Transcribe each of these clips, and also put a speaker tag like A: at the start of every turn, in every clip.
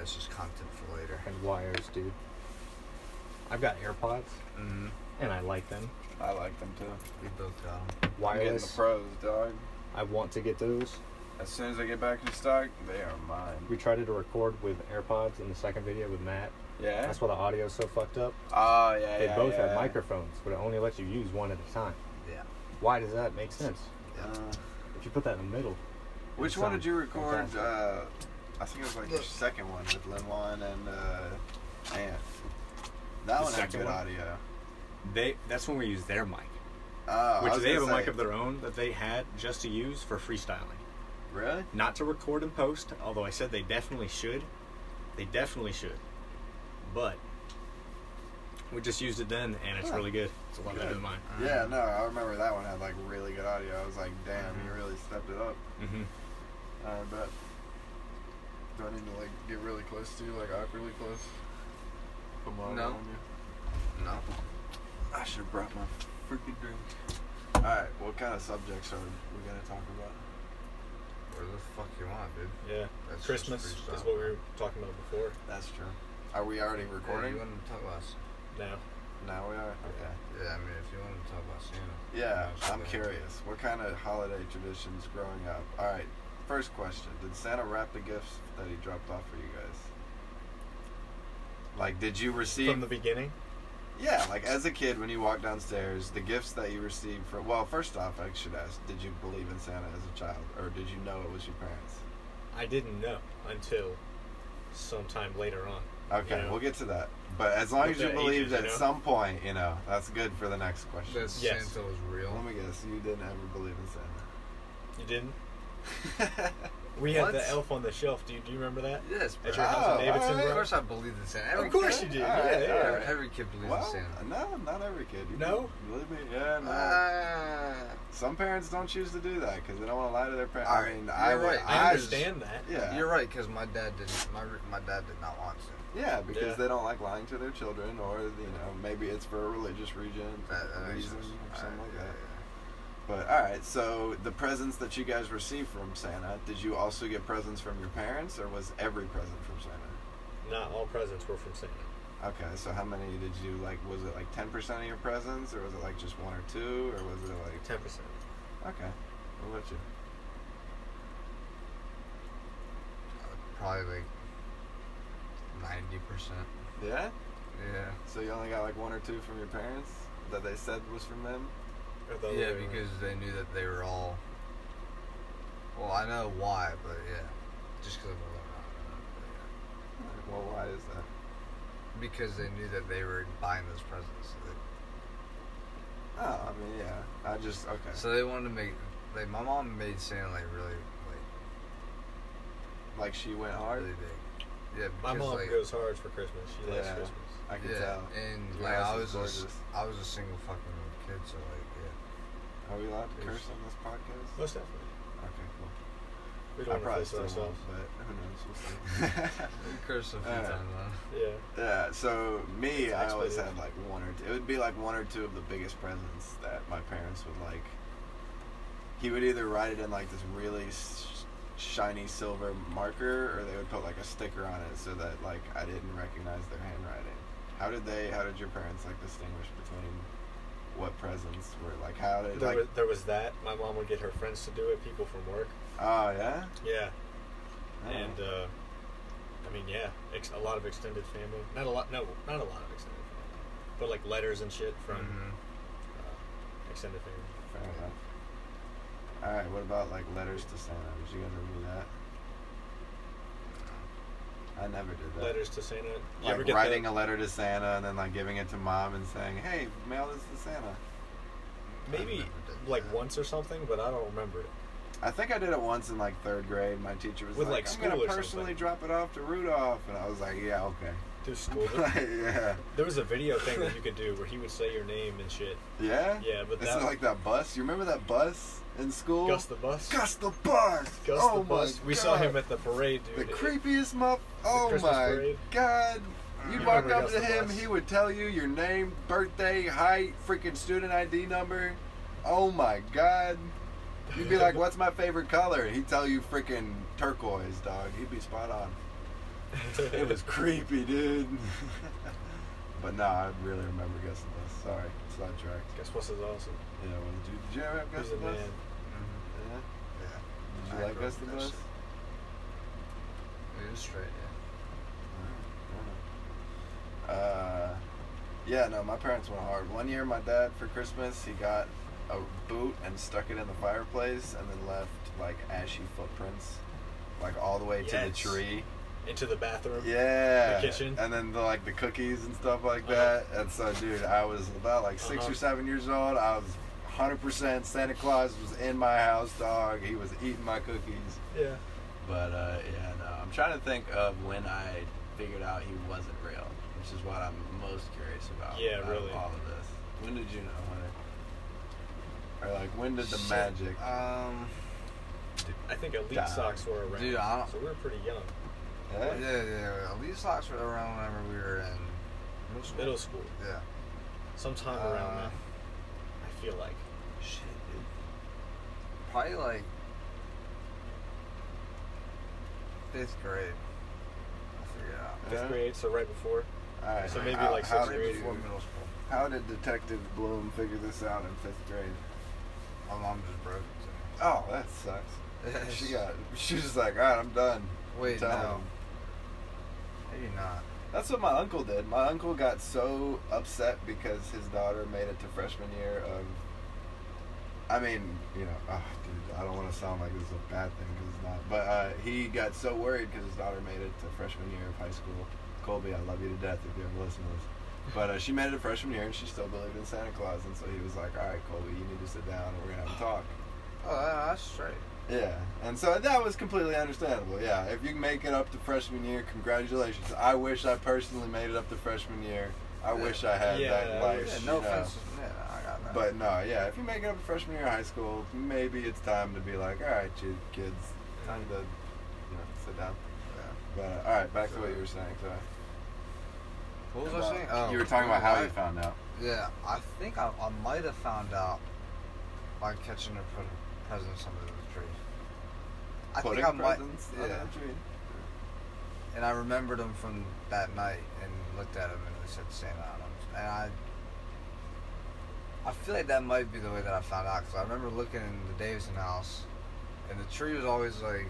A: it's just content for later.
B: and wires, dude. I've got AirPods
A: Mm-hmm.
B: and I like them.
C: I like them too.
A: We both got 'em.
C: I'm getting the
B: Wireless.
C: pros, dog.
B: I want to get those.
C: As soon as I get back in stock, they are mine.
B: We tried to record with AirPods in the second video with Matt.
C: Yeah.
B: That's why the audio's so fucked up.
C: Oh yeah.
B: They
C: yeah,
B: both
C: yeah.
B: have microphones, but it only lets you use one at a time.
A: Yeah.
B: Why does that make sense?
A: yeah.
C: Uh,
B: If you put that in the middle,
C: Which
B: It
C: one
B: sounds
C: did you record?
B: fantastic.
C: Uh, I think it was like your
A: Look.
C: second one with Lin Juan and uh, Ant. That
D: The
C: one had
D: second
C: good
D: one?
C: audio.
D: They that's when we use their mic,
C: Oh, I
D: which
C: was
D: they have
C: gonna
D: a mic
C: say-
D: of their own that they had just to use for freestyling.
C: Really?
D: not to record and post, although I said they definitely should. They definitely should. But we just used it then, and it's
C: Huh.
D: really good. It's a lot better
C: Good.
D: than mine.
C: Yeah, no, I remember that one had like really good audio. I was like, damn, you really stepped it up.
D: Mm-hmm.
C: I bet. Do I need to like get really close to you, like awkwardly close? Put my arm
A: No.
C: on you.
A: No.
C: I should have brought my freaking drink. All right, what kind of subjects are we gonna talk about?
A: Where the fuck you want, dude?
D: Yeah.
A: That's just
D: Christmas
A: freestyle,
D: is what we
A: bro.
D: were talking about before.
C: That's true. Are we already
A: Yeah,
C: recording?
A: you want to talk about? s-
D: Now,
C: now we are. Okay.
A: Yeah, I mean, if you want to talk about Santa.
C: Yeah,
A: you know, Santa-
C: I'm curious. What kind of holiday traditions growing up? All right, first question: Did Santa wrap the gifts that he dropped off for you guys? Like, did you receive?
D: from the beginning,
C: yeah, like as a kid, when you walked downstairs, the gifts that you received from. Well, first off, I should ask: Did you believe in Santa as a child, or did you know it was your parents?
D: I didn't know until sometime later on.
C: Okay,
D: Yeah.
C: we'll get to that. But as long
D: With
C: as you
D: the
C: believed
D: ages, you
C: at
D: know?
C: some point, you know, that's good for the next question.
A: That
D: Yes.
A: Santa was
C: Let
A: real.
C: me guess: You didn't ever believe in Santa.
D: You didn't? We had
A: What?
D: the elf on the shelf, dude. Do you remember that?
A: Yes, bro.
D: At your house
C: Oh,
D: in Davidson,
C: alright.
A: Of
D: bro?
A: course I believed in Santa. Every
D: Of course
A: kid-
D: you did.
C: All right,
D: yeah,
C: all
D: yeah.
C: right.
A: Every, every kid believes
C: Well,
A: in Santa.
C: no, not every kid. You
D: No?
C: Believe me, yeah, no.
A: Ah.
C: Some parents don't choose to do that because they don't want to lie to their parents.
A: All
C: I
A: right,
C: mean,
A: you're
C: I,
A: right.
D: I
C: just-
D: understand that.
C: yeah,
A: You're right, because my dad didn't. My re- my dad did not want to.
C: yeah, because
D: Yeah.
C: they don't like lying to their children, or you know, maybe it's for a religious region,
A: That, that makes
C: reason,
A: sense. Uh,
C: or
A: All
C: something
A: right,
C: like
A: yeah,
C: that.
A: yeah.
C: But all right, so the presents that you guys received from Santa, did you also get presents from your parents, or was every present from Santa?
D: Not all presents were from Santa.
C: Okay, so how many did you like? Was it like ten percent of your presents, or was it like just one or two, or was it like?
D: Ten percent.
C: Okay, what about you?
A: Probably like ninety percent.
C: Yeah.
A: Yeah.
C: So you only got like one or two from your parents that they said was from them.
D: Or the other
A: yeah,
D: way around.
A: because they knew that they were all. Well, I know why, but yeah, just because of what I
C: Well, why is that?
A: know. Because they knew that they were buying those presents, so they,
C: Oh, I mean, yeah. I just okay.
A: so they wanted to make. Like my mom made Santa like really, like
C: like she went hard.
A: really big. Yeah, because,
D: My mom
A: like,
D: goes hard for Christmas. She likes
C: Yeah.
D: Christmas.
C: I can
A: yeah,
C: tell.
A: and
C: Your
A: like I
C: house
A: was,
C: is
A: a s
C: gorgeous.
A: I was a single fucking kid, so like yeah.
C: Are we allowed to
A: There's-
C: curse on this podcast?
D: Most definitely.
C: Okay, cool.
D: We
C: I
D: don't want
C: probably
D: to
C: still
D: feel ourselves.
C: won't, but who knows? We'll see.
A: We cursed a few
C: Alright.
A: times. Huh?
D: Yeah.
C: yeah. So me,
D: It's
C: I always
D: expletive.
C: had like one or two. It would be like one or two of the biggest presents that my parents would like. He would either write it in like this really s- shiny silver marker, or they would put like a sticker on it so that like I didn't recognize their handwriting. How did they? How did your parents like distinguish between what presents were like? How did
D: There,
C: like?
D: was, there was that. My mom would get her friends to do it, people from work.
C: Oh yeah.
D: Yeah.
C: Oh.
D: And, uh, I mean, yeah, ex- a lot of extended family. Not a lot, no, not a lot of extended family. But, like, letters and shit from
A: mm-hmm.
C: Mm-hmm.
D: uh, extended family.
C: Fair enough. All right, what about like letters to Santa? Did you guys ever do that? I never did that.
D: Letters to Santa. You ever
C: Like
D: get
C: writing
D: the,
C: a letter to Santa and then like giving it to mom and saying, "Hey, mail this to Santa."
D: Maybe, like, once or something, but I don't remember it.
C: I think I did it once in like third grade. My teacher was
D: With,
C: like,
D: like,
C: "I'm
D: school
C: gonna
D: or
C: personally
D: something.
C: drop it off to Rudolph," and I was like, "Yeah, okay."
D: Through school.
C: Like, yeah,
D: there was a video thing that you could do where he would say your name and shit.
C: yeah.
D: Yeah, but
C: It's
D: that.
C: like that bus. You remember that bus in school?
D: Gus the Bus.
C: Gus the bus.
D: Gus
C: oh
D: the Bus.
C: My
D: We saw
C: God.
D: him at the parade,
C: The
D: dude. It-
C: creepiest muff. Oh my
D: Christmas parade.
C: god.
A: You
C: You'd walk
D: remember
C: up
D: Gus
C: to
D: the
C: him,
D: Bus.
C: he would tell you your name, birthday, height, freaking student ID number. Oh my god. You'd be like, what's my favorite color? He'd tell you freaking turquoise, dog. He'd be spot on. it was creepy, dude. but nah, I really remember guessing this. Sorry, sidetracked.
D: Guess what's is awesome.
C: Yeah, well, did you, did you ever have
D: He's
C: guessed
D: a
C: the bus?
D: man.
A: Mm-hmm.
C: Yeah.
A: Yeah.
C: Did
A: I
C: you like
A: grew up
C: guess the
A: with that
C: bus?
A: shit. It is straight, yeah.
C: Uh, yeah, no, my parents went hard. One year, my dad for Christmas, he got a boot and stuck it in the fireplace, and then left like ashy footprints, like all the way to the
D: Yes.
C: tree.
D: Into the bathroom.
C: Yeah.
D: The kitchen.
C: And then the, like the cookies and stuff like
D: Uh-huh.
C: that. And so, dude, I was about like 6
D: Uh-huh.
C: or seven years old. I was 100% Santa Claus was in my house, dog. He was eating my cookies.
D: Yeah.
C: But uh, yeah, no, I'm trying to think of when I figured out he wasn't real, which is what I'm most curious about.
D: Yeah,
C: out of
D: really.
C: all of this. When did you know, Hunter? Or like, when did the
A: Shit,
C: magic?
D: uh,
A: Um.
D: I think elite
C: Die.
D: socks were around.
A: Dude, I don't-
D: so we were pretty young.
A: Yeah,
C: Yeah?
A: yeah. yeah. Elite socks were around whenever we were in middle school.
D: Middle school.
A: Yeah.
D: Sometime around
A: Uh,
D: that. I feel like.
A: Shit, dude. Probably like fifth grade. I'll figure it out.
D: Fifth
C: Yeah?
D: grade, so right before.
C: All right.
D: So maybe,
C: how,
D: like,
C: how
D: sixth
C: did
D: grade.
C: you-
A: Before middle school.
C: how did Detective Bloom figure this out in fifth grade?
A: My mom just broke it
C: Oh, that sucks.
A: to me.
C: She got. She was like, all right, I'm done.
A: Wait,
C: Tell
A: no.
C: him.
A: Maybe not.
C: That's what my uncle did. My uncle got so upset because his daughter made it to freshman year of. I mean, you know, ah, dude, I don't want to sound like this is a bad thing because it's not. But uh, he got so worried because his daughter made it to freshman year of high school. Colby, I love you to death if you ever listen to this. But uh, she made it to freshman year and she still believed in Santa Claus. And so he was like, all right, Colby, you need to sit down and we're going to have a talk.
A: Oh, that- that's straight.
C: Yeah, and so that was completely understandable. Yeah, if you make it up to freshman year, congratulations. I wish I personally made it up to freshman year. I
A: Yeah.
C: wish I had
D: Yeah,
C: that
D: I
C: life.
D: wish-
A: Yeah,
C: you
A: no
C: know.
A: offense. Yeah, I got that.
C: Oh, But no, yeah, if you make it up to freshman year of high school, maybe it's time to be like, all right, you kids, time to, you know, sit down.
A: Yeah.
C: But uh, all right, back to what you were saying. Sorry.
A: What was I
C: About-
A: saying? Oh,
C: you were talking about how you
A: I-
C: found out.
A: Yeah, I think I, I might have found out by catching a pre- presents under the tree. I
C: Putting
A: think I might.
C: presents on
A: Yeah,
C: that tree.
A: and I remembered them from that night and looked at them and they said Santa on them. And I, I feel like that might be the way that I found out because I remember looking in the Davison house, and the tree was always like.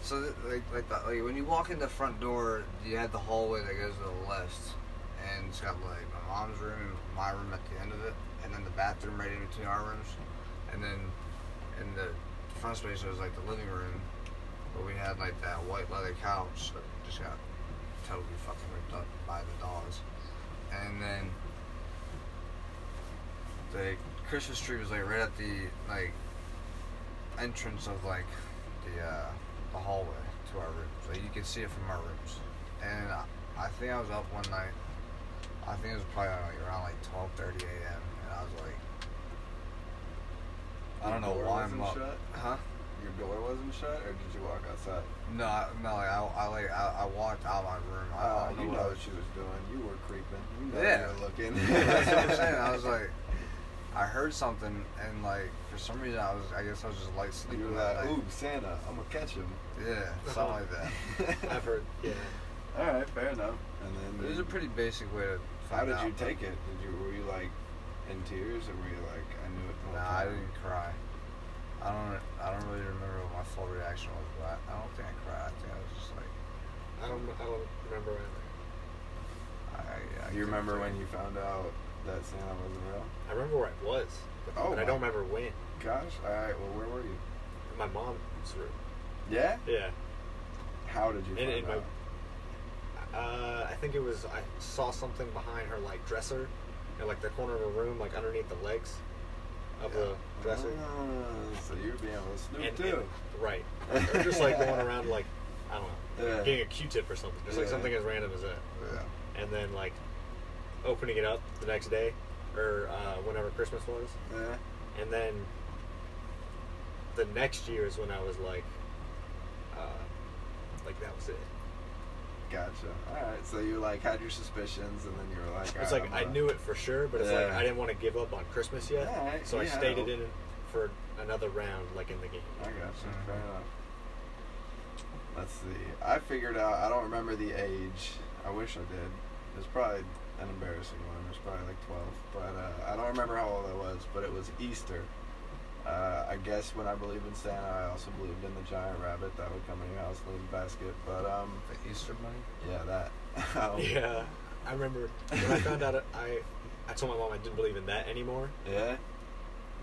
A: So that, like like, the, like when you walk in the front door, you had the hallway that goes to the left, and it's got like my mom's room and my room at the end of it, and then the bathroom right in between our rooms, and then in the front space was like the living room, but we had like that white leather couch that just got totally fucking ripped up by the dogs. And then the Christmas tree was like right at the like entrance of like the uh, the hallway to our rooms. Like you could see it from our rooms. And I, I think I was up one night. I think it was probably like around like twelve thirty a.m. And I was like, I don't
C: Your
A: know
C: door
A: why I'm
C: wasn't
A: up.
C: shut?
A: Huh?
C: Your door wasn't shut, or did you walk outside?
A: No, I- no, like, I, I like I, I walked out of my room. I, I
C: Oh,
A: don't
C: you
A: know
C: know
A: what I
C: what
A: was.
C: she was doing. You were creeping. You know
A: Yeah.
C: you were looking.
A: That's what I'm saying. I was like, I heard something, and like for some reason I was. I guess I was just light
C: you
A: sleeping.
C: were
A: that
C: like,
A: night.
C: ooh, Santa, I'm gonna catch him.
A: yeah, something like that.
D: I've heard. Yeah.
C: All right, fair enough. And then,
A: It was a pretty basic way to
C: how
A: find
C: did
A: out.
C: you take it? Did you were you like in tears, or were you like, I knew it? the whole
A: Nah, I
C: time?
A: didn't cry. I don't. I don't really remember what my full reaction was, but I, I don't think I cried. I think I was just like.
D: I don't. I don't remember either.
A: I, I
C: Do you remember when you found out that Santa wasn't real?
D: I remember where I was,
C: Oh,
D: but I
C: my-
D: don't remember when.
C: Gosh, all right. Well, where were you?
D: In my mom's room.
C: Yeah.
D: Yeah.
C: How did you
D: In-
C: find
D: in my-
C: out?
D: Uh, I think it was. I saw something behind her like dresser, in like the corner of her room, like underneath the legs of the dresser.
C: Ah, so you were being a little snoop
D: And-
C: too.
D: Right. Or just like going around like I don't know,
C: Yeah.
D: getting a Q-tip or something. Just like
C: Yeah.
D: something as random as that.
A: Yeah.
D: And then like opening it up the next day or uh, whenever Christmas was.
C: Yeah.
D: And then the next year is when I was like, uh, like that was it.
C: Gotcha. All right. So you like had your suspicions, and then you were like,
D: It's
C: "All right,
D: like
C: I'm
D: I
C: gonna-
D: knew it for sure, but it's like
C: Yeah.
D: I didn't want to give up on Christmas yet,
C: Yeah,
D: so I
C: yeah.
D: stayed it in for another round, like in the game.
C: I gotcha. Fair
A: Mhm.
C: enough. Let's see. I figured out. I don't remember the age. I wish I did. It was probably an embarrassing one. It was probably like twelve, but uh, I don't remember how old I was. But it was Easter. Uh, I guess when I believed in Santa, I also believed in the giant rabbit that would come in your house and leave a basket. But um,
A: The Easter Bunny.
C: yeah, that. Um,
D: Yeah, I remember when I found out I, I told my mom I didn't believe in that anymore,
C: yeah?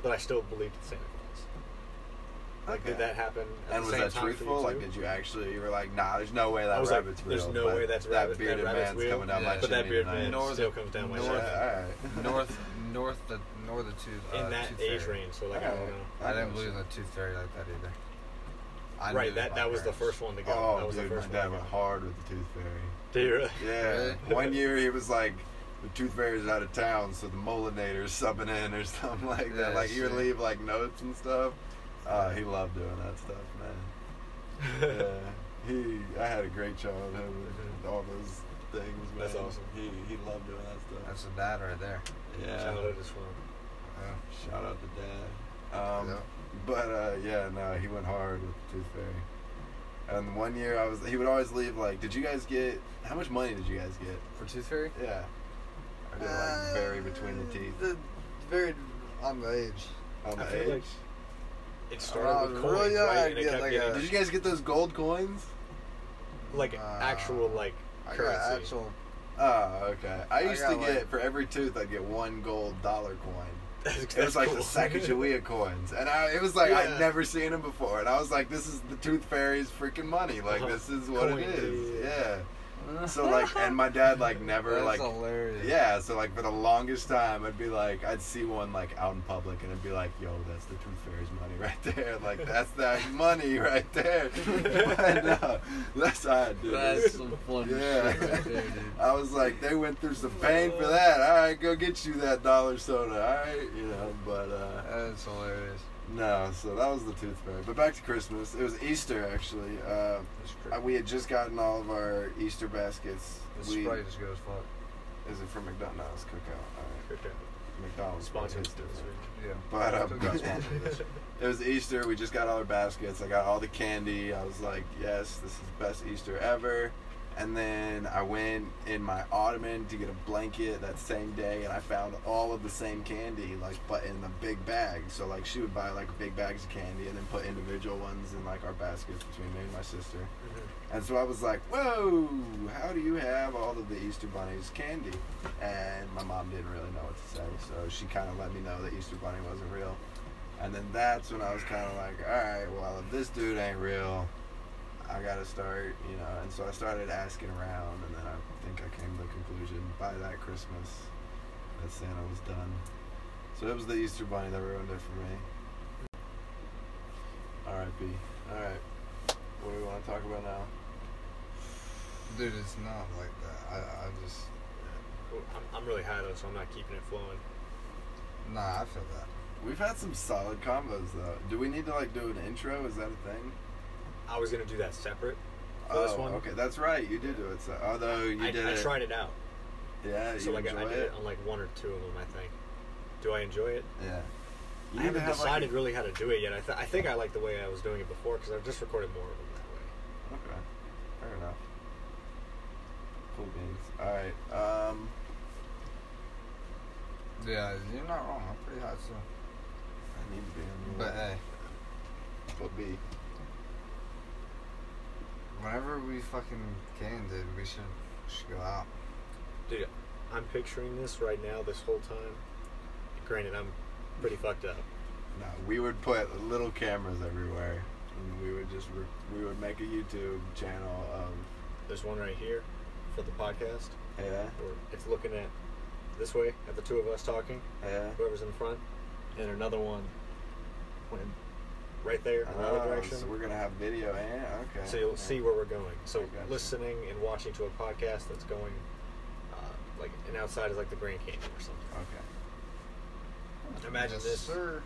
D: but I still believed in Santa Claus. Like,
C: Okay.
D: did that happen? At
C: And
D: the
C: was
D: same
C: that
D: time for you
C: truthful? Like,
D: too?
C: did you actually? You were like, nah, there's no way that
D: I was like,
C: rabbit's real.
D: there's no
C: but
D: way that's rabbit-
C: That
D: that
C: bearded
D: rabbit's
C: man's
D: real.
C: coming down my
A: Yeah.
D: but that
C: chimney
D: beard
C: tonight.
D: man
A: North-
D: still comes down my
A: North-
C: Yeah,
D: shirt
C: all right.
A: north, north the north the tooth.
D: in
A: uh,
D: that
A: tooth
D: age
A: fairy.
D: range. So like, I don't know.
A: I didn't believe in the tooth fairy like that either. I knew
D: right, that
A: my
D: that was the
A: parents.
D: first one to go.
C: Oh,
D: that was
C: dude,
D: the
C: my
D: first
C: dad
D: one.
C: went hard with the tooth fairy.
D: Dude, really?
C: Yeah.
A: Really?
C: One year he was like, the tooth fairy's out of town, so the molinator's subbing in or something like that.
A: Yeah,
C: like he would
A: shit.
C: leave like notes and stuff. Uh, he loved doing that stuff, man. Yeah. he, I had a great childhood with all those things. Man.
D: That's awesome.
C: He, he loved doing that stuff.
A: That's a dad right there.
C: yeah.
D: Childhood is fun.
A: Yeah.
C: Shout out to dad. Um,
A: Yeah.
C: But uh, yeah, no, he went hard with the Tooth Fairy. And one year I was, he would always leave like, did you guys get? How much money did you guys get?
A: For tooth fairy?
C: Yeah. Or did it like vary between the teeth?
A: Uh, The very on the age.
C: On
D: I
C: the
D: feel
C: age?
D: like it
C: Uh,
D: started with
A: Around-
D: coins,
A: really, yeah,
D: right? And
A: I'd
D: it
A: get
D: kept
A: like
D: getting
A: a-
C: did you guys get those gold coins?
D: like
A: Uh,
D: actual like
A: I got
D: currency.
A: actual.
C: Oh, okay. I
A: I
C: used to
A: got,
C: get
A: like-
C: for every tooth, I'd get one gold dollar coin.
D: That's,
C: It was like
D: cool.
C: the Sacagawea coins, and I, it was like
D: Yeah.
C: I'd never seen them before, and I was like, "This is the Tooth Fairy's freaking money! Like
D: Uh-huh.
C: this is what it
D: Coin,
C: is."
D: yeah.
C: Yeah. So like, and my dad like never
A: That's
C: like,
A: hilarious.
C: yeah. So like for the longest time, I'd be like, I'd see one like out in public, and I'd be like, "Yo, that's the Tooth Fairy's money right there! Like that's that money right there!" but no, that's how I did it.
A: That's some fun
C: Yeah.
A: shit right there, dude.
C: I was like, they went through some pain for that. All right, go get you that dollar soda. All right, you know. But uh,
A: That's hilarious.
C: no, so that was the Tooth Fairy. But back to Christmas. It was Easter actually. Uh,
A: It's
C: I-
A: crazy.
C: we had just gotten all of our Easter baskets.
A: The
C: We-
A: Sprite is good as fuck.
C: Is it from McDonald's cookout? All right.
D: Okay.
C: McDonald's
D: Sponsored
C: is
D: this
C: different.
A: Yeah.
C: But
A: Still
C: um,
A: got sponsored.
C: it was Easter. We just got all our baskets. I got all the candy. I was like, yes, this is best Easter ever. And then I went in my ottoman to get a blanket that same day, and I found all of the same candy, like, but in the big bag. So like, she would buy like big bags of candy, and then put individual ones in like our baskets between me and my sister. And so I was like, whoa, how do you have all of the Easter Bunny's candy? And my mom didn't really know what to say, so she kind of let me know that Easter Bunny wasn't real. And then that's when I was kind of like, all right, well, if this dude ain't real, I gotta start, you know. And so I started asking around, and then I think I came to the conclusion by that Christmas that Santa was done. So it was the Easter Bunny that ruined it for me. R.I.P. All right, what do we want to talk about now?
A: Dude, it's not like that. I, I just.
D: Cool. I'm, I'm really high though, so I'm not keeping it flowing.
A: Nah, I feel that.
C: We've had some solid combos though. Do we need to like do an intro? Is that a thing?
D: I was gonna do that separate. For
C: oh,
D: this one?
C: okay. That's right. You did do it. So, although you
D: I,
C: did
D: I
C: it,
D: tried it out,
C: yeah,
D: so
C: you
D: like I
C: enjoy
D: did it
C: it.
D: on like one or two of them. I think. Do I enjoy it?
C: Yeah. You
D: I
C: need to
D: haven't
C: have, like,
D: decided really how to do it yet. I, th- I think I like the way I was doing it before because I've just recorded more of them that way.
C: a- okay. Fair enough. Cool beans. All right. Um.
A: Yeah, you're not wrong. I'm pretty hot still.
C: I need to be on
A: But hey,
C: But B.
A: whenever we fucking can, dude, we should, we should go out.
D: I'm picturing this right now, this whole time. Granted, I'm pretty fucked up.
C: No, we would put little cameras everywhere, and we would just re- we would make a YouTube channel of
D: There's one right here for the podcast
C: yeah
D: where it's looking at this way at the two of us talking,
C: yeah.
D: whoever's in front, and another one when right there in the
C: Oh,
D: other direction.
C: so we're gonna have video and okay.
D: so you'll
C: Yeah.
D: see where we're going. So
C: I gotcha.
D: listening and watching to a podcast that's going uh, like and outside is like the Grand Canyon or something.
C: Okay.
D: Imagine
A: Yes,
D: this
A: Sir.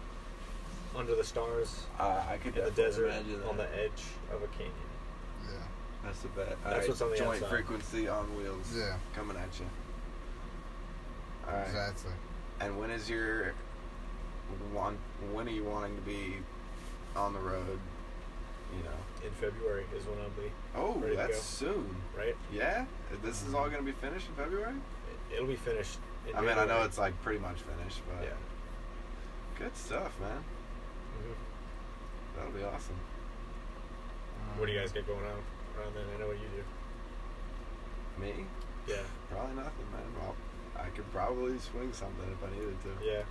D: under the stars
C: Uh, I could
D: in the
C: definitely
D: desert
C: imagine
D: on the
C: that.
D: edge of a canyon.
A: Yeah.
C: That's the bet.
D: what's on the
C: joint
D: outside.
C: frequency on wheels.
A: Yeah.
C: coming at you. All right.
A: Exactly.
C: And when is your want? When are you wanting to be on the road you know.
D: in February is when I'll be
C: Oh,
D: Ready to
C: that's
D: go.
C: soon.
D: right.
C: Yeah, this is all gonna be finished in February.
D: It, it'll be finished. in
C: I mean, I know
D: January.
C: it's uh, like pretty much finished, but
D: yeah.
C: good stuff, man.
D: Mhm.
C: That'll be awesome.
D: What do you guys get going on around then? I know what you do.
C: Me?
D: Yeah,
C: Probably nothing, man. Well, I could probably swing something if I needed to.
D: yeah.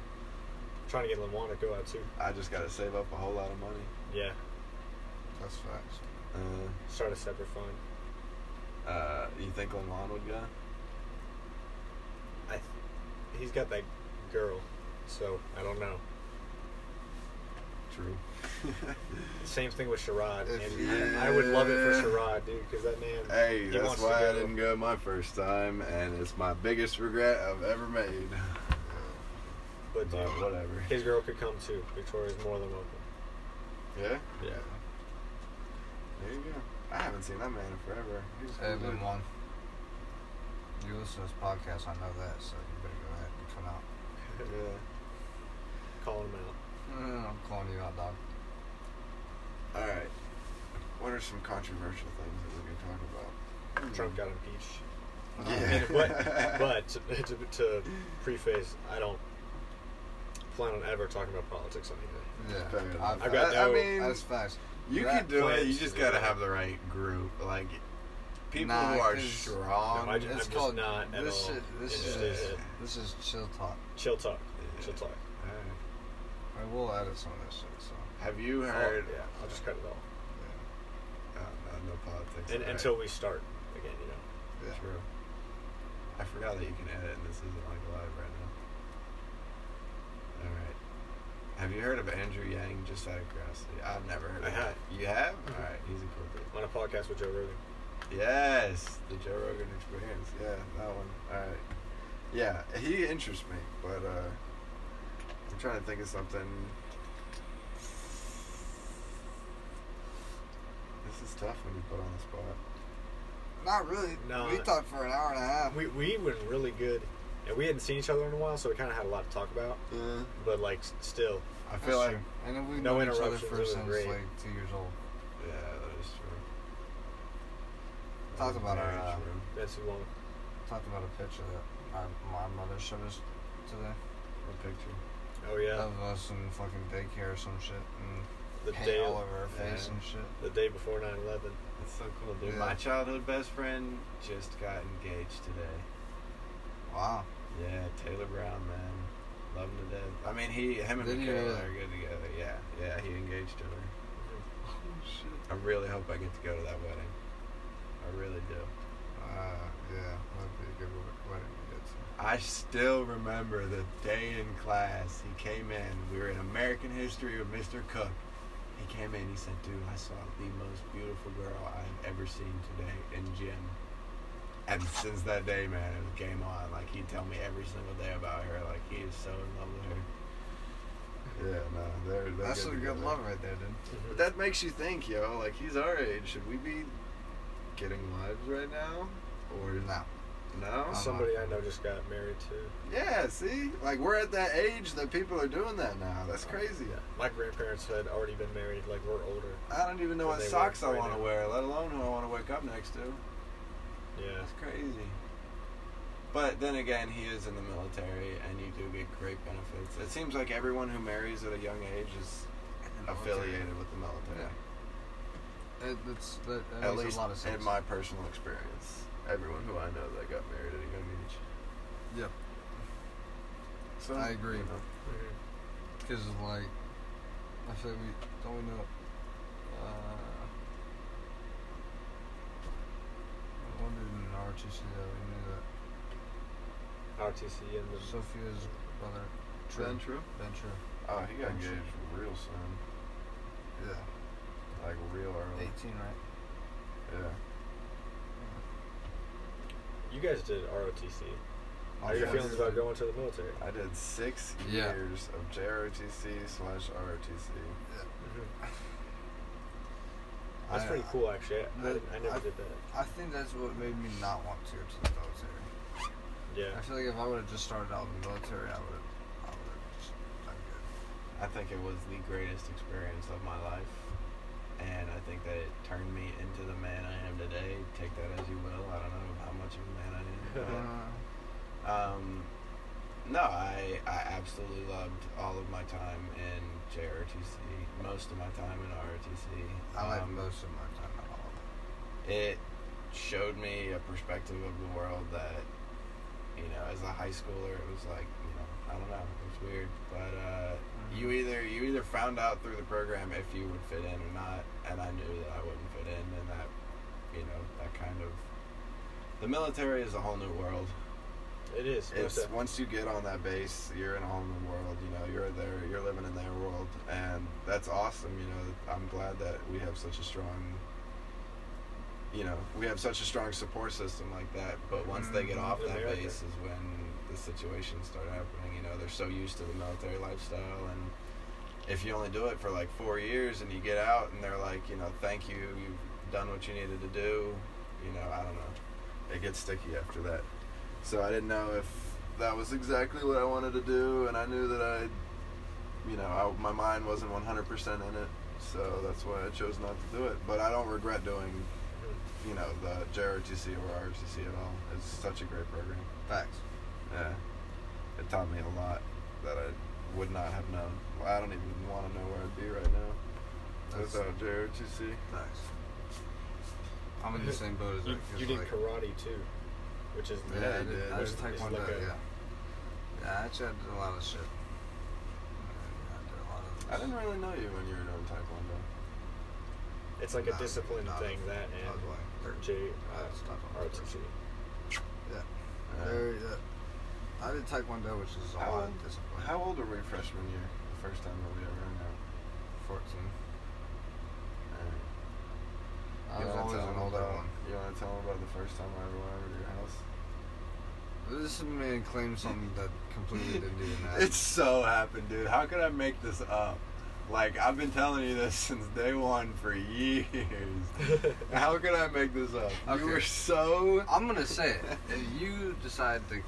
D: trying to get Lamont to go out too.
C: I just gotta save up a whole lot of money.
D: Yeah,
A: That's facts.
C: Uh,
D: start a separate fund.
C: uh, you think Lamont would go?
D: I th- he's got that girl, so I don't know.
C: True.
D: Same thing with Sherrod.
A: If
D: And
A: you-
D: I, I would love it for Sherrod, dude, because that man.
C: hey,
D: He
C: that's
D: wants to
C: why I
D: go.
C: didn't go my first time, and it's my biggest regret I've ever made.
D: But dude,
C: But whatever.
D: his girl could come too. Victoria's more than welcome.
C: Yeah.
D: Yeah.
C: There you go. I haven't seen that man in forever. He's
A: Hey,
C: cool,
A: Lin
C: dude.
A: One. You listen to this podcast, I know that, so you better go ahead and come out.
C: Yeah.
D: Calling him out.
A: Mm, I'm calling you out, dog.
C: All right. What are some controversial things that we can talk about? Hmm.
D: Trump got impeached.
C: Yeah.
D: And- but but to, to, to preface, I don't plan on ever talking about politics on here.
A: Yeah,
C: Fair enough.
A: I've-
D: I've got
C: I, I
D: no-
C: mean,
A: that's facts.
C: you
A: that
C: can do it. You
D: plans-
C: just gotta have the right group, like people
A: Nah,
C: who are
A: 'cause-
C: strong.
D: No, I ju- I'm
A: it's
D: just
A: called
D: not at
A: this
D: all
A: Is, this
C: interested
A: is
C: in
A: this is chill talk.
D: Chill talk.
C: Yeah.
D: Chill talk.
C: All right.
A: I mean, we'll edit some of this shit. So
C: Have you
D: I'll-
C: heard?
D: yeah, I'll just cut it off.
A: yeah,
C: Oh, no, no politics.
D: And,
C: All right.
D: Until we start again, you know.
A: yeah.
C: True. I forgot that you can edit, and this isn't like live right now. All right. Have you heard of Andrew Yang? Just out of curiosity, I've never heard
D: I
C: of
D: have.
C: that. You have?
D: Mhm.
C: All right. He's a cool dude.
D: On a podcast with Joe Rogan.
C: Yes, the Joe Rogan Experience. Yeah, that one. All right. Yeah, he interests me, but uh, I'm trying to think of something. This is tough when you put on the spot.
A: Not really.
D: No,
A: we
D: no.
A: talked for an hour and a half.
D: We, we were really good. And we hadn't seen each other in a while, so we kind of had a lot to talk about.
C: Yeah.
D: But, like, s- still,
C: I feel
A: That's
C: like
A: true. and then we've
D: no
A: known each other
D: interruptions, it
A: for
D: was
A: since
D: great.
A: like two years old.
C: yeah, that is true.
A: Talk
C: That is
A: about our,
C: very
A: uh,
C: true.
D: that's too long.
A: Talked about a picture that my, my mother showed us today
C: What picture.
D: Oh, yeah.
A: of us in fucking daycare or some shit and
D: The
A: paint
D: day,
A: all over her face
C: yeah.
A: and shit.
D: the day before 9 11.
C: That's so cool, dude.
A: Yeah.
C: My childhood best friend just got engaged today.
A: Wow.
C: Yeah, Taylor Brown, man. Love him to death. I mean, he, him and
A: Did he
C: Michaela
A: really?
C: are good together. Yeah, yeah, he engaged to her. I really hope I get to go to that wedding. I really do.
A: Uh, yeah, that'd be a good we- wedding to get to.
C: I still remember the day in class he came in. We were in American history with Mr. Cook. He came in. He said, "Dude, I saw the most beautiful girl I've ever seen today in gym." And since that day, man, it was game on. Like he'd tell me every single day about her. Like he is so in love with her. Yeah, no, they're, they're
A: That's a good
C: together.
A: love right there, dude.
C: But that makes you think, yo. Like he's our age. Should we be getting wives right now, or
A: No.
C: No.
A: Uh-huh.
D: Somebody I know just got married to.
C: Yeah, see? Like we're at that age that people are doing that now. That's crazy.
D: My grandparents had already been married, like, we're older.
C: I don't even know
D: Where
C: what
D: they
C: socks
D: work
C: I
D: right
C: want to
D: now.
C: wear, let alone who I want to wake up next to.
D: Yeah.
C: That's crazy. But then again, he is in the military and you do get great benefits. It seems like everyone who marries at a young age is affiliated with the military.
A: It, it's, that, that
C: at
A: makes
C: least
A: a lot of sense.
C: in my personal experience. Everyone who I know that got married at a young age.
A: Yeah.
C: So,
A: I agree.
C: you know.
A: Mm-hmm.
D: Mhm.
A: Because, like, I feel like we don't we know. Uh, I wondered in ROTC that we knew that
D: RTC and the.
A: Sophia's brother,
C: Ben
A: Ben
C: True?
A: Venture.
C: Oh, he got
A: Ben True.
C: engaged real soon.
A: Yeah.
C: Like real early.
A: 18, right?
C: Yeah.
D: You guys did ROTC. How
C: I
D: are your
C: did.
D: feelings about going to the military?
C: I did six
A: Yeah.
C: years of JROTC slash ROTC.
D: That's
A: Mm-hmm. I-
D: pretty cool, actually. I, I,
A: the-
D: didn't- I never
A: I-
D: did that.
A: I think that's what made me not want to go to the military. I
D: Yeah.
A: feel like if I would have just started out in the military, I would have, I would have just done
C: I think it was the greatest experience of my life. and I think that it turned me into the man I am today. Take that as you will. I don't know how much of a man I am. but-
D: Uh-huh.
C: Um, no, I, I absolutely loved all of my time in JRTC, most of my time in ROTC.
A: I like
C: Um,
A: most of my time at all.
C: It showed me a perspective of the world that, you know, as a high schooler, it was like, you know, I don't know, it was weird, but uh,
A: Mm-hmm.
C: you either you either found out through the program if you would fit in or not, and I knew that I wouldn't fit in, and that, you know, that kind of. The military is a whole new world
D: It is.
C: it's
D: Most
C: once you get on that base, you're in a whole new world. You know, you're there, you're living in their world, and that's awesome. You know, I'm glad that we have such a strong, you know, we have such a strong support system like that. But once they get off
D: In
C: that
D: America.
C: base, is when the situations start happening. You know, they're so used to the military lifestyle, and if you only do it for like four years and you get out, and they're like, you know, thank you, you've done what you needed to do. You know, I don't know. It gets sticky after that. So I didn't know if that was exactly what I wanted to do, and I knew that I, you know, I, my mind wasn't 100% in it, so that's why I chose not to do it. But I don't regret doing, you know, the JRTC or RTC at all. It's such a great program.
A: Facts.
C: Yeah, it taught me a lot that I would not have known. Well, I don't even want to know where I'd be right now
A: That's-
C: without JRTC.
A: Facts. I'm in the same boat as
D: you,
A: that, 'cause,
D: you did
A: like,
D: karate too, which is
A: Yeah, I did. I was
D: It's like
A: Taekwondo,
D: a-
A: yeah. Yeah, actually, I did a lot of shit. I did a lot of
C: I didn't really know you when you were doing Taekwondo.
D: It's like a
A: Nah,
D: discipline
A: nah,
D: thing
A: nah,
D: that
A: nah,
D: and
A: nah, nah,
D: J
A: nah, it's not
D: uh,
A: on
D: ROTC.
C: Yeah.
A: There, that, I did Taekwondo, which is uh, a
C: How
A: lot
C: old-
A: of discipline.
C: How old were we freshman year? The first time that we ever hung out.
A: 14.
C: Alright.
A: I
C: You
A: was
C: wanna
A: always
C: tell
A: an
C: them
A: older
C: about-
A: one.
C: You want to tell them about the first time I ever went over to your house?
A: This man claims something that completely didn't even happen.
C: It so happened, dude. How could I make this up? Like I've been telling you this since day one for years. How could I make this up?
A: Okay.
C: You were so.
A: I'm gonna say it. If you decide to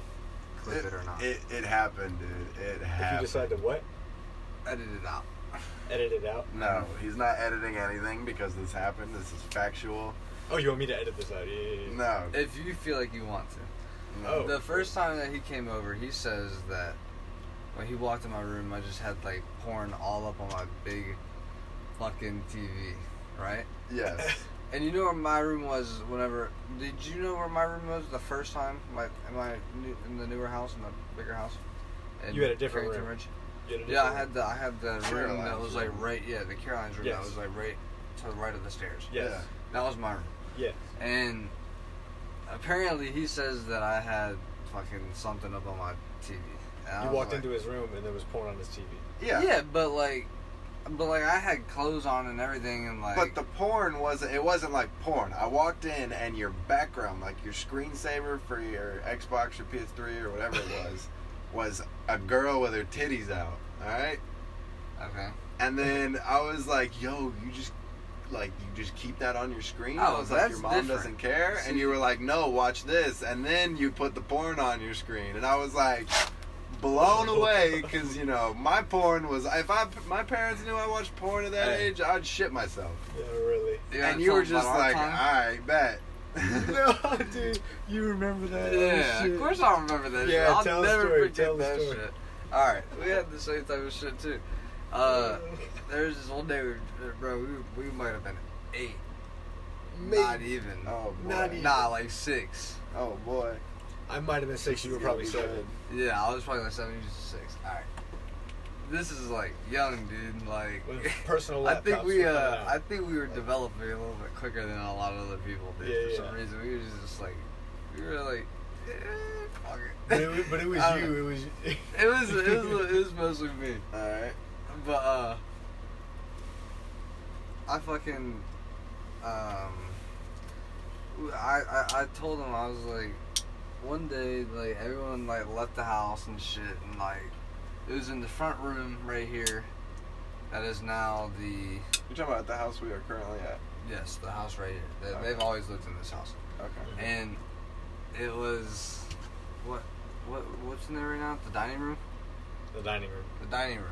A: clip it, or not,
C: It, it happened, dude. It
D: If you
C: happened.
D: decide to what?
A: edit it out.
D: Edit it out.
C: no, he's not editing anything because this happened. This is factual.
D: Oh, you want me to edit this out? Yeah, yeah, yeah.
C: No.
A: If you feel like you want to.
D: Oh.
C: no.
A: The first time that he came over, he says that when he walked in my room, I just had like porn all up on my big fucking TV, right?
C: Yes.
A: And you know where my room was whenever? Did you know where my room was the first time? Like, in my new, in the newer house, in the bigger house. In
D: You had a different
A: Carrington
D: room.
A: Ridge?
D: You edit it
A: Yeah, I
D: out.
A: had the I had the room that
C: Caroline's
A: was like
C: room.
A: right. Yeah, the Caroline's room that
D: Yes.
A: was like right to the right of the stairs.
D: Yes.
A: That was my room.
D: Yes.
A: And apparently, he says that I had fucking something up on my TV. And I
D: You
A: was
D: walked
A: like-
D: into his room and there was porn on his TV.
C: Yeah.
A: Yeah, but like, but like I had clothes on and everything, and like.
C: But the porn wasn't. It wasn't like porn. I walked in and your background, like your screensaver for your Xbox or PS3 or whatever it was, was a girl with her titties out. All right.
A: okay.
C: And then I was like, "Yo, you just like you just keep that on your screen." I
A: Oh,
C: was like,
A: that's
C: "Your mom
A: different.
C: doesn't care." And
A: See-
C: you were like, "No, watch this." And then you put the porn on your screen, and I was like. Blown away because you know my porn was. If I my parents knew I watched porn at that
D: Hey.
C: age, I'd shit myself
D: Yeah, really.
A: wanna
C: and you
A: tell
C: were
A: them about
C: just
A: our
C: like, "Ah,
A: time?
C: alright, bet.
D: no, dude, you remember that?
A: Yeah, of course I remember that.
D: Yeah,
A: shit. I'll
D: tell the
A: never
D: story,
A: forget
D: tell the
A: that
D: story.
A: shit. All right, we had the same type of shit too. Uh, there was this one day, we, were- bro. We, we might have been eight, not even,
C: Oh boy.
D: Not even.
A: nah, like six.
C: Oh boy.
D: I might have been six. You were probably seven.
A: Yeah, I was probably like seven, you was six. All right, this is like young, dude. Like,
D: With personal
A: I think
D: laptops
A: we,
D: were coming
A: uh,
D: out.
A: I think we were developing a little bit quicker than a lot of other people did.
D: Yeah,
A: for some
D: yeah.
A: reason, we were just like, we were like, eh, fuck it.
D: But it, was- but it was
A: I don't know.
D: you. It was.
A: It was, it was, it was mostly me.
C: Alright.
A: But uh I fucking um I, I I told him I was like one day like everyone like left the house and shit and like it was in the front room right here that is now the
C: You're talking about the house we are currently at.
A: yes the house right here they, they've always lived in this house
C: Okay.
D: Mm-hmm.
A: and it was what what what's in there right now the dining room
D: the dining room.
A: the dining room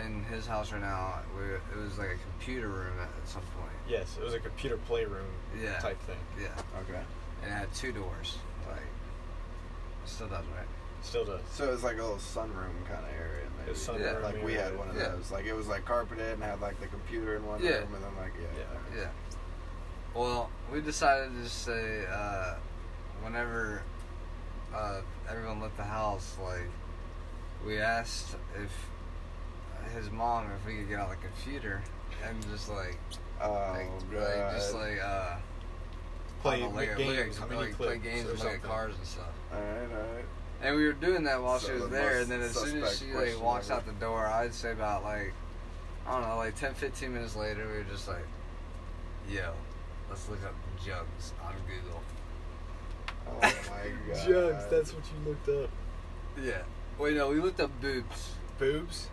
A: in his house right now, we, it was like a computer room at, at some point.
D: Yes, it was a computer playroom
A: Yeah.
D: type thing.
A: Yeah,
C: Okay.
A: and it had two doors. Like, it still does, right?
D: Still does.
C: So it's like a little sunroom kind of area. Maybe.
D: It's sunroom,
A: Yeah.
C: Like we had one of
A: Yeah.
C: those. Like it was like carpeted and had like the computer in one
A: Yeah.
C: room, and then like yeah.
D: Yeah.
C: alright.
A: Yeah. Well, we decided to just say uh, whenever uh, everyone left the house, like we asked if his mom if we could get on the computer and just like,
C: Oh
A: like,
C: god.
A: like, just like uh,
D: Play
A: I don't know, like,
D: games,
A: look at,
D: mini
A: like, play
D: clips
A: games
D: or
A: and look at
D: something.
A: cars and stuff.
C: all right, all right.
A: And we were doing that while she
C: So
A: was
C: the
A: there,
C: most
A: and then as soon as
C: suspect
A: she
C: question
A: like walks
C: ever.
A: out the door, I'd say about like, I don't know, like 10, 15 minutes later, we were just like, yo, let's look up jugs on Google.
C: Oh my god.
D: Jugs, that's what you looked up.
A: Yeah. Wait, no, we looked up boobs.
D: Boobs.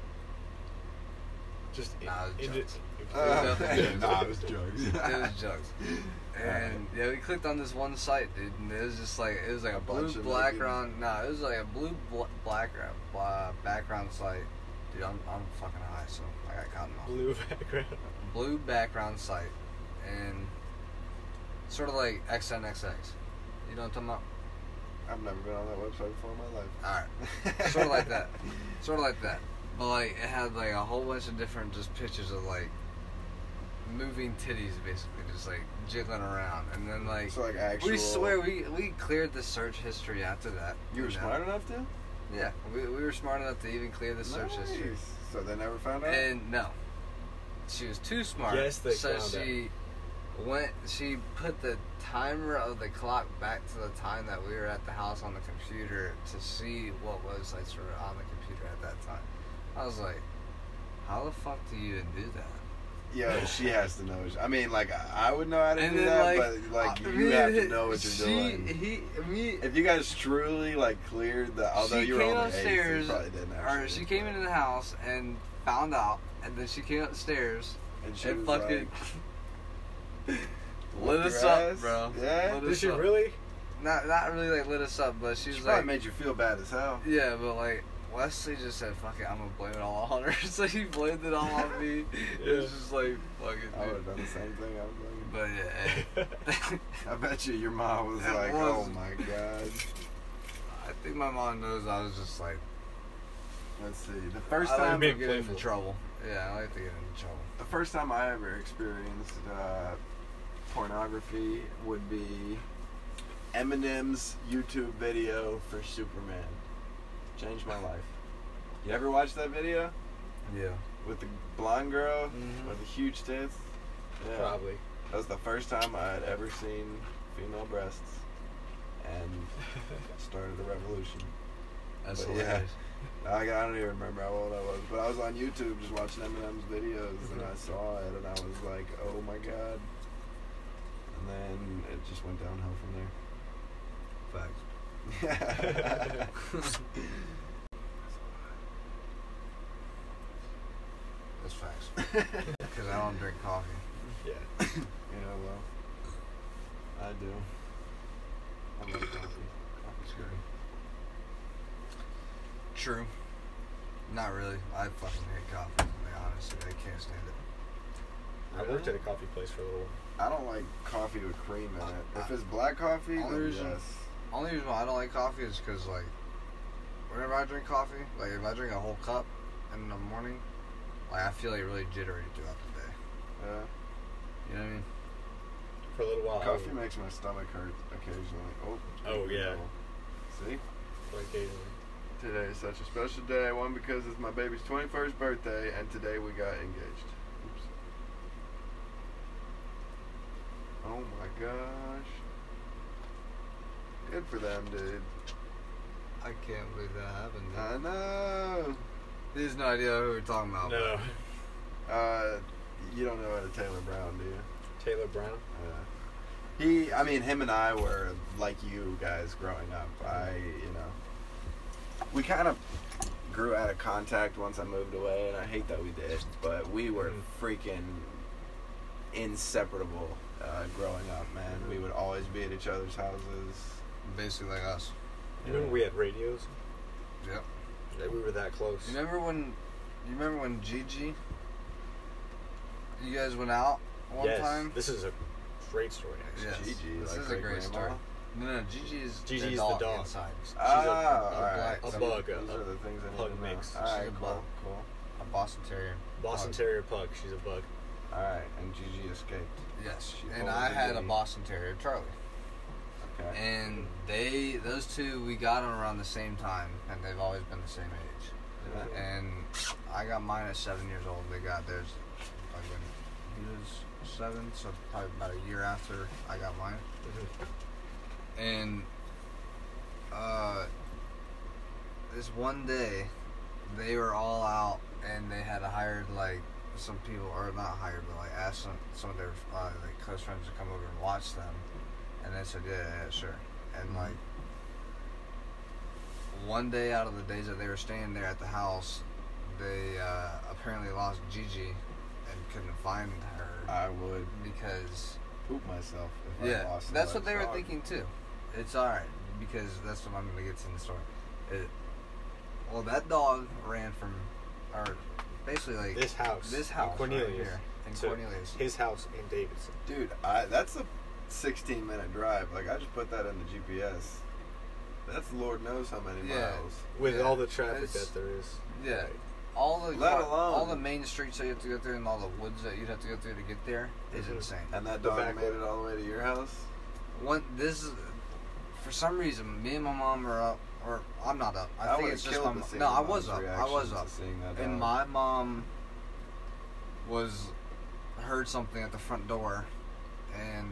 D: Just in,
A: Nah, it was
D: in-
A: jugs.
C: Uh,
A: Definitely.
C: nah, it was jugs.
A: It was jugs. And yeah, we clicked on this one site, dude, and it was just like it was like a,
C: A
A: blue
C: bunch of
A: background. No, it was like a blue bl- background uh, background site. Dude, I'm, I'm fucking high, so I got cotton mouth.
D: blue background.
A: blue background site and sort of like XNXX. You know what I'm talking about?
C: I've never been on that website before in my life.
A: Alright. sort of like that. Sort of like that. But like it had like a whole bunch of different just pictures of like moving titties basically, just like jiggling around. And then like
C: So like actual.
A: we swear we, we cleared the search history after that.
C: You were
A: know?
C: smart enough to.
A: Yeah, we, we were smart enough to even clear the search
C: nice.
A: history.
C: So they never found out.
A: And no, she was too smart.
D: Yes, they
A: so
D: found
A: she went. She put the timer of the clock back to the time that we were at the house on the computer to see what websites were on the computer at that time. I was like, how the fuck do you even do that?
C: Yo, she has to know. I mean, like I I would know how to
A: And
C: do
A: then
C: that,
A: like,
C: but like
A: uh,
C: you
A: me-
C: have to know what
A: she,
C: you're doing.
A: He, me,
C: If you guys truly like cleared the, although
A: she
C: you were
A: came
C: only eight,
A: upstairs,
C: you probably didn't. Actually,
A: or she came into the house and found out, and then she came upstairs
C: and she
A: and
C: was
A: fucking
C: like,
A: lit
C: "Look
A: us
C: your
A: up,
C: ass."
A: bro.
C: Yeah,
A: Lit
D: Did
A: us
D: she
A: up.
D: really?
A: not not really like lit us up, but
C: she
A: she's
C: probably
A: like,
C: made you feel bad as hell.
A: yeah, but like Wesley just said, fuck it, I'm gonna blame it all on her. so he blamed it all on me. It was
D: Yeah.
A: just like, fuck it,
C: I would have
A: dude.
C: done the same thing. I was
A: But yeah, eh.
C: like, I bet you your mom was
A: It
C: like, "Oh
A: was-
C: my god."
A: I think my mom knows I was just like,
C: Let's see. The first
A: I
C: time
A: like to
D: being
A: get into
D: playful.
A: trouble. Yeah, I like to get into trouble.
C: The first time I ever experienced uh, pornography would be Eminem's YouTube video for Superman. Changed my life. You ever watch that video
A: Yeah.
C: with the blonde girl
A: Mhm.
C: with the huge tits? Yeah.
D: Probably.
C: That was the first time I had ever seen female breasts, and started a revolution.
A: That's
C: But yeah.
A: hilarious.
C: I, I don't even remember how old I was, but I was on YouTube just watching Eminem's videos, and I saw it, and I was like, "Oh my god!" And then it just went downhill from there.
A: Facts. That's facts. Because I don't drink coffee.
D: Yeah.
C: yeah, well, I do. I love coffee. Coffee's great.
A: True. Not really. I fucking hate coffee. Like, honestly, I can't stand it.
D: I worked at a coffee place for a little.
C: I don't like coffee with cream in it. If it's black coffee,
A: Only
C: then
A: reason-
C: yes.
A: Only reason why I don't like coffee is because like, whenever I drink coffee, like if I drink a whole cup in the morning, like I feel like really jittery throughout the day.
C: Yeah.
A: You know what I mean?
D: For a little while. I
C: Coffee
D: would-
C: makes my stomach hurt occasionally. Oh.
D: Oh, yeah.
C: See.
D: like occasionally.
C: Today is such a special day. One because it's my baby's 21st birthday, and today we got engaged. Oops. Oh my gosh. Good for them, dude.
A: I can't believe that happened.
D: Mm-hmm.
C: I know.
A: There's no idea who we're talking about. but-
D: No.
C: Uh, you don't know how to Taylor Brown, do you?
D: Taylor Brown.
C: Uh, he, I mean, him and I were like you guys growing up. I, you know, we kind of grew out of contact once I moved away, and I hate that we did, but we were
D: Mhm.
A: Mm-hmm.
C: freaking inseparable uh, growing up, man. We would always be at each other's houses.
A: Basically like us.
D: You remember we had radios?
A: Yep.
D: That we were that close.
A: You remember when You remember when Gigi? You guys went out one
D: yes,
A: time.
D: this is a great story. Actually,
A: Yes.
C: Gigi,
A: This
C: like
A: is a
C: her
A: great
C: grandma.
A: story. No, no, Gigi is
D: Gigi
A: the
D: is the
A: dog
D: dog.
A: inside.
D: She's
C: Ah,
D: a,
C: all right.
A: black-
D: a
C: So
D: bug,
C: Those
D: a-
C: are the things I
D: pug
C: need to know.
D: mix.
C: All
A: She's a
C: right,
A: bug.
C: cool, cool.
A: A Boston Terrier.
D: Boston
A: Dog.
D: Terrier pug. She's a bug.
C: All right, and Gigi escaped.
A: Yes.
C: She
A: and
C: follows
A: I
C: the
A: had a
C: Gigi.
A: Boston Terrier, Charlie.
C: Okay.
A: And they, those two, we got them around the same time, and they've always been the same age. And I got mine at seven years old. They got theirs like when he was seven, so probably about a year after I got mine. And uh, this one day, they were all out, and they had hired like some people, or not hired, but like asked some, some of their uh, like close friends to come over and watch them. And they said, yeah, yeah, yeah, sure.
C: Mm-hmm.
A: And like one day out of the days that they were staying there at the house, they uh, apparently lost Gigi and couldn't find her
C: I would
A: because
C: poop myself if I
A: yeah,
C: lost.
A: that's
C: another
A: what they were
C: dog.
A: thinking too. It's all right because that's what I'm gonna get to in the story. It, well, that dog ran from, or basically like
D: This house,
A: this
D: in
A: house right
D: Cornelius,
A: here in
D: to
A: Cornelius.
D: his house in Davidson.
C: Dude, I, that's a 16 minute drive. Like, I just put that in the GPS. That's Lord knows how many
A: Yeah.
C: miles.
D: with
A: Yeah,
D: all the traffic
A: it's-
D: that there is.
A: Yeah, all the
C: Let alone-
A: all the main streets that you have to go through and all the woods that you'd have to go through to get there is
D: Mhm.
A: insane.
C: And that
D: The
C: dog
D: back
C: made
D: way.
C: it all the way to your house?
A: One this is for some reason me and my mom are up or I'm not up. I, think
C: would've
A: it's just
C: killed
A: my
C: to
A: mom.
C: see
A: No,
C: your
A: I was up.
C: mom's
A: I was
C: reaction to
A: up.
C: Seeing that
A: And
C: dog.
A: my mom was heard something at the front door and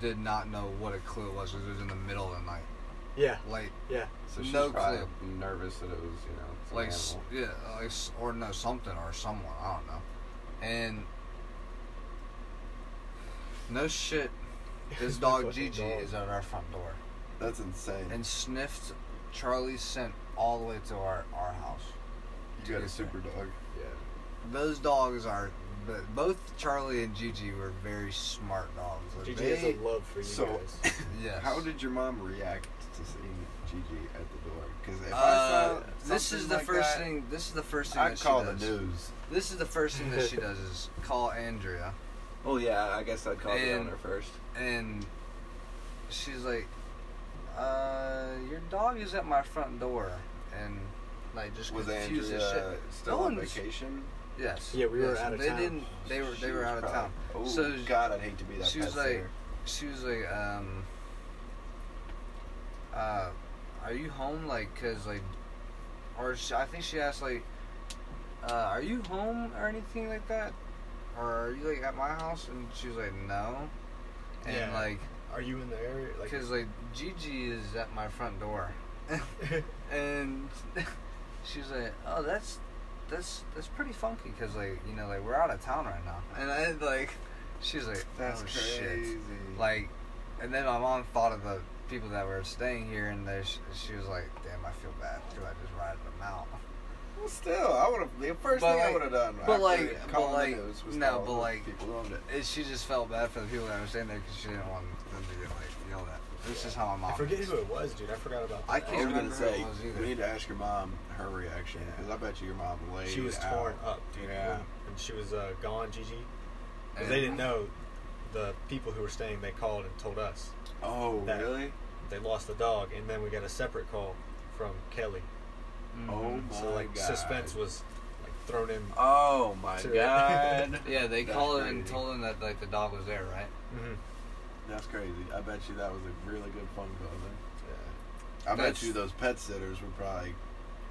A: did not know what a clue it was 'cause it was in the middle of the night.
D: Yeah,
A: Like
D: yeah.
C: so she's
A: no
C: probably nervous that it was, you know, it's an
A: like s-
C: animal.
A: yeah, like s- or no something or someone I don't know, and no shit, this dog
D: Fucking
A: Gigi
D: dog.
A: is at our front door
C: That's insane.
A: and sniffed Charlie's scent all the way to our our house.
C: you got a
A: Yes, sir.
C: super dog.
D: Yeah.
A: Those dogs are, but both Charlie and Gigi were very smart dogs. Like,
D: Gigi
A: they-
D: has a love for you
C: so-
D: guys.
A: yes.
C: How did your mom react to seeing Gigi at the door? Because if
A: Uh,
C: I saw
A: this is
C: something
A: the
C: like
A: first
C: that,
A: thing. This is the first thing
C: I'd
A: that she
C: call the
A: does.
C: news.
A: This is the first thing that she does is call Andrea.
C: Well, yeah, I guess I'd call the
A: And-
C: owner first.
A: and she's like, "Uh, your dog is at my front door," and like just
C: Was
A: confused
C: Andrea
A: as shit.
C: still
A: No
C: on
A: one's-
C: vacation?
A: Yes.
D: Yeah, we were
A: yes,
D: out of
A: they
D: town.
A: Didn't, they were.
C: She
A: They were
C: was
A: out of
C: probably-
A: town.
C: Oh
A: So-
C: God, I'd hate to be that.
A: she was
C: pet
A: like-
C: sitter.
A: She was like, um, uh, are you home? Like, cause like, or she, I think she asked like, uh, are you home or anything like that, or are you like at my house? And she was like, no, and
D: Yeah.
A: like,
D: Are you in the area? Like,
A: cause like Gigi is at my front door. and she was like, "Oh, that's that's that's pretty funky because like you know like we're out of town right now." And I like, she was like,
C: That's
A: "Oh
C: crazy.
A: shit!" Like, and then my mom thought of the people that were staying here, and they, sh- she was like, "Damn, I feel bad because I just ratted them out."
C: well, still, I would have. The first
A: But
C: thing I
A: like-
C: would have done.
A: but
C: after
A: like- but
C: calling the
A: like-
C: news was
A: no,
C: call
A: but
C: the
A: like-
C: people who owned it.
A: And she just felt bad for the people that were staying there because she didn't want them to get like yelled at. This is how my mom.
D: I forget
A: is.
D: who it was, dude. I forgot about. That.
A: I
C: I
A: can't
C: was
A: remember
C: gonna
A: who
C: say
A: it was either.
C: we need to ask your mom her reaction
D: Yeah.
C: because I bet you your mom laid.
D: She was
C: out.
D: torn up, dude.
C: Yeah.
D: And she was uh, gone, Gigi. 'Cause
A: And-
D: they didn't know the people who were staying. They called and told us
C: Oh
D: That-
C: really?
D: they lost the dog, and then we got a separate call from Kelly.
A: Mhm.
C: Oh my
D: so like
C: god.
D: suspense was like thrown in.
C: Oh my
D: to it.
C: god.
A: Yeah, they
C: That's
A: called and
C: crazy.
A: told them that like the dog was there, right?
D: Mhm.
C: That's crazy. I bet you that was a really good phone call then.
D: Yeah.
C: I
A: That's-
C: bet you those pet sitters were probably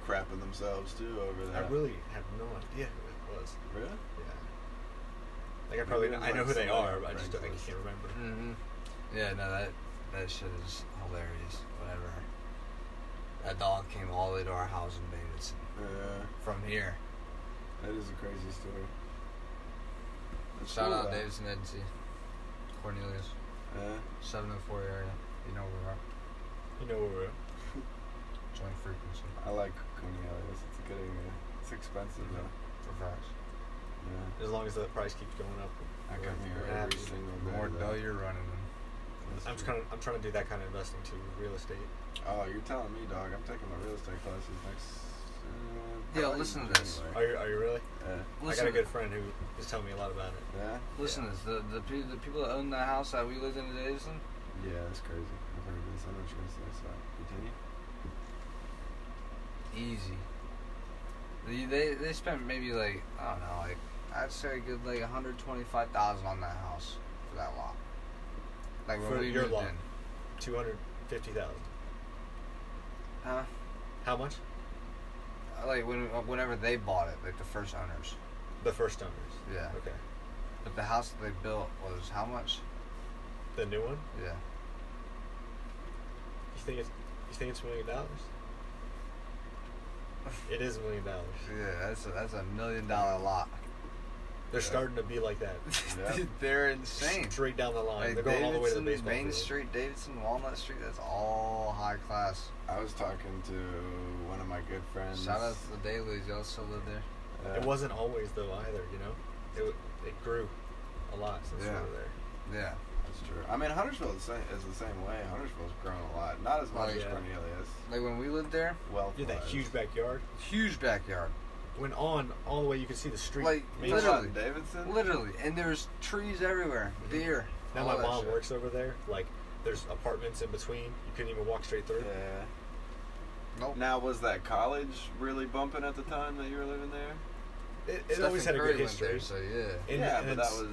C: crapping themselves too over that.
D: I really have no idea who it was.
C: Really?
D: Yeah. Like I probably
C: Maybe
D: know,
C: it was
D: I know
C: like
D: who they
C: somebody
D: are,
C: on
D: but I just don't, I
C: Craigslist.
D: can't remember.
C: Mm-hmm.
A: hmm Yeah, no, that that shit is hilarious. Whatever. That dog came all the way to our house in Davidson
C: Yeah.
A: from here.
C: That is a crazy story. That's
A: Shout
C: cool,
A: out
C: though.
A: Davidson Agency, Cornelius,
C: Yeah.
A: 704 area. You know where we are.
D: You know where we're. at.
A: Joint frequency.
C: I like Cornelius. It's a good area. It's expensive though.
A: For facts.
C: Yeah.
D: As long as the price keeps going up,
C: I
D: we're-
C: come here
D: we're
C: every
D: happy.
C: single
A: The
C: day.
A: more
C: though.
A: dough you're running,
C: That's
D: I'm
C: true.
D: trying. I'm trying to do that kind of investing too, with real estate.
C: Oh, you're telling me, dog. I'm taking my real estate classes next uh,
A: Yeah,
C: like
A: listen
C: them
A: to this.
C: anyway.
D: Are you, are you really?
C: Yeah.
A: Listen,
D: I got a good friend who is telling me a lot about it.
C: Yeah.
A: listen to this. The, the, pe- the people that own the house that we lived in in Davidson,
C: Yeah, that's crazy. I've heard this. I know what you're gonna say. So continue.
A: easy. They, they, they spent maybe like, I don't know, like, I'd say a good like 125000 on that house for that lot. Like when
D: For
A: we
D: your
A: moved
D: lot.
A: in.
D: Two hundred fifty thousand.
A: Huh?
D: How much?
A: Like when, uh, whenever they bought it, like the first owners.
D: The first owners.
A: Yeah.
D: Okay.
A: But the house that they built was how much?
D: The new one.
A: Yeah.
D: You think it's you think it's a million dollars? It is a million dollars.
A: Yeah, that's a, that's a million dollar lot.
D: They're
C: Yeah.
D: starting to be like that.
C: Yeah.
A: They're insane.
D: Straight down the
A: Like
D: line. They're going all the way to the
A: Davidson,
D: baseball
A: Main
D: field.
A: Street, Davidson, Walnut Street. That's all high class.
C: I was talking to one of my good friends.
A: Shout out to the Dailies. Y'all still live there.
C: Yeah.
D: It wasn't always though either. You know, it w- it grew a lot since
A: Yeah.
D: we were there.
A: Yeah.
C: That's true. I mean, Huntersville is the same, is the same way. Huntersville's grown a lot. Not as much
A: Oh,
C: as
D: yeah.
C: Cornelius.
A: Like when we lived there,
C: Well,
D: You had that huge backyard.
A: huge backyard.
D: Went on all the way. You could see the street.
A: Like,
D: Main
A: literally.
D: Street.
C: Davidson.
A: Literally, and there's trees everywhere.
D: Mhm.
A: Deer.
D: Now
A: all
D: my
A: that
D: mom
A: shit.
D: works over there. Like, there's apartments in between. You couldn't even walk straight through.
C: Yeah.
A: Nope.
C: Now, was that college really bumping at the time that you were living there?
D: It, it
A: Stephen
D: always had a
A: Curry
D: good
A: went
D: history.
A: There, so yeah.
D: And-
C: yeah,
D: and
C: but that
D: it's-
C: was.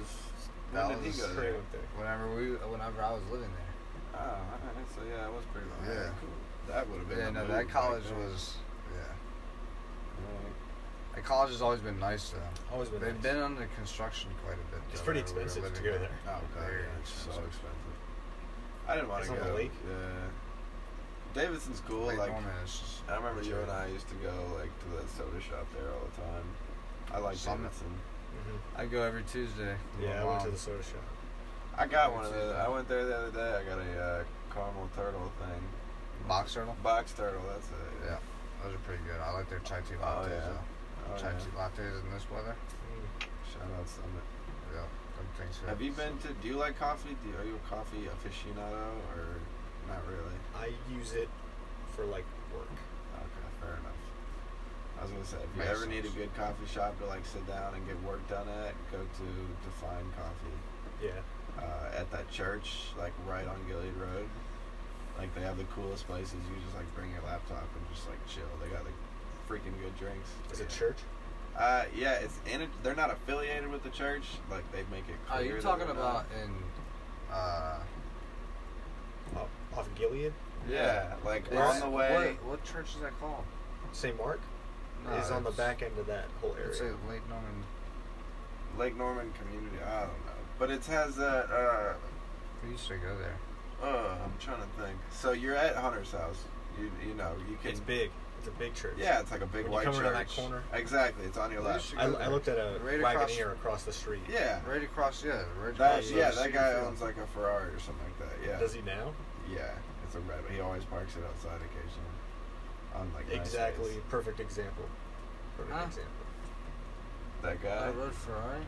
A: that
C: when did
A: was
C: he go
D: Curry
C: there?
D: went there.
A: Whenever we, whenever I was living there.
C: Oh, all right. So yeah, it was pretty long.
A: Yeah.
C: Cool. That would have been.
A: Yeah.
C: the
A: No,
C: move
A: that
C: back
A: college
C: then.
A: was. Yeah.
C: Right.
A: That college has always been nice though.
D: Always been.
A: They've
D: nice.
A: been under construction quite a bit.
D: It's
A: though,
D: pretty
A: whenever we were
D: expensive to
A: living
D: go there.
C: Oh god,
A: Very
C: yeah, it's so
A: expensive.
C: expensive. I didn't want
D: It's
C: to
D: on
C: go.
D: the lake.
C: Yeah. Davidson's cool. Like,
A: Like, Norman, it's just-
C: I remember you and I used to go like to that soda shop there all the time. I like
A: Summit.
C: Davidson.
D: hmm
A: I go every Tuesday. Um, with my
D: Yeah, I went to
A: mom.
D: the soda shop.
C: I got
A: Me
C: one of
A: too.
C: the. I went there the other day. I got a uh, caramel turtle thing.
A: box turtle.
C: Box turtle. That's it.
A: Yeah, those are pretty good. I like their chai tea
C: Oh,
A: lattes.
C: yeah.
A: though.
C: Oh,
A: chai
C: yeah.
A: tea lattes in this weather.
D: Mm.
C: Shout out Summit.
A: Yeah, them things. are-
C: Have you been to? Do you like coffee? Do are you a coffee aficionado or not really?
D: I use it for like work.
C: Okay, fair enough. I was gonna say, if you
A: Makes
C: ever need a
A: sense.
C: good coffee shop to like sit down and get work done at, go to Define Coffee
D: Yeah.
C: uh, at that church, like right on Gilead Road. Like they have the coolest places. You just like bring your laptop and just like chill. They got like freaking good drinks.
D: Is
C: Yeah.
D: it church?
C: Uh, yeah, it's in. A, they're not affiliated with the church. Like they make it.
A: Are
C: Clear
A: you
C: that
A: Oh, talking
C: they're
A: about
C: not.
A: in? Uh,
D: Off, Oh, off Gilead,
C: Yeah, like we're
A: it's-
C: on the way.
A: What, what church is that called?
D: St. Mark
A: No,
D: is on the
A: it's-
D: back end of that whole area.
A: It's a late Norman.
C: Lake Norman Community. I don't know, but it has that. Uh,
A: We used to go there.
C: Uh, I'm trying to think. So you're at Hunter's house. You you know you can.
D: It's big. It's a big church.
C: Yeah, it's like a big
D: When you
C: white
D: come
C: church.
D: around that corner.
C: Exactly, it's on your
A: We
C: left.
A: should
D: I,
A: go
D: I
A: there.
D: looked at a
A: Right across-
D: Wagoneer across the street.
C: Yeah.
A: Right across, yeah, right
C: That,
A: across.
D: across
C: yeah,
A: the
C: that
A: city
C: guy
A: field.
C: owns like a Ferrari or something like that. Yeah.
D: Does he now?
C: Yeah, it's a red. He always parks it outside occasionally. On like nice
D: Exactly.
C: days.
D: Perfect example. Perfect
A: Huh?
D: example.
C: That guy.
A: That road Ferrari.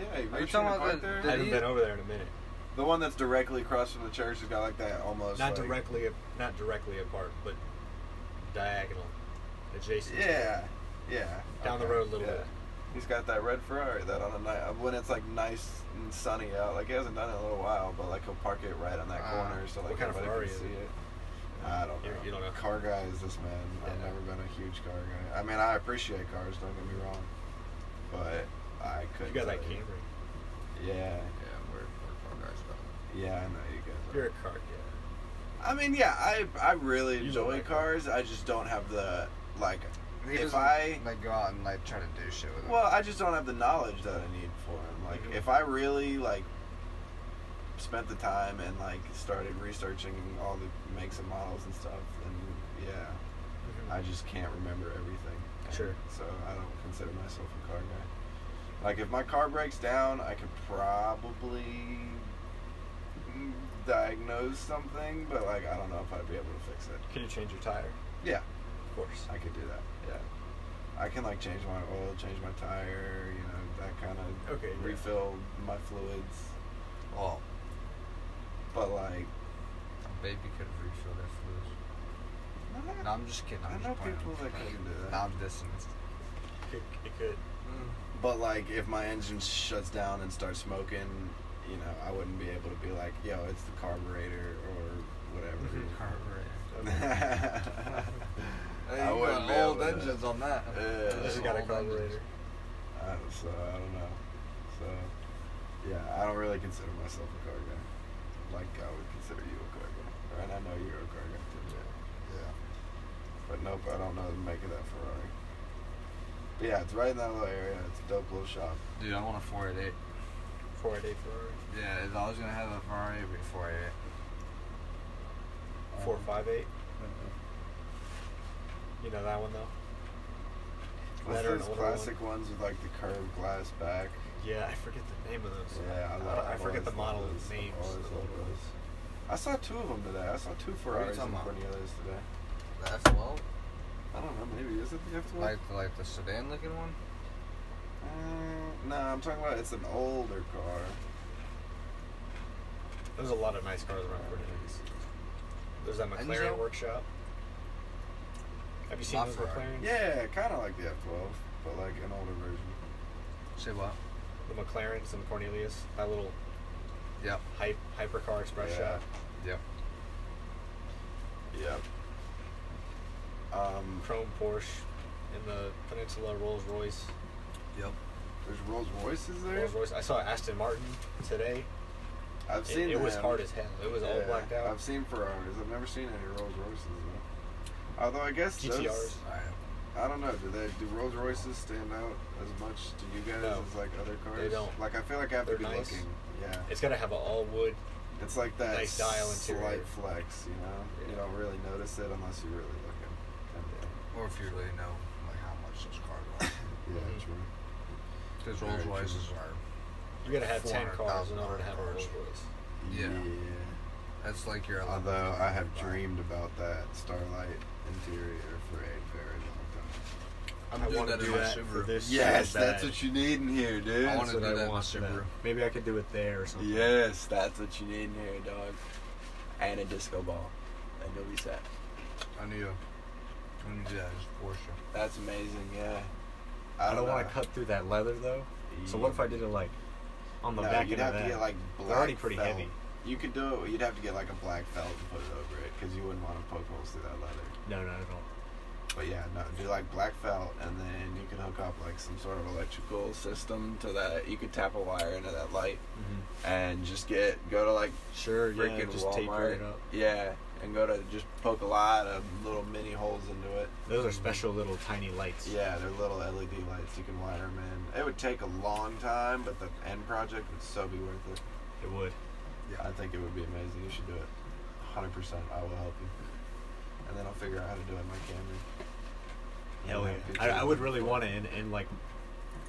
C: Yeah, he
A: Are you
C: raced
A: talking
C: in the
A: about
C: park
A: the-
C: there.
A: Did
D: I haven't
A: he-
D: been over there in a minute.
C: The one that's directly across from the church has got like that almost.
D: not
C: like-
D: directly, not directly apart, but diagonal, adjacent.
C: Yeah. Yeah.
D: Down the
C: okay,
D: road a little
C: yeah.
D: bit.
C: He's got that red Ferrari that on a night uh, when it's like nice and sunny out. Like he hasn't done it in a little while, but like he'll park it right on that
A: Uh,
C: corner so like
D: what kind of
C: nobody
D: Ferrari
C: can
D: is
C: see
D: it?
C: it. I don't know.
D: You- you don't know.
C: Car guy is this man. I've
D: Yeah.
C: never been a huge car guy. I mean, I appreciate cars. Don't get me wrong, but I
D: You
C: could.
D: got that Camry.
C: Yeah,
A: Yeah, we're we're car guys, but
C: yeah, I know you guys.
D: You're a
C: Are.
D: car guy.
C: I mean, yeah, I I really
D: You
C: enjoy
D: like
C: cars. I just don't have the like.
A: he
C: If
A: doesn't,
C: I-
A: like go out and like try to do shit with them.
C: Well, I just don't have the knowledge that I need for him. Like,
D: Mhm.
C: if I really like spent the time and like started researching all the makes and models and stuff, then yeah, I just can't remember everything.
D: Sure.
C: So I don't consider myself a car guy. Like, if my car breaks down, I could probably mm, diagnose something, but like, I don't know if I'd be able to fix it.
D: Can you change your tire?
C: Yeah.
D: Of course.
C: I could do that. Yeah. I can like change my oil, change my tire, you know, that kind of
D: Okay, yeah.
C: refill my fluids.
A: Well,
C: But like,
A: a baby could refill their fluids. No, I'm just kidding.
C: I
A: I'm
C: know
A: just playing.
C: people that couldn't do that.
A: No, I'm dissing.
D: could it could.
C: But like, if my engine shuts down and starts smoking, you know, I wouldn't be able to be like, yo, it's the carburetor or whatever.
A: Hey,
C: I
A: you
C: wouldn't
A: got
C: be
A: old
C: able to-
A: engines on that.
C: Yeah.
D: This
C: This
D: has
C: has
D: got a
A: Old engines.
D: carburetor.
C: Uh, so I don't know. So yeah, I don't really consider myself a car guy. Like I would consider you a car guy, or, and I know you're a car guy too. Yeah. But nope, I don't know the make of that Ferrari. But yeah, it's right in that little area. It's a dope little shop.
A: Dude, I want a 488.
D: Four eight eight Ferrari.
A: Yeah, if I was gonna have a Ferrari, it'd be 488.
D: Four five eight.
C: Uh-huh.
D: You know that one though.
C: What's
D: Letter and
C: those
D: older
C: classic ones with like the curved glass back?
D: Yeah, I forget the name of those.
C: Yeah, I
D: don't-
A: Uh,
C: love.
D: I
C: I've
D: forget the
C: always loved
D: model
C: those. I've
D: names.
C: always loved those. I saw two of them today. I saw two
A: are you
C: Ferraris
A: talking
C: and
A: about?
C: Cornelius today.
A: The F12?
C: I don't know. Maybe is it the F one?
A: Like, like the sedan looking one?
C: Mm, no, I'm talking about it's an older car.
D: There's a lot of nice cars around Cornelius. There's that McLaren
A: Enzo?
D: workshop. Have you seen
A: Not
D: those
A: Ferrari.
D: McLarens?
C: Yeah, kind of like the F12, but like an older version.
A: Say what?
D: The McLarens and Cornelius. That little
A: Yep.
D: hype hypercar express
C: Yeah.
D: shop.
A: Yep.
C: Yep. Um,
D: Chrome Porsche in the Peninsula Rolls Royce.
A: Yep.
C: there's Rolls Royces there.
D: Rolls Royce. I saw Aston Martin today.
C: I've
D: It,
C: seen.
D: it was
C: them.
D: hard as hell. It was all
C: Yeah,
D: blacked out.
C: I've seen Ferraris. I've never seen any Rolls Royces. though. Although I guess those-
D: GTRs.
A: Alright.
C: I don't know. Do they do Rolls Royces stand out as much to you guys
D: No.
C: as like other cars?
D: They don't.
C: Like I feel like I have
D: They're
C: to be
D: nice.
C: looking. Yeah.
D: It's got to have an all wood.
C: It's like that
D: Nice dial interior.
C: slight flex, you know. You
D: Yeah.
C: don't really notice it unless you're really looking. Kind of thing.
A: Or if you really know like how much those cars are.
C: Yeah,
D: Mhm.
C: true.
A: Because
C: Very
A: Rolls
C: true.
A: Royces are.
D: You got to have ten cars
A: $400,000
D: in order to have a Rolls
A: cars.
D: Royce.
A: Yeah. That's like your.
C: Although I have
A: dreamed.
C: dreamed about that Starlight interior for a very long time.
A: I'm
D: I
A: doing
D: wanna
A: that in
D: do
A: my
D: that for
A: Subaru.
D: this.
C: Yes,
D: so
C: that's
D: bad.
C: what you need in here, dude.
A: I
B: That's
A: wanna
B: what
A: do that
B: I
A: in
B: want
A: my
B: now.
A: Subaru.
B: Maybe I could do it there or something.
C: Yes, that's what you need in here, dog.
E: and a disco ball, and you'll be set.
A: I knew. I knew that is Porsche.
E: That's amazing, yeah.
B: I don't want
C: know.
B: to cut through that leather though. So what if I did it like on the
C: No,
B: back
C: you'd
B: end of
C: have
B: that?
C: to get like black
B: They're already pretty
C: felt.
B: heavy.
C: You could do it. You'd have to get like a black felt and put it over it because you wouldn't want to poke holes through that leather.
B: No, not at all.
C: But yeah, no, do like black felt, and then you could hook up like some sort of electrical system to that. You could tap a wire into that light
B: Mm-hmm.
C: and just get go to like
B: Sure, yeah,
C: freaking
B: just taper
C: Walmart.
B: it up.
C: Yeah, and go to just poke a lot of little mini holes into it.
B: Those are special little tiny lights.
C: Mm-hmm. Yeah, they're little LED lights. You can wire them in. It would take a long time, but the end project would so be worth it.
B: It would.
C: I think it would be amazing. You should do it. 100%. I will help you. And then I'll figure out how to do it in my camera.
B: Hell
C: Yeah,
B: yeah.
C: pictures
B: I, I would
C: of
B: really
C: it.
B: want it in, in like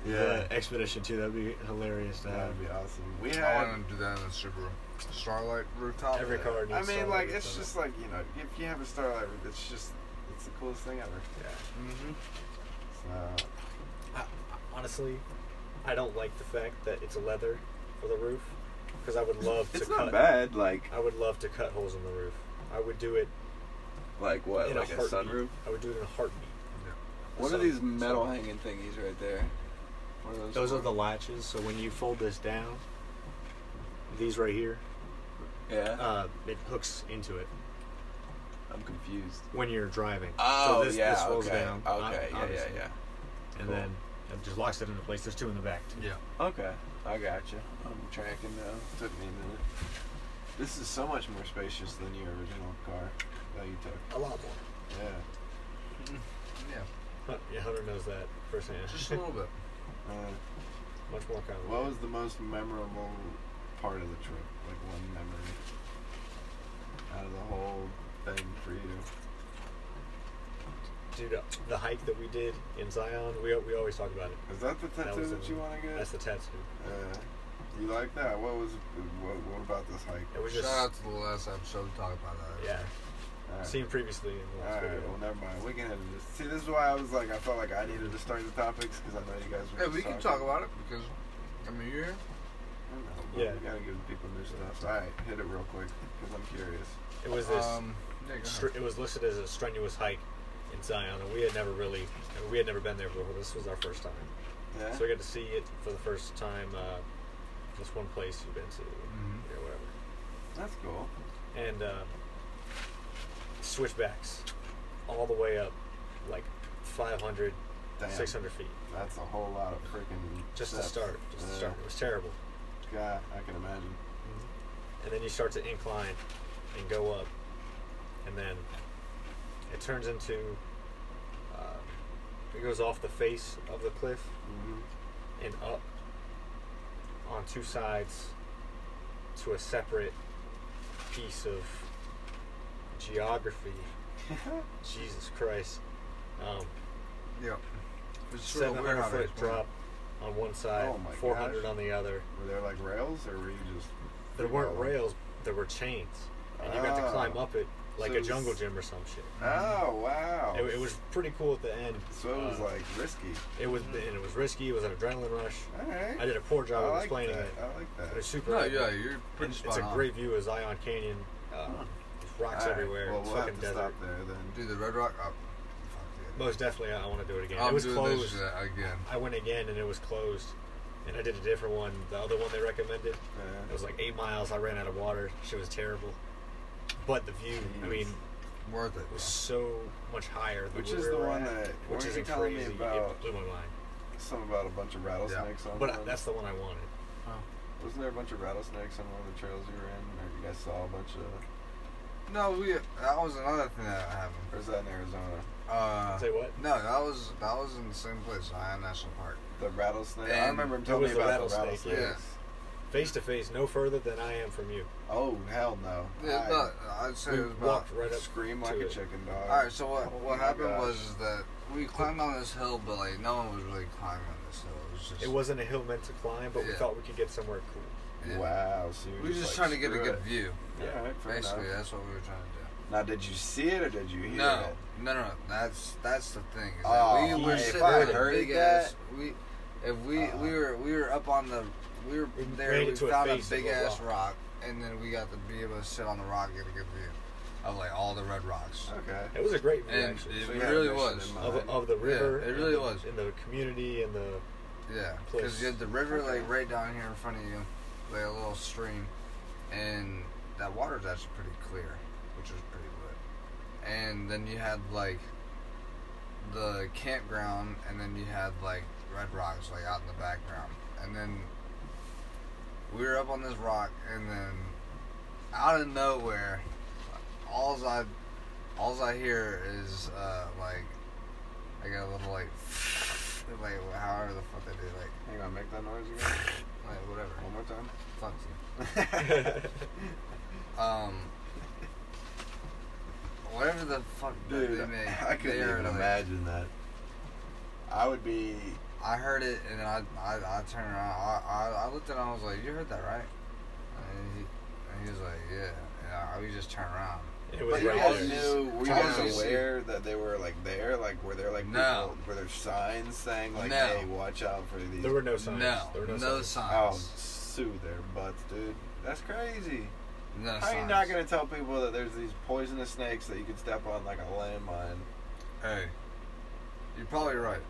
C: Yeah.
B: the expedition too. That'd be hilarious to
C: That
B: have.
C: would be awesome. We
A: I
C: had.
A: want to do that in a Subaru. Starlight rooftop.
D: Every car needs.
C: I mean,
D: some
C: like,
D: of
C: it's
D: those.
C: just like, you know, if you have a Starlight, it's just, it's the coolest thing ever.
A: Mm-hmm.
C: So,
D: honestly, I don't like the fact that it's leather for the roof because I would love to
C: it's
D: cut.
C: not bad. Like,
D: I would love to cut holes in the roof. I would do it
C: like what?
D: in
C: like
D: a
C: a,
D: heartbeat.
C: sunroof?
D: I would do it in a heartbeat.
C: What are
D: Sun-
C: these metal
D: sunroof.
C: hanging thingies right there? What are those?
B: Those are
C: for?
B: the latches. So when you fold this down, these right here,
C: Yeah.
B: uh, it hooks into it
C: I'm confused.
B: when you're driving.
C: Oh,
B: so this,
C: yeah.
B: this rolls
C: okay.
B: down. ob-
C: Okay. Yeah, yeah,
B: obviously,
C: yeah.
B: And
C: Cool.
B: then it just locks it into place. There's two in the back. Too.
A: Yeah.
C: Okay, I gotcha. I'm tracking now. Took me a minute. This is so much more spacious than your original car that you took.
D: A lot more.
C: Yeah.
A: Yeah.
D: Huh, Yeah, Hunter knows that firsthand.
A: Just a little bit.
C: Uh,
D: Much more common.
C: what was the most memorable part of the trip? Like one memory out of the whole thing for you?
D: dude, uh, the hike that we did in Zion, we, we always talk about it.
C: Is that the
D: That
C: tattoo
D: was
C: that,
D: the
C: you
D: one.
C: want to get?
D: That's the tattoo.
C: uh, you like that? What was? What, what about this hike?
D: It was just
A: Shout out to the last episode we talked about that.
D: yeah,
C: Alright.
D: seen previously in the last
C: Alright,
D: video.
C: well, never mind. We can end this. See, this is why I was like, I felt like I needed to start the topics because I know you guys were.
A: Hey,
C: just
A: we can talk
C: talking.
A: about it because I mean you're here.
C: I don't know, but
D: Yeah.
C: We gotta give people new stuff. Alright, hit it real quick because I'm curious.
D: It was this.
A: Um, yeah, go ahead.
D: stre- it was listed as a strenuous hike in Zion, and we had never really, we had never been there before. This was our first time,
C: Yeah.
D: so we got to see it for the first time. Uh, this one place you've been to,
A: Mhm.
D: or whatever,
C: That's cool.
D: and uh, switchbacks all the way up, like 500,
C: Damn.
D: 600 feet,
C: That's a whole lot of freaking.
D: just to
C: steps.
D: start. Just to
C: Yeah.
D: start, it was terrible.
C: God, I can imagine. Mm-hmm.
D: and then you start to incline and go up, and then it turns into uh, it goes off the face of the cliff
C: hmm
D: and up on two sides to a separate piece of geography. Mm-hmm. Jesus Christ! Um,
A: Yep. It's sort of
D: Seven
A: weird
D: hundred
A: how they
D: foot
A: explain
D: drop
A: it.
D: on one side,
C: Oh my gosh.
D: four hundred on the other.
C: Were there like rails, or were you just?
D: There weren't rails, there were chains. And you got to
C: Ah.
D: climb up it like
C: So
D: a
C: it's-
D: jungle gym or some shit.
C: Oh wow.
D: Mm-hmm. It, it was pretty cool at the end.
C: So it was
D: Uh,
C: like risky.
D: it was and it was risky. It was an adrenaline rush.
C: All right.
D: I did a poor job
C: I
D: of
C: like
D: explaining
C: that.
D: it.
C: I like that.
D: But it's super.
A: No,
D: epic.
A: yeah, you're pretty
D: And
A: spot
D: It's a
A: on.
D: great view of Zion Canyon. Uh, there's rocks
C: Oh. All right,
D: everywhere.
C: Well,
D: it's
C: we'll have
D: fucking
C: to
D: desert.
C: stop there then.
A: Dude, the Red Rock. Oh, fuck yeah.
D: Most definitely, I want to do it again.
A: I'm
D: it was
A: doing
D: closed.
A: this shit again.
D: I went again and it was closed. And I did a different one. The other one they recommended. It
C: Yeah.
D: was like eight miles. I ran out of water. Shit was terrible. But the view, I
C: Jeez.
D: mean,
A: Worth it.
D: was so much higher than
C: Which
D: where
C: is
D: we
C: the
D: were
C: one
D: at,
C: that?
D: which
C: weren't you
D: isn't
C: telling
D: crazy.
C: me about?
D: It blew my mind.
C: Something about a bunch of rattlesnakes on.
D: But I,
C: one?
D: that's the one I wanted.
C: wasn't there a bunch of rattlesnakes on one of the trails you were in, or you guys saw a bunch of?
A: No, we. That was another thing that happened.
C: Or is that in Arizona?
A: Uh,
D: Say what?
A: no, that was that was in the same place, Zion National Park.
C: The rattlesnake. I
A: And
C: remember him
D: it
C: telling me
D: was the
C: about
D: rattlesnake,
C: the
D: yeah.
C: rattlesnakes.
D: Face to face, no further than I am from you.
C: Oh hell no!
A: Yeah,
C: I
A: no, I'd say
D: We
A: it was about.
D: walked right up.
C: scream like
D: to
C: a
D: it.
C: chicken dog.
A: All right, so what
C: Oh
A: what
C: my
A: happened
C: gosh.
A: was is that we climbed on this hill, but like no one was really climbing on this hill. It was just
D: It wasn't a hill meant to climb, but we
A: Yeah.
D: thought we could get somewhere cool.
A: yeah.
C: Wow. So you
A: We were just,
C: like,
A: trying to get a
C: screw
A: good
C: it.
A: view.
C: Yeah, right, fair enough.
A: Basically, that's what we were trying to
C: Now, did you see it or did you hear
A: do. No,
C: it?
A: no, no, no. That's that's the thing. Is that
C: Oh,
A: we were
D: if
A: sitting
D: I
A: on
D: had
A: a
C: heard
A: big
C: that-
A: ass. We if we
C: Uh-uh.
A: we were we were up on the we were
D: We
A: there.
D: made it
A: We
D: to a
A: found a,
D: face of
A: big
D: a
A: ass
D: rock.
A: rock, and then we got to be able to sit on the rock and get a good view of like all the red rocks.
C: Okay.
D: It was a great view,
A: And
D: actually,
A: it
C: So you had a
A: really
C: mission
A: was.
C: in mind.
D: of, of the river.
A: it really
D: and the,
A: was.
D: in the community and the
A: Yeah,
D: place.
A: because you had the river like right down here in front of you, like a little stream, and that water's actually pretty clear, which was pretty good. And then you had like the campground, and then you had like red rocks like out in the background, and then we were up on this rock, and then out of nowhere, all's I all's I hear is uh, like I got a little like like however the fuck they do like.
C: Hang on, make that noise again.
A: Like, whatever.
C: One more time.
A: Fuck you. Um. Whatever the fuck that
C: Dude,
A: they made.
C: I couldn't
A: they are,
C: even
A: like-
C: imagine that. I would be.
A: I heard it and I I, I turned around. I, I I looked at him. I was like, "You heard that, right?" And he, and he was like, "Yeah." And I, we just turned around.
D: it
C: But
D: was
C: you
D: right there.
C: guys knew. Were you
A: Trying
C: guys
A: to see.
C: aware that they were like there? Like, were there like
A: No.
C: people, were there signs saying like,
A: No.
C: "Hey, watch out for these"?
D: There were no signs.
A: No,
D: there were no, signs.
C: oh,
A: signs.
C: sue their butts, dude. That's crazy.
A: No
C: How
A: signs.
C: are you not gonna tell people that there's these poisonous snakes that you can step on like a landmine?
A: Hey, you're probably right.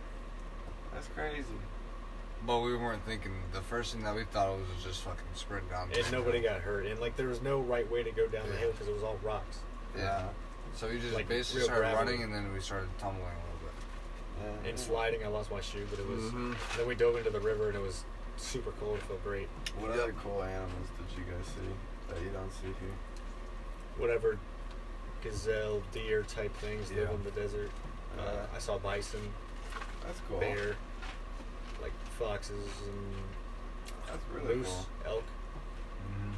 C: That's crazy.
A: But we weren't thinking. The first thing that we thought was just fucking sprint down.
D: And nobody got hurt. And like there was no right way to go down the hill because it was all rocks.
A: Yeah. So we just
D: Like,
A: basically
D: real
A: started
D: gravel.
A: running, and then we started tumbling a little
C: Yeah.
D: And sliding, I lost my shoe, but it
A: bit.
D: was.
C: Mm-hmm.
A: Mhm.
D: Then we dove into the river and it was super cool and felt great.
C: What
A: Yep.
C: other cool animals did you guys see that you don't see here?
D: Whatever gazelle, deer type things live
A: Yeah.
D: in the desert. Uh,
C: Uh,
D: I saw bison,
C: that's cool.
D: bear, like foxes and
C: That's really
D: moose,
C: cool.
D: elk. Mm-hmm.
C: Why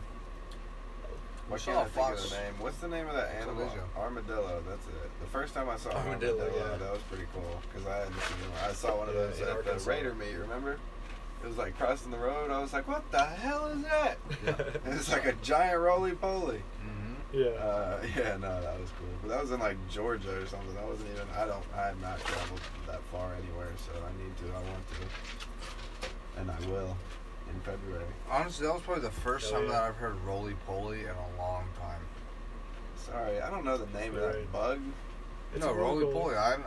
A: We
C: can't
A: saw
C: I
A: a
C: think of
A: fox.
C: the name? What's the name of that animal?
A: Armadillo.
C: Armadillo. That's it. The first time I saw an
D: Armadillo,
C: armadillo,
D: yeah.
C: that was pretty cool because I hadn't seen one. I saw one of
D: Yeah,
C: those
D: in
C: at the
D: Arkansas.
C: Raider meet. Remember? It was like crossing the road. I was like, "What the hell is that?" it was like a giant roly poly.
A: Mm-hmm.
D: yeah.
C: Uh, yeah, no, that was cool. But that was in like Georgia or something. That wasn't even. I don't. I have not traveled that far anywhere, so I need to. I want to, and I will in February.
A: Honestly, that was probably the first
D: Hell
A: time
D: yeah.
A: that I've heard roly poly in a long time.
C: Sorry, I don't know the name of
D: Right.
C: that bug.
D: It's
A: no,
D: a roly
A: roly poly. uh, I'm.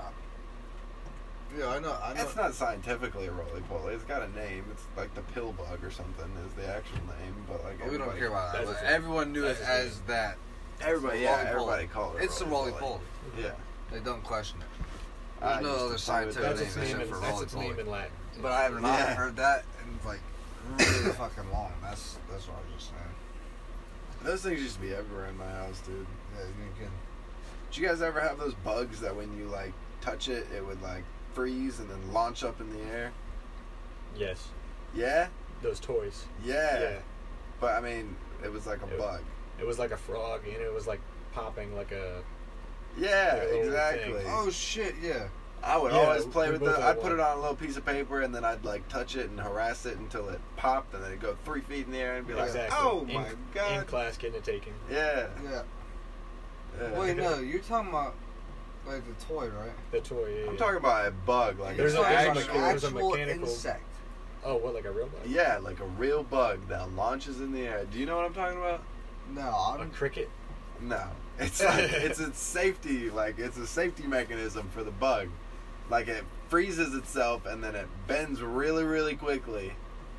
A: Yeah, I know. I know.
C: It's not scientifically a roly poly. It's got a name. It's like the pill bug or something is the actual name, but like
A: Oh, we don't
C: everybody-
A: care about that.
D: That's
A: but
D: his name.
A: everyone knew it
D: That's his
A: as
D: name.
A: that.
C: Everybody, yeah,
A: Roly-poly.
C: everybody call it.
A: It's the roly poly.
C: Yeah.
A: They don't question it. There's
C: I
A: no
C: used
A: other
C: to
A: side
C: play
A: to
C: with
D: That's
A: it.
C: that.
D: its
A: name
D: name.
A: except
D: In,
A: for
D: that's
A: roly
D: its
A: poly.
D: name in Latin.
A: But I have not
C: Yeah.
A: heard that in like really fucking long. That's that's what I was just saying.
C: Those things used to be everywhere in my house, dude.
A: Yeah, you ain't kidding.
C: Did you guys ever have those bugs that when you like touch it, it would like freeze and then launch up in the air?
D: Yes,
C: Yeah,
D: those toys.
C: yeah.
D: Yeah.
C: But I mean, it was like a
D: It-
C: bug.
D: It was like a frog, and it was like popping like a.
C: Yeah,
D: Like a little
C: exactly.
D: thing.
A: Oh shit! Yeah.
C: I would
D: Yeah,
C: always
D: we-
C: play
D: we
C: with
D: both
C: it.
D: had
C: I'd put
D: one.
C: it on a little piece of paper and then I'd like touch it and harass it until it popped and then it'd go three feet in the air and be like,
D: Exactly.
C: oh
D: In-
C: my
D: In
C: god.
D: class, getting it taken.
C: yeah.
A: Yeah.
C: yeah.
A: Wait, no, you're talking about like the toy, right?
D: The toy. Yeah,
C: I'm
D: yeah.
C: talking about a bug. Like
D: There's
C: an
D: a-
A: You're
D: there's
A: talking
D: like-
A: about
C: actual.
A: an
D: there's a
A: actual
D: mechanical-
A: insect.
D: Oh, what like a real bug?
C: Yeah, like a real bug that launches in the air. Do you know what I'm talking about?
A: No,
D: A
A: I'm,
D: cricket.
C: No. It's like it's a safety like it's a safety mechanism for the bug. Like it freezes itself and then it bends really really quickly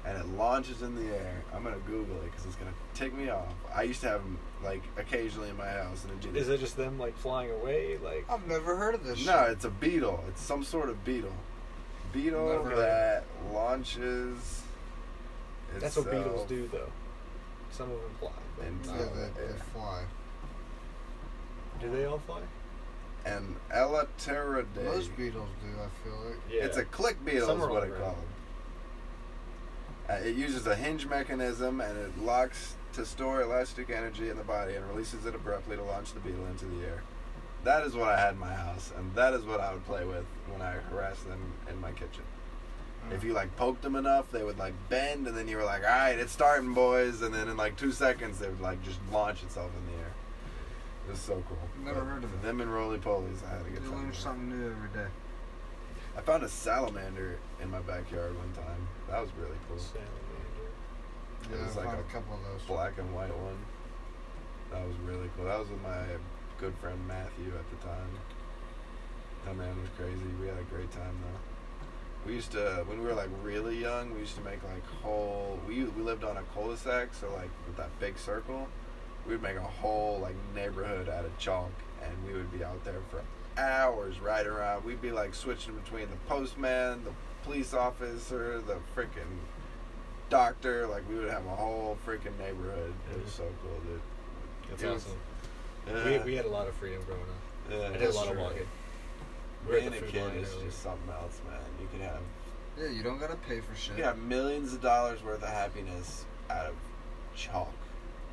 C: and it launches in the air. I'm going to google it cuz it's going to tick me off. I used to have them like occasionally in my house and it
D: Is it just them like flying away? Like
A: I've never heard of this.
C: No,
A: shit.
C: it's a beetle. It's some sort of beetle. Beetle
A: Never-
C: that launches
D: that's what beetles
C: itself
D: do, though. Some of them fly. but-
C: And-
A: Yeah, they, they
C: Yeah.
A: fly.
D: do they all fly?
C: And Elateridae.
A: Most beetles do. I feel like.
D: Yeah.
C: It's a click beetle
D: Some
C: is
D: are
C: what
D: all
C: it
D: red.
C: called. Uh, it uses a hinge mechanism and it locks to store elastic energy in the body and releases it abruptly to launch the beetle into the air. That is what I had in my house, and that is what I would play with when I harassed them in my kitchen.
A: Mm.
C: If you like poked them enough, they would like bend, and then you were like, "All right, it's starting, boys!" And then in like two seconds, they would like just launch itself in the air. It was so cool.
A: Never heard of it.
C: Them and roly polies, I had a
A: You
C: good time.
A: learn
C: with.
A: something new every day.
C: I found a salamander in my backyard one time. That was really cool.
D: Salamander.
A: Yeah,
C: was
A: I've
C: like
A: had
C: a
A: a couple of those.
C: Black and white one. That was really cool. That was with my good friend Matthew at the time. That man was crazy. We had a great time though. We used to when we were like really young. We used to make like whole. We we lived on a cul-de-sac, so like with that big circle, we'd make a whole like neighborhood out of chalk, and we would be out there for hours riding around. We'd be like switching between the postman, the police officer, the freaking doctor. Like we would have a whole freaking neighborhood. It was so cool, dude. uh,
D: That's
C: It was-
D: awesome. we,
C: Yeah.
D: we had a lot of freedom growing up.
C: Yeah.
D: I did a lot of
A: true.
D: walking. We had
C: Being
D: the
C: a
D: food
C: kid
D: line
C: is
D: earlier.
C: just something else, man. You could have
A: Yeah, you don't gotta pay for
C: you
A: shit.
C: could have millions of dollars worth of happiness out of chalk.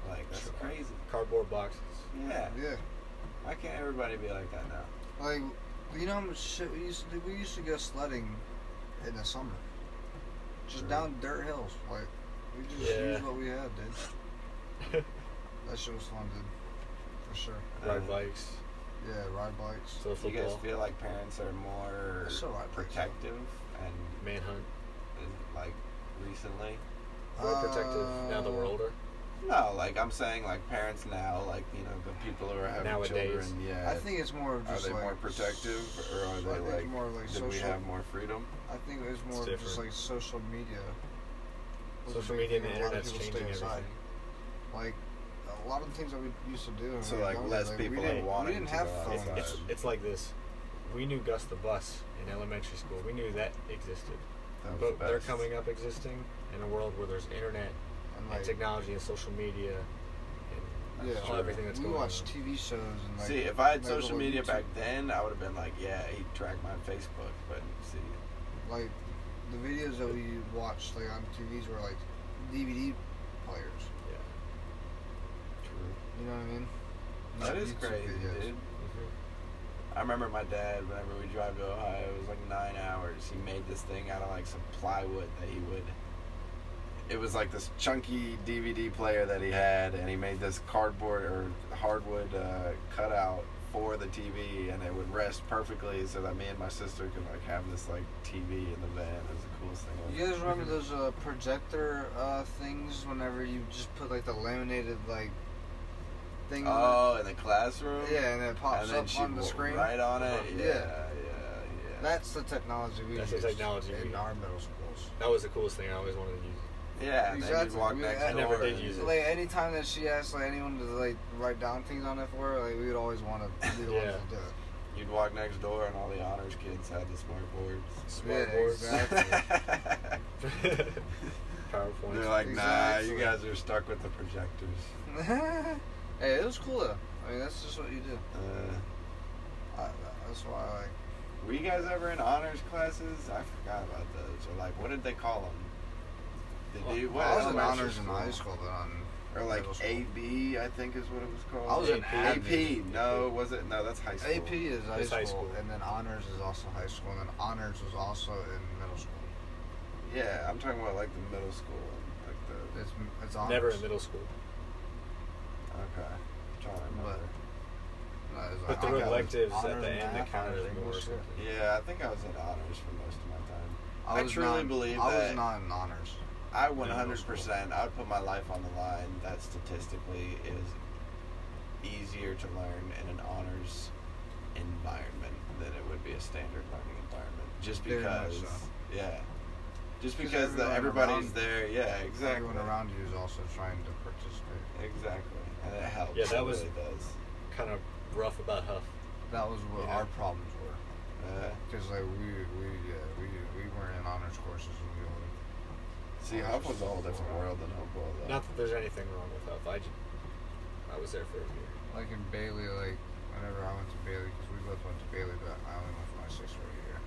C: Like that's
D: Chalk.
C: crazy.
D: cardboard boxes.
C: Yeah.
A: Yeah.
C: Why can't everybody be like that now?
A: Like, you know how much shit we used to do? We used to go sledding in the summer. Just
C: Sure.
A: down dirt hills. Like, we just
D: Yeah.
A: used what we had, dude. that shit was fun, dude. For sure.
D: Ride
C: Uh,
D: bikes,
A: Yeah, ride bikes.
D: slow
C: Do you guys
D: football,
C: feel like parents are more
A: That's all right,
C: protective and
D: manhunt.
C: and, like recently?
D: More protective now that we're
A: Uh,
D: older.
C: No, like I'm saying, like parents now, like you know, the people who are having
D: Nowadays.
C: children. Yeah,
A: I think it's more of
C: are
A: just
C: they
A: like.
C: more protective or
A: I
C: are they
A: think
C: like?
A: more like
C: did
A: social.
C: we have more freedom?
A: I think it's more of just
D: different.
A: like social media. was a
D: Social
A: big
D: media and
A: thing. A
D: the
A: lot of
D: internet's
A: people
D: changing
A: stay
D: everything.
A: inside. Like, a lot of the things that we used to do. when
C: So,
A: we were
C: like,
A: younger,
C: less
A: we
C: people
A: didn't-
C: are wanting
A: We didn't
C: to
A: have
C: go
A: phones.
D: It's, it's,
C: outside.
D: it's like this. We knew Gus the bus in elementary school. We knew that existed.
C: That was
D: But
C: the
D: they're
C: best.
D: coming up existing in a world where there's internet
A: and,
D: and
A: like,
D: technology and social media and
A: Yeah,
D: all everything that's
A: we
D: going
A: watch
D: on.
A: TV shows and like.
C: See, if I had
A: like, little
C: social media
A: YouTube-
C: back then, I would have been like, yeah, he tracked my Facebook. But see,
A: like the videos that we watched like on TVs were like DVD players.
D: Yeah.
C: true.
A: You know what I mean?
C: That
A: Not
C: is
A: YouTube
C: crazy,
A: videos.
C: dude. Mm-hmm. I remember my dad, whenever we drive to Ohio, it was like nine hours. He made this thing out of like some plywood that he would. It was like this chunky DVD player that he had, and he made this cardboard or hardwood uh, cutout for the TV, and it would rest perfectly so that me and my sister could like have this like TV in the van. It was the coolest thing.
A: You guys remember those uh, projector uh, things? Whenever you just put like the laminated like thing. on
C: Oh, in the classroom.
A: it. yeah, and it pops
C: and then
A: up
C: she
A: on the
C: walked
A: screen.
C: right on it.
A: Uh-huh. Yeah.
C: Yeah, yeah, yeah.
A: That's the technology we
D: That's the
A: use
D: technology we
A: in
D: use.
A: our middle schools.
D: That was the coolest thing. I always wanted to use.
C: yeah. And then
A: Exactly.
C: you walk
A: We-
C: next
A: I
C: door.
D: never did
C: and-
D: use it.
A: Like anytime that she asked like anyone to like write down things on it for her, like we would always want to be the ones
D: Yeah.
A: to do it.
C: You'd walk next door, and all the honors kids had the smart boards.
D: Smart
A: Yeah,
D: boards.
A: exactly.
D: PowerPoint.
C: They're like, nah,
A: Exactly.
C: you guys are stuck with the projectors.
A: hey, it was cool though. I mean, that's just what you do.
C: Uh,
A: I, that's why I like.
C: Were you guys ever in honors classes? I forgot about those. Or like, what did they call them? Did
D: Well,
C: you?
A: Well,
C: What
A: I was in
C: elementary
A: honors in high school, but on
C: Or like
A: middle school.
C: AB, I think is what it was called.
A: I was in
C: AP.
A: AP.
C: No, was it? No, that's high school.
A: AP is high
D: It's
A: school,
D: high school.
A: and then honors is also high school, and then honors was also in middle school.
C: Yeah, I'm talking about like the middle school and like the.
A: It's it's honors.
D: Never in middle school.
C: Okay. I'm trying to remember.
A: No, it's
D: But there were
A: honors-
D: electives at
A: honors
D: the end that
A: math,
D: counted
A: honors
D: as more or
A: English, yeah.
D: something.
C: yeah, I think I was in honors for most of my time. I
A: was
C: truly
A: not,
C: believe
A: I was
C: that-
A: not in honors.
C: I
D: middle
C: 100%. I would put my life on the line. That statistically is easier to learn in an honors environment than it would be a standard learning environment. Just
A: Very much
C: because,
A: so.
C: yeah. Just
A: 'Cause
C: because the,
A: everyone
C: everybody's
A: around-
C: there. Yeah, exactly.
A: Everyone around you is also trying to participate.
C: Exactly, and it helps.
D: Yeah, that
C: it
D: was-
C: really does.
D: Kind of rough about Huff.
A: That was what
D: Yeah.
A: our problems were,
C: Uh,
A: because like we we yeah, we we weren't in honors courses. And we only
C: see, Huff was a whole different world than Hopewell, though.
D: Not that there's anything wrong with Huff. I, ju- I was there for a year.
A: like in Bailey, like whenever I went to Bailey, because we both went to Bailey, but I only went for my sixth grade year.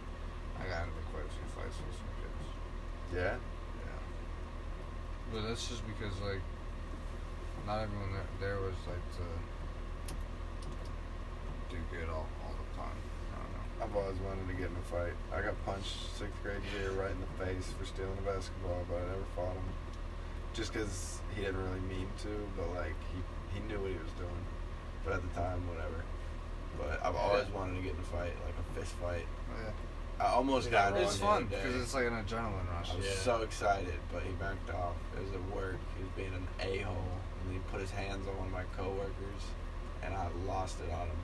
A: I got into quite a few fights with some kids.
C: Yeah.
A: Yeah. But that's just because like not everyone there, there was like to do good all, all the time. I don't know.
C: I've always wanted to get in a fight. I got punched sixth grade year right in the face for stealing a basketball, but I never fought him. Just because he didn't really mean to, but like he, he knew what he was doing. But at the time, whatever. But I've always wanted to get in a fight, like a fist fight.
A: Yeah.
C: I almost
D: You're not
C: got
D: wrong.
C: one
A: It's
C: the other
A: fun
C: day.
A: because it's like an adrenaline rush.
C: I was
D: Yeah.
C: so excited, but he backed off. It was at work. He was being an a hole, and he put his hands on one of my coworkers, and I lost it on him.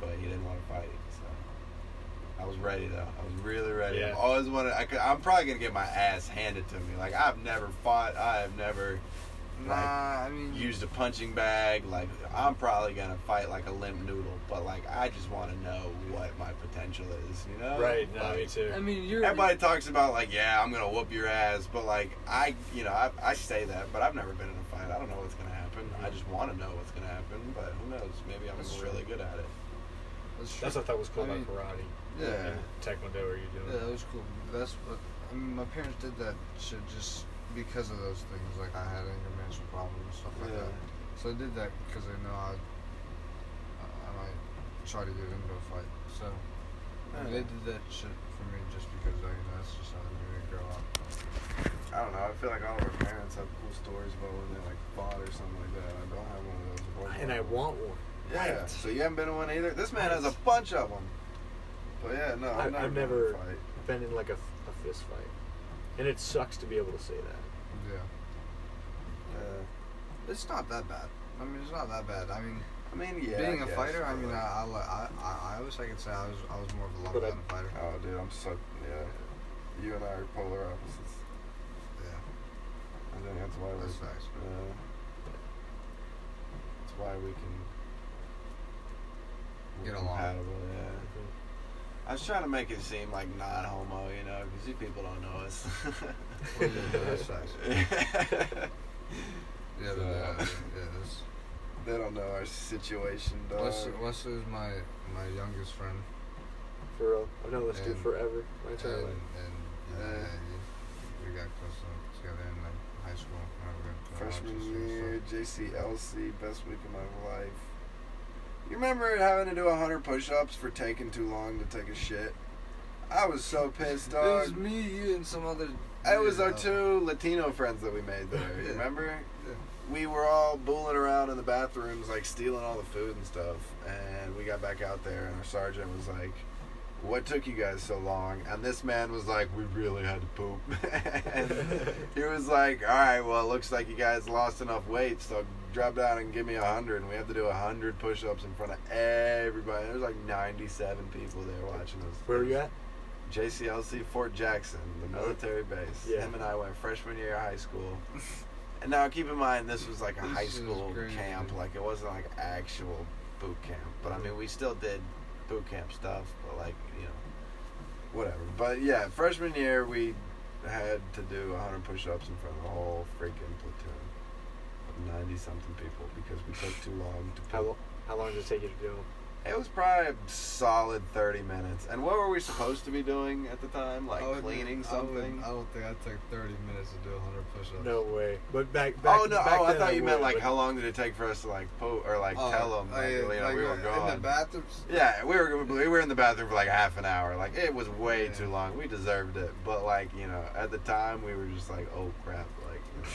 C: But he didn't want to fight, so I was ready though. I was really ready.
D: Yeah.
C: I've always wanted. I could, I'm probably gonna get my ass handed to me. Like I've never fought. I have never
A: Nah, I mean,
C: used a punching bag. Like I'm probably gonna fight like a limp noodle. But like I just want to know what my potential is. You know?
D: right, no,
C: Like,
D: me too.
A: Uh, I mean, you're
C: Everybody talks about like, yeah, I'm gonna whoop your ass, but like, I, you know, I, I say that, but I've never been in a fight. I don't know what's gonna happen. I just want to know what's gonna happen, but who knows? Maybe I'm
A: That's true.
C: really good at it.
A: That's,
D: That's what I thought was cool
A: I mean,
D: about karate.
A: yeah.
D: And Taekwondo, are you doing?
A: Yeah, that was cool. That's what I mean. My parents did that shit just because of those things. Like I had anger management problems and stuff like that. So I did that because I know I, I might try to get into a fight. So I mean, they did that shit for me just because I mean, that's just how I knew to grow up.
C: I don't know. I feel like all of our parents have cool stories about when they like fought or something like that. I don't have one of those. I've always
D: And I
C: wanted
D: want one.
C: one. Yeah.
D: right.
C: So you haven't been in one either. This man has a bunch of them. But yeah, no,
D: I-
C: I've never.
D: I've
C: been
D: never- I've been
C: in a fight.
D: in like a, a fist fight. And it sucks to be able to say that.
A: Yeah,
C: Yeah.
A: it's not that bad. I mean, it's not that bad. I mean,
C: I mean, yeah.
A: being
C: a
A: a fighter, I mean, uh, I, I, li- I, I, I wish I could say I was, I was more of a lover
D: But I-
A: than a fighter.
C: Oh, dude, I'm so yeah. You and I are polar opposites.
A: Yeah,
C: I think that's why we're.
A: that's facts.
C: Uh, that's why we can we're
A: Get along.
C: compatible, Yeah. I was trying to make it seem like non-homo, you know, because you people don't know us.
A: Well, yeah, that's facts. Yeah, but, uh, yeah,
C: So-
A: that's.
C: they don't know our situation, dog.
A: Wesley, Wesley was my my youngest friend,
D: For real. I've known this dude
A: And-
D: forever. My
A: and,
D: entire
A: and
D: life.
A: yeah,
C: Uh,
A: we got close to- together in like high school. and we went to
C: Freshman
A: Rochester and
C: year, JCLC, best week of my life. You remember having to do 100 push ups for taking too long to take a shit? I was so pissed,
A: stuff. It was
C: dog.
A: me, you, and some other.
C: It was our
A: dude, uh,
C: two Latino friends that we made there.
A: Yeah.
C: Remember?
A: Yeah.
C: We were all booling around in the bathrooms, like stealing all the food and stuff. And we got back out there, and our sergeant was like, what took you guys so long? And this man was like, we really had to poop. and he was like, all right, well, it looks like you guys lost enough weight, so drop down and give me a hundred. And we have to do a hundred push-ups in front of everybody. There was like 97 people there watching us.
B: Where were you at?
C: JCLC Fort Jackson, the
A: Uh-huh.
C: military base.
B: Yeah.
C: Him and I went freshman year of high school. and now keep in mind, this was like a
A: This
C: high
A: is
C: school
A: crazy.
C: camp. Like it wasn't like actual boot camp. But I mean, we still did boot camp stuff. But like you know, whatever. But yeah, freshman year we had to do 100 push-ups in front of the whole freaking platoon of 90 something people because we took too long to
D: How,
C: poop.
D: lo- how long did it take you to do 'em?
C: It was probably a solid 30 minutes. And what were we supposed to be doing at the time? Like
A: I would-
C: cleaning
A: I would-
C: something?
A: I don't think I took 30 minutes to do 100 push-ups.
B: No way. But back back.
C: oh, no.
B: back
C: oh, I
B: then
C: thought you meant
B: would,
C: like
B: but-
C: how long did it take for us to like po or like
A: Oh,
C: tell them
A: oh,
C: like,
A: yeah,
C: you know,
A: like,
C: we
A: uh,
C: were gone.
A: In the bathrooms?
C: yeah, we were we were in the bathroom for like half an hour. Like it was way
A: Yeah.
C: too long. We deserved it, but like you know, at the time we were just like, oh crap, like you know,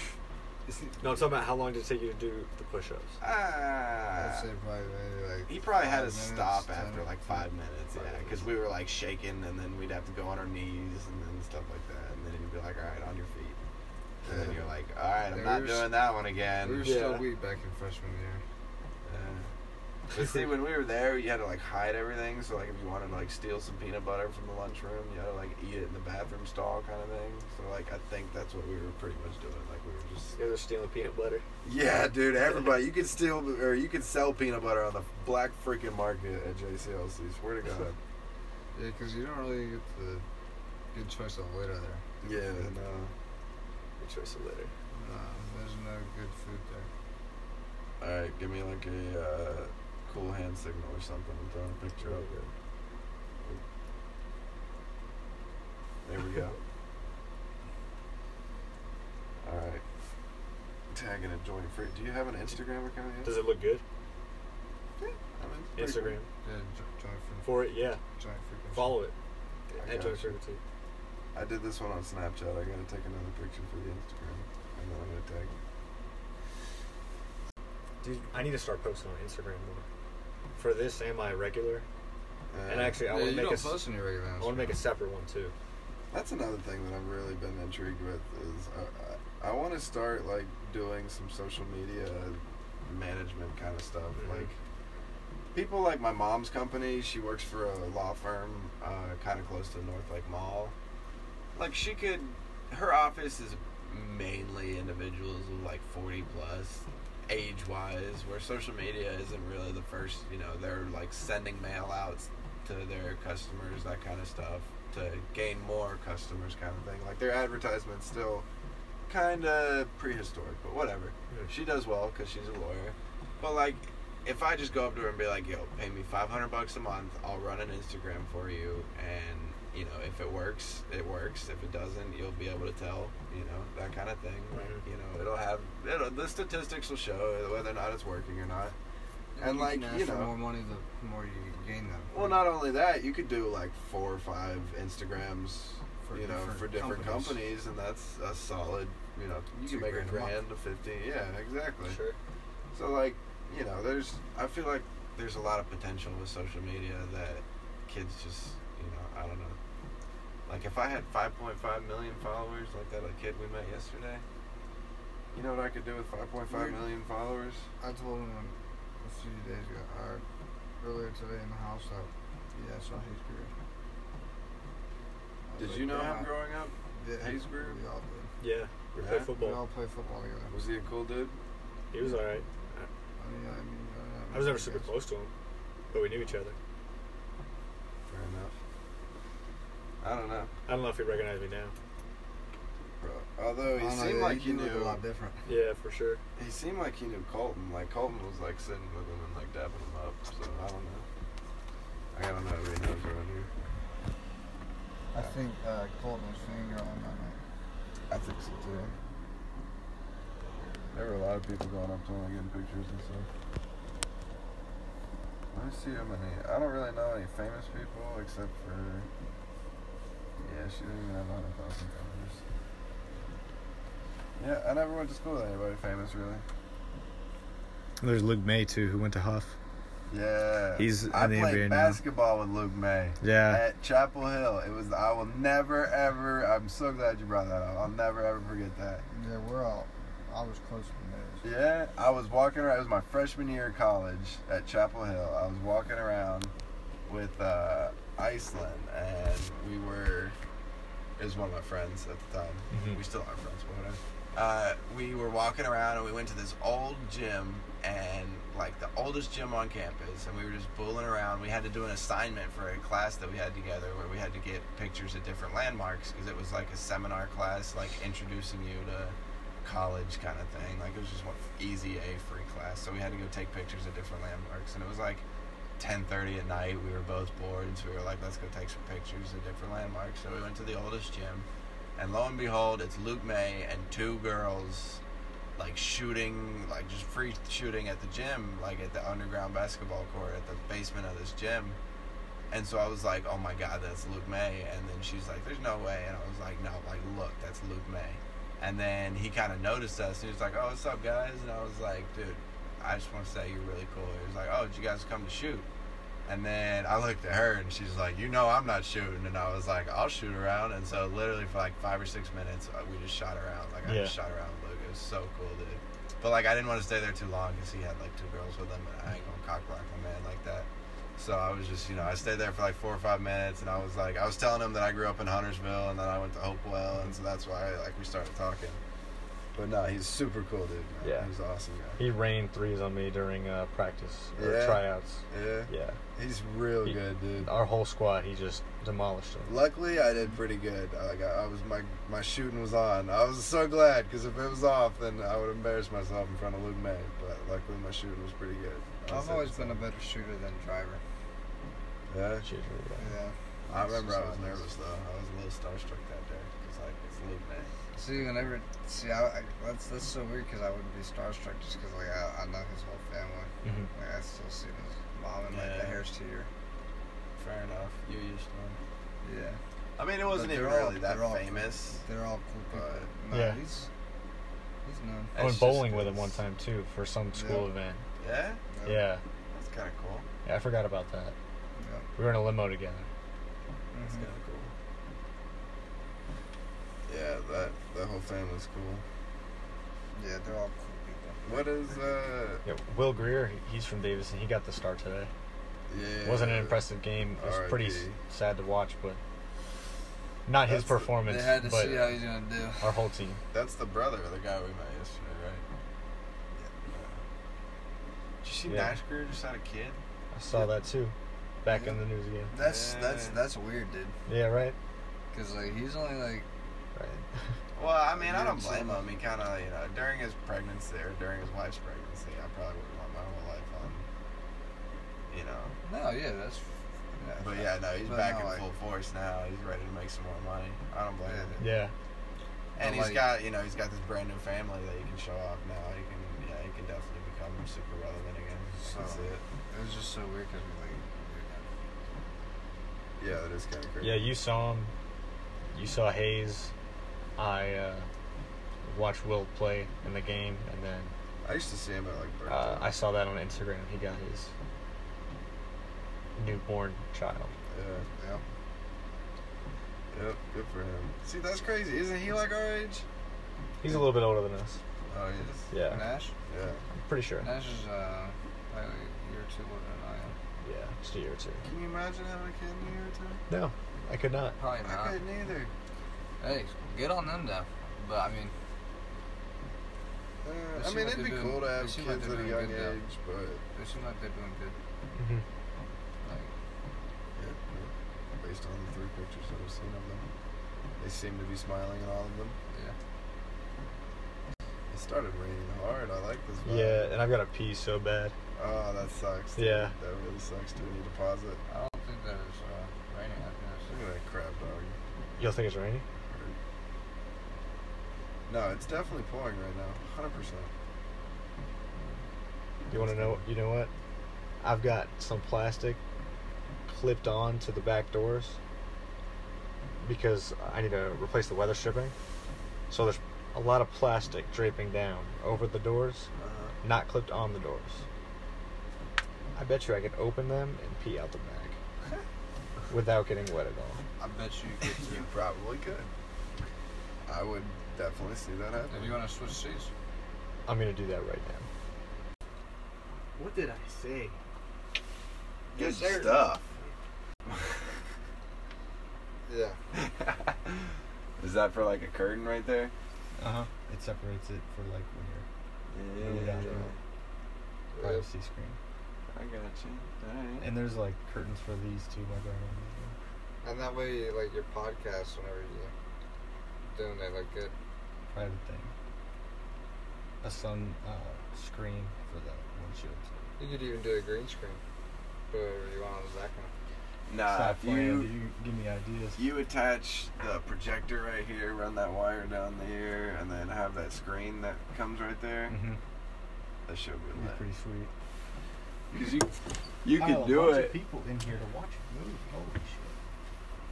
D: No, I'm talking about how long did it take you to do the push-ups.
A: I'd say
C: ah.
A: probably maybe like.
C: He probably had
A: five
C: to
A: minutes,
C: stop
A: ten.
C: after like five minutes, yeah, because we were like shaking, and then we'd have to go on our knees and then stuff like that, and then he'd be like, all right, on your feet. And then you're like, all right,
A: Yeah, we
C: I'm not
A: were
C: doing that one again.
A: We were
B: Yeah.
A: still weak back in freshman year.
C: Yeah. But see, when we were there, you had to like hide everything. So like, if you wanted to like steal some peanut butter from the lunchroom, you had to like eat it in the bathroom stall kind of thing. So like, I think that's what we were pretty much doing. Like we were just
D: Yeah, they're stealing peanut butter.
C: yeah, dude. Everybody, you could steal or you could sell peanut butter on the black freaking market at JCLC. Swear to God.
A: Yeah, because you don't really get the good choice of litter there.
C: yeah. No.
D: Good choice of litter.
A: No, there's no good food there.
D: uh,
C: All right, give me like a uh, cool hand signal or something. I'm throwing a picture up. There we go. All right. Tag and join free. Do you have an Instagram account yet?
D: Does it look good?
C: I mean, it's pretty
D: Instagram
A: Yeah, jo- joint food.
D: for it. Yeah,
A: Joint food.
D: follow it.
C: I
D: At
C: got
D: Joe
C: you.
D: Circuitry.
C: cool. I did this one on Snapchat. I gotta take another picture for the Instagram, and then I'm gonna tag.
D: Dude, I need to start posting on Instagram more. For this and my regular,
C: Uh,
D: and actually, I
A: Yeah,
D: want
A: you
D: to make
A: don't
D: a, s-
A: post on your regular.
D: I want to make a separate one too.
C: that's another thing that I've really been intrigued with is uh, I, I, I want to start like doing some social media management kind of stuff.
D: Mhm.
C: Like people like my mom's company, she works for a law firm uh, kind of close to the North Lake Mall. Like she could, her office is mainly individuals of like forty plus. Age wise, where social media isn't really the first, you know, they're like sending mail outs to their customers, that kind of stuff, to gain more customers, kind of thing. Like their advertisement's still kind of prehistoric, but whatever.
D: Yeah.
C: She does well because she's a lawyer. But like, if I just go up to her and be like, "Yo, pay me five hundred bucks a month, I'll run an Instagram for you," and you know, if it works, it works. If it doesn't, you'll be able to tell. You know, that kind of thing. Like,
D: Mhm.
C: you know, it'll have it'll, the statistics will show whether or not it's working or not. and, like,
A: can ask
C: you
A: for
C: know-
A: more money, the more you gain them.
C: Well, not only that, you could do like four or five Instagrams,
A: For
C: you know,
A: different
C: for different companies.
A: companies.
C: and that's a solid, you know, you
A: Two
C: can make a
A: grand a month.
C: grand to fifteen. Yeah, exactly.
D: Sure.
C: So like, you know, there's I feel like there's a lot of potential with social media that kids just, you know, I don't know. Like if I had 5.5 million followers, like that like kid we met yesterday, you know what I could do with 5.5
A: Weird.
C: million followers?
A: I told him a few days ago, or earlier today in the house, that yeah, I saw Hayes Greer. I was
C: Did
A: like,
C: you know
A: yeah,
C: him growing up?
A: yeah,
C: Hayes Greer?
A: We all did.
D: Yeah, we play
C: Yeah?
A: We all
D: football.
A: played football together.
C: Was he a cool dude?
D: He was all right.
A: I mean, I mean,
D: I was never super close to him, but we knew each other.
C: Fair enough. I don't know,
D: I don't know if he recognized me now.
C: bro.
A: Oh,
C: Although he seemed like he
A: looked a
C: knew.
A: lot different.
D: Yeah, for sure.
C: He seemed like he knew Colton. Like Colton was like sitting with him and like dapping him up. So I don't know. I don't know who he knows around here.
A: I think uh, Colton was finger on that night.
C: I think so too. There were a lot of people going up to him and getting pictures and stuff. Let me see how many. I don't really know any famous people except for. Yeah, she doesn't even have 100,000 followers. Yeah, I never went to school with anybody famous really.
F: There's Luke May too, who went to Huff.
C: Yeah.
F: He's
C: I
F: in the
C: played
F: NBA now.
C: basketball with Luke May.
F: Yeah.
C: At Chapel Hill. It was I will never ever I'm so glad you brought that up. I'll never ever forget that.
G: Yeah, we're all. I was close to this.
C: Yeah, I was walking around. It was my freshman year of college at Chapel Hill. I was walking around with uh, Iceland, and we were. It was one of my friends at the time.
D: Mhm.
C: We still are friends, but whatever. Uh, we were walking around, and we went to this old gym, and like the oldest gym on campus, and we were just fooling around. We had to do an assignment for a class that we had together, where we had to get pictures of different landmarks because it was like a seminar class, like introducing you to college kind of thing. Like it was just one easy A free class, so we had to go take pictures of different landmarks, and it was like 10:30 at night. We were both bored, so we were like, let's go take some pictures of different landmarks. So we went to the oldest gym, and lo and behold, it's Luke May and two girls. Like shooting, like just free shooting at the gym, like at the underground basketball court at the basement of this gym. And so I was like, oh my God, that's Luke May. And then she's like, there's no way. And I was like, no, like, look, that's Luke May. And then he kind of noticed us and he was like, oh, what's up, guys? And I was like, dude, I just want to say you're really cool. He was like, oh, did you guys come to shoot? And then I looked at her and she's like, you know, I'm not shooting. And I was like, I'll shoot around. And so literally for like five or six minutes, uh, we just shot around. Like, I
B: Yeah.
C: just shot around with Luke. It was so cool, dude. But like, I didn't want to stay there too long because he had like two girls with him and I ain't going to cock block my man like that. So I was just, you know, I stayed there for like four or five minutes, and I was like, I was telling him that I grew up in Huntersville, and then I went to Hopewell, and so that's why like we started talking. But no, he's super cool, dude. Man.
D: Yeah.
C: he's an awesome guy.
D: He rained threes on me during uh, practice or
C: Yeah.
D: tryouts.
C: Yeah,
D: Yeah,
C: he's real
D: He-
C: good, dude.
D: our whole squad, he just demolished them.
C: Luckily, I did pretty good. Like I, I was, my my shooting was on. I was so glad because if it was off, then I would embarrass myself in front of Luke May. But luckily, my shooting was pretty good. I
A: I've
C: was
A: always
C: satisfied.
A: been a better shooter than driver.
C: Yeah,
D: Jeez, really bad.
A: Yeah.
C: I remember I was
A: Exercises.
C: nervous though. I was a little starstruck that day. It's like it's Luke May.
A: See, whenever see, I, I, that's that's so weird because I wouldn't be starstruck just because like I, I know his whole family.
D: Mhm.
A: Like I still see his mom and like
C: Yeah.
A: the hair's to your
C: Fair enough. You used to.
A: yeah.
C: I mean, it
A: But
C: wasn't even
A: they're all-
C: really that
A: they're all-
C: famous.
A: They're all cool people.
C: But-
A: No,
D: Yeah.
A: he's he's known.
D: I
C: It's
D: went
C: just
D: bowling with
C: it's-
D: him one time too for some school event.
C: Yeah,
A: Yep,
D: Yeah.
C: that's kind of cool.
D: yeah, I forgot about that.
A: yep.
D: We were in a limo together.
C: That's
A: Mhm.
C: kind of cool. Yeah, that the whole family's cool.
A: Yeah, they're all cool people.
C: What is uh?
D: Yeah, Will Greer, he- he's from Davidson. He got the start today.
C: Yeah.
D: Wasn't an impressive game. It was pretty s-
C: RIP.
D: sad to watch, but not his
C: That's-
D: performance,
A: They had to
D: but
A: see how he's gonna do.
D: our whole team.
C: That's the brother of the guy we met yesterday, right? Yeah. Did you see
D: Yeah.
C: Nash Greer just had a kid?
D: I saw that too, back in the news again.
A: That's that's
C: Yeah.
A: that's weird, dude.
D: Yeah, right.
A: Cause like he's only like
D: Right.
C: Well, I mean, I
A: Dude,
C: don't blame
A: so-
C: him. He kind of, you know, during his pregnancy or during his wife's pregnancy, I probably would want my whole life on, you know.
A: no, yeah, that's yeah.
C: But yeah, no, he's
A: But
C: back
A: no,
C: in
A: like-
C: full force now. He's ready to make some more money. I don't blame him.
D: Yeah.
A: But,
C: And he's
A: like-
C: got, you know, he's got this brand new family that he can show off now. He can, yeah, he can definitely become super relevant again.
A: So-
C: That's it.
A: It was just so weird because like
C: Yeah, that is kind of crazy.
D: Yeah, you saw him. You saw Hayes. I uh, watched Will play in the game, and then
C: I used to see him at like birthday.
D: uh, I saw that on Instagram. He got his newborn child.
C: yeah,
A: yeah.
C: yep, good for him. See, that's crazy. Isn't he like our age?
D: He's a little bit older than us.
C: Oh, he is.
D: Yeah,
A: Nash,
C: Yeah.
D: I'm pretty sure.
A: Nash is uh, probably like a year or two older than I am.
D: Yeah, just a year or two.
C: Can you imagine having a kid in a year or two?
D: No, I could not.
A: Probably
C: I
A: not.
C: couldn't either.
A: Hey, good on them though. But I mean,
C: Uh,
A: They
C: I
A: seem
C: mean,
A: like
C: it'd be
A: they're doing-
C: cool to
A: they
C: have
A: seem like
C: kids
A: they're
C: at a
A: doing
C: young
A: good, though.
C: age, but
A: they seem like they're doing good.
D: hmm
A: Like,
C: yeah, based on the three pictures that I've seen of them, they seem to be smiling in all of them.
A: yeah.
C: It started raining hard. I like this. Vibe.
D: Yeah, and I've got to pee so bad.
C: Oh, that sucks. dude.
D: Yeah.
C: That really sucks. Do we need to pause it?
A: I don't think that is uh, raining. I think it's
C: Look at that crab dog.
D: You'll think it's raining?
C: No, it's definitely pouring right now. Hundred percent.
D: You want to know? You know what? I've got some plastic clipped on to the back doors because I need to replace the weather stripping. So there's a lot of
A: Uh,
D: plastic draping down over the doors,
C: Uh-huh.
D: not clipped on the doors.
H: I bet you I can open them and pee out the back without getting wet at all.
C: I bet you could. you probably could. I would definitely see that happen.
A: If you want to switch seats,
H: I'm gonna do that right now. What did I say?
C: Good
A: Yes, sir.
C: stuff.
A: yeah.
C: Is that for like a curtain right there?
I: Uh huh.
J: Uh-huh. It separates it for like when you're
C: Yeah.
J: privacy screen.
C: I got you. All right.
J: And there's like curtains for these too, like around.
A: And that way, like your podcast, whenever you doing it, like uh, good.
J: the Private thing. A sun uh, screen for the windshield. too.
A: You could even do a green screen, put whatever you want on the background.
C: Nah,
J: Stop
C: if
J: playing,
C: you
J: dude. give me ideas.
C: You attach the projector right here, run that wire down there, and then have that screen that comes right there.
J: Mm-hmm.
A: Mm.
C: That should be
J: It'd be
C: lit.
J: pretty sweet.
C: Because you, you
J: Wow,
C: could
J: a
C: do
J: bunch of
C: it.
J: people in here to watch it move. Holy shit.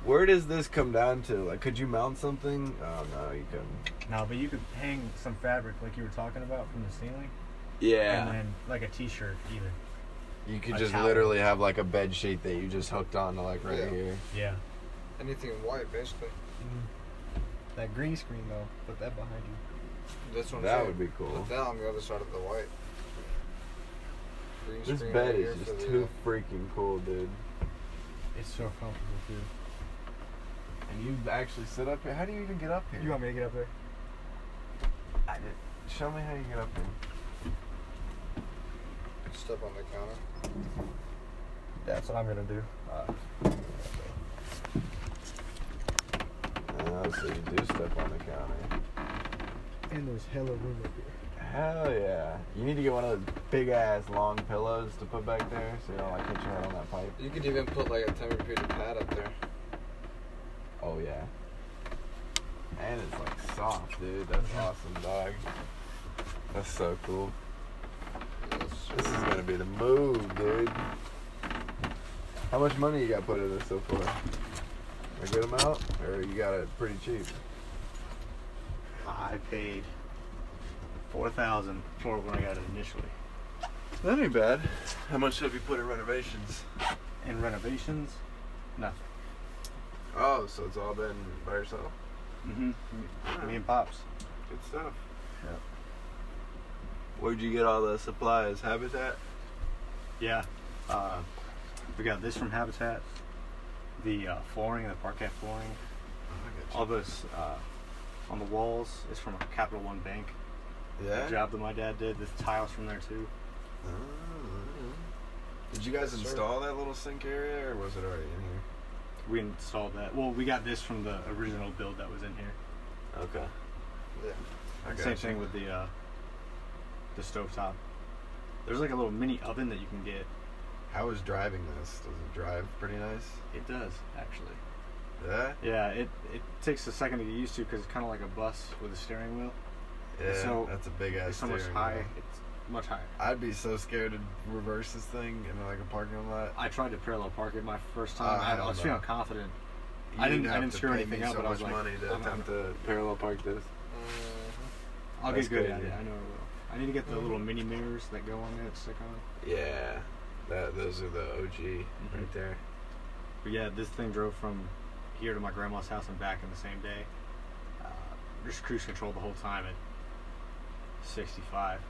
C: Where does this come down to? Like, could you mount something? Oh no, you couldn't.
J: No, but you could hang some fabric like you were talking about from the ceiling, and
C: Yeah,
J: then like a T-shirt even.
C: you could
J: a
C: just
J: towel.
C: literally have like a bed sheet that you just hooked on to like right
A: Yeah.
C: here.
J: Yeah.
A: Anything white, basically.
J: Mm-hmm. That green screen though, put that behind you.
A: That's what
C: That
A: I'm
C: would
A: saying.
C: be cool.
A: Put that on the other side of the white. Green
C: This
A: screen
C: bed
A: right
C: is
A: here
C: just
A: for the,
C: too freaking cool, dude.
J: It's so comfortable too.
C: And you actually sit up here. How do you even get up here?
J: You want me to get up there?
C: I did- Show me how you get up here.
A: uh, Step on the counter.
J: That's what I'm gonna do.
C: Oh, so you do step on the counter.
J: And there's hella room up here.
C: Hell yeah. You need to get one of those big ass long pillows to put back there so you don't like hit your head on that pipe.
A: You could even put like a tempered pad up there.
C: Oh yeah. And it's like soft, dude. That's awesome, dog. That's so cool.
A: Yes.
C: This is gonna be the move, dude. How much money you got put in this so far? A good amount? Or you got it pretty cheap?
D: I paid four thousand for when I got it initially.
C: That ain't bad. How much have you put in renovations?
D: And renovations, nothing.
C: Oh, so it's all been by yourself.
D: Mm-hmm. Me and pops.
C: Good stuff. Yeah. Where'd you get all the supplies? Habitat?
D: Yeah. Uh, we got this from Habitat. The uh, flooring, the parquet flooring. All this uh, on the walls is from a Capital One bank.
C: Yeah.
D: job that my dad did. The tiles from there too.
C: Oh, Did you guys
A: Yes, sir.
C: install that little sink area, or was it already in here?
D: We installed that. Well, we got this from the original build that was in here.
C: Okay.
A: Yeah.
C: I got
D: Same
C: you.
D: thing with the uh, the stovetop. There's like a little mini oven that you can get.
C: How is driving this? Does it drive pretty nice?
D: It does actually.
C: Yeah.
D: Yeah, it it takes a second to get used to because it's kind of like a bus with a steering wheel.
C: Yeah.
D: So,
C: that's a big ass.
D: it's so much
C: steering wheel.
D: high. It's much higher.
C: I'd be so scared to reverse this thing in like a parking lot.
D: I tried to parallel park it my first time.
C: Oh,
D: I, I
C: hell
D: was
C: no.
D: feeling confident. I
C: You'd
D: didn't- I
C: have
D: didn't
C: to
D: screw
C: pay
D: anything
C: me
D: up,
C: so
D: but I was
C: much
D: like,
C: money to
D: I'm-
C: attempt to parallel park this.
A: Mhm.
D: I'll
C: That's Mm.
D: get good at
C: crazy.
D: it. I know I will. I need to get the little mini mirrors that go on there that stick on.
C: Yeah. That those are the OG right there.
D: But yeah, this thing drove from here to my grandma's house and back in the same day. Uh, just cruise control the whole time at 65.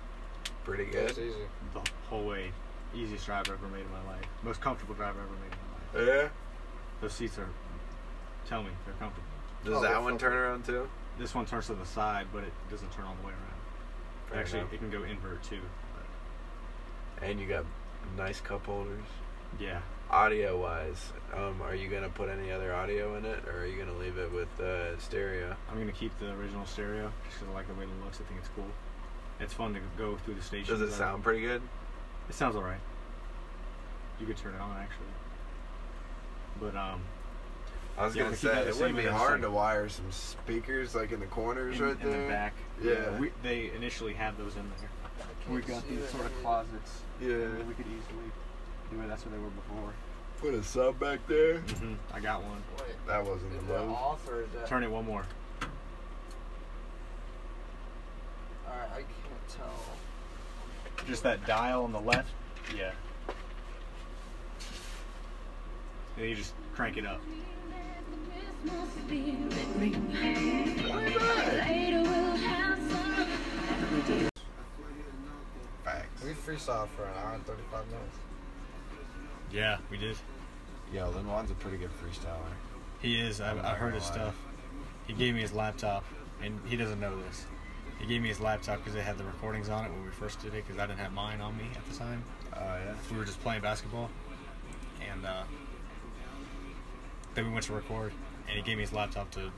C: Pretty
A: That's
C: good.
A: easy.
D: The whole way. Easiest drive I've ever made in my life. Most comfortable drive I've ever made in my life.
C: Yeah.
D: Those seats are, tell me, they're comfortable.
C: Does
A: Oh,
C: that
A: they're
C: one turn around too?
D: This one turns to the side, but it doesn't turn all the way around.
C: Fair
D: Actually,
C: enough.
D: it can go invert too.
C: And you got nice cup holders.
D: Yeah.
C: Audio wise, um, are you gonna put any other audio in it, or are you gonna leave it with uh, stereo?
D: I'm going to keep the original stereo just 'cause I like the way it looks. I think it's cool. It's fun to go through the stations.
C: Does it
D: I-
C: sound pretty good?
D: It sounds alright. You could turn it on actually. But um
C: I was
D: Yeah,
C: gonna
D: we keep that
C: say
D: the
C: it
D: same
C: wouldn't be
D: in the
C: hard
D: same-
C: to wire some speakers like in the corners
D: in,
C: right
D: in
C: there.
D: the back.
C: Yeah.
D: We, they initially had those in there. We got these sort of closets.
C: Yeah.
D: We could easily do it. That's what they were before.
C: Put a sub back there.
D: hmm I got one.
A: Wait,
C: That wasn't
A: is
C: the
A: that
C: move.
A: off or is that?
D: Turn it one more.
A: Alright, I can't tell.
D: Just that dial on the left. Yeah. and you just crank it up.
C: Facts.
A: We freestyle for an hour and 35 minutes.
D: Yeah, we did.
C: Yo, Lin Juan's a pretty good freestyler.
D: He is. I, I heard his stuff. He gave me his laptop, and he doesn't know this. He gave me his laptop because it had the recordings on it when we first did it because I didn't have mine on me at the time.
C: Oh yeah.
D: We were just playing basketball, and uh, then we went to record, and he gave me his laptop to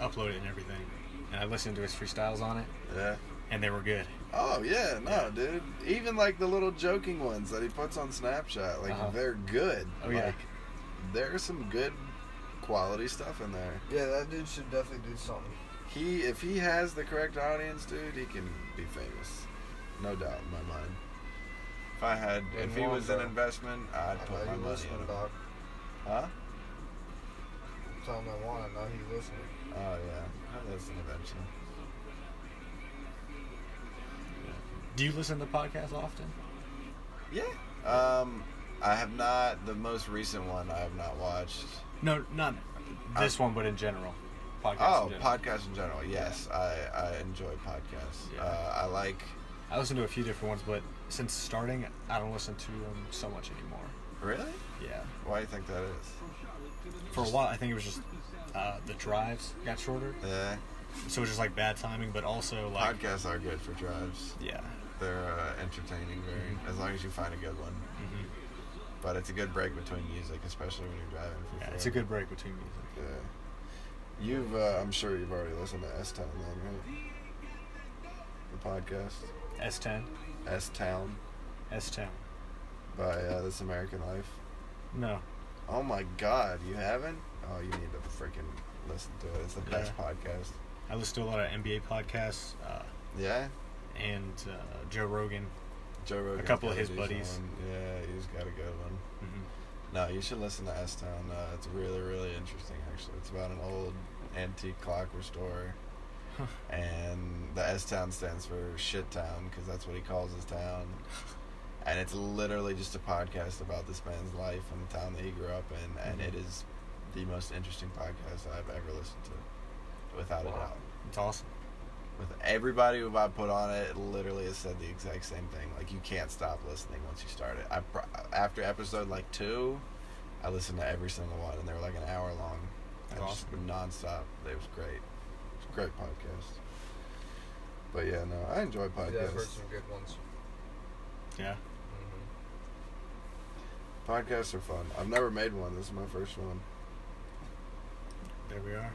D: upload it and everything. And I listened to his freestyles on it,
C: Yeah.
D: and they were good.
C: Oh yeah, no, dude. Even like the little joking ones that he puts on Snapchat, like
D: Uh-huh.
C: they're good.
D: Oh, yeah.
C: Like there's some good quality stuff in there.
A: Yeah, that dude should definitely do something.
C: He if he has the correct audience, dude, he can be famous. No doubt in my mind. If I had
A: Lin
C: if he
A: Juan,
C: was an
A: bro.
C: investment, I'd
A: I
C: put
A: know
C: my
A: you
C: money in
A: listening,
C: him.
A: dog.
C: Huh?
A: Tell him I want to know he's listening.
C: Oh yeah. I'd listen eventually.
D: Do you listen to podcasts often?
C: Yeah. Um I have not the most recent one I have not watched.
D: No, not this one, but in general. Podcasts
C: Oh,
D: in general.
C: podcasts in general. Yes, I, I enjoy podcasts.
D: Yeah.
C: Uh, I like.
D: I listen to a few different ones, but since starting, I don't listen to them so much anymore.
C: Really?
D: Yeah.
C: Why do you think that is?
D: For a while, I think it was just uh, the drives got shorter,
C: Yeah,
D: so it was just like bad timing, but also like
C: Eh, podcasts are good for drives.
D: yeah,
C: They're uh, entertaining, very
D: Mm-hmm.
C: as long as you find a good one.
D: Mhm.
C: But it's a good break between music, especially when you're driving. For
D: yeah,
C: sure.
D: it's a good break between music.
C: Yeah. You've, uh, I'm sure you've already listened to S Town, then, right? The podcast
D: S ten,
C: S Town
D: S ten.
C: by uh, This American Life.
D: No,
C: Oh my God, you haven't? Oh, you need to freaking listen to it. It's the best
D: Yeah.
C: podcast.
D: I listen to a lot of NBA podcasts uh,
C: Yeah.
D: and uh, Joe Rogan.
C: Joe Rogan.
D: couple of his buddies.
C: Yeah, he's got a good one.
D: Mhm.
C: No, you should listen to S Town. Uh, it's really, really interesting. Actually, it's about an old antique clock restorer,
D: Huh.
C: and the S Town stands for Shit Town because that's what he calls his town. And it's literally just a podcast about this man's life and the town that he grew up in, and it is the most interesting podcast I've ever listened to, without a
A: Wow.
C: doubt
D: It's awesome.
C: with everybody who I put on it, it literally has said the exact same thing. Like you can't stop listening once you start it. I pro- after episode like two, I listened to every single one, and they were like an hour long,
D: That's
C: I just nonstop. It was great. It's a great podcast. But yeah, no, I enjoy
A: Yeah, I've heard
C: podcasts.
A: some good ones.
D: Yeah,
A: hmm
C: podcasts are fun. I've never made one. This is my first one.
D: there we are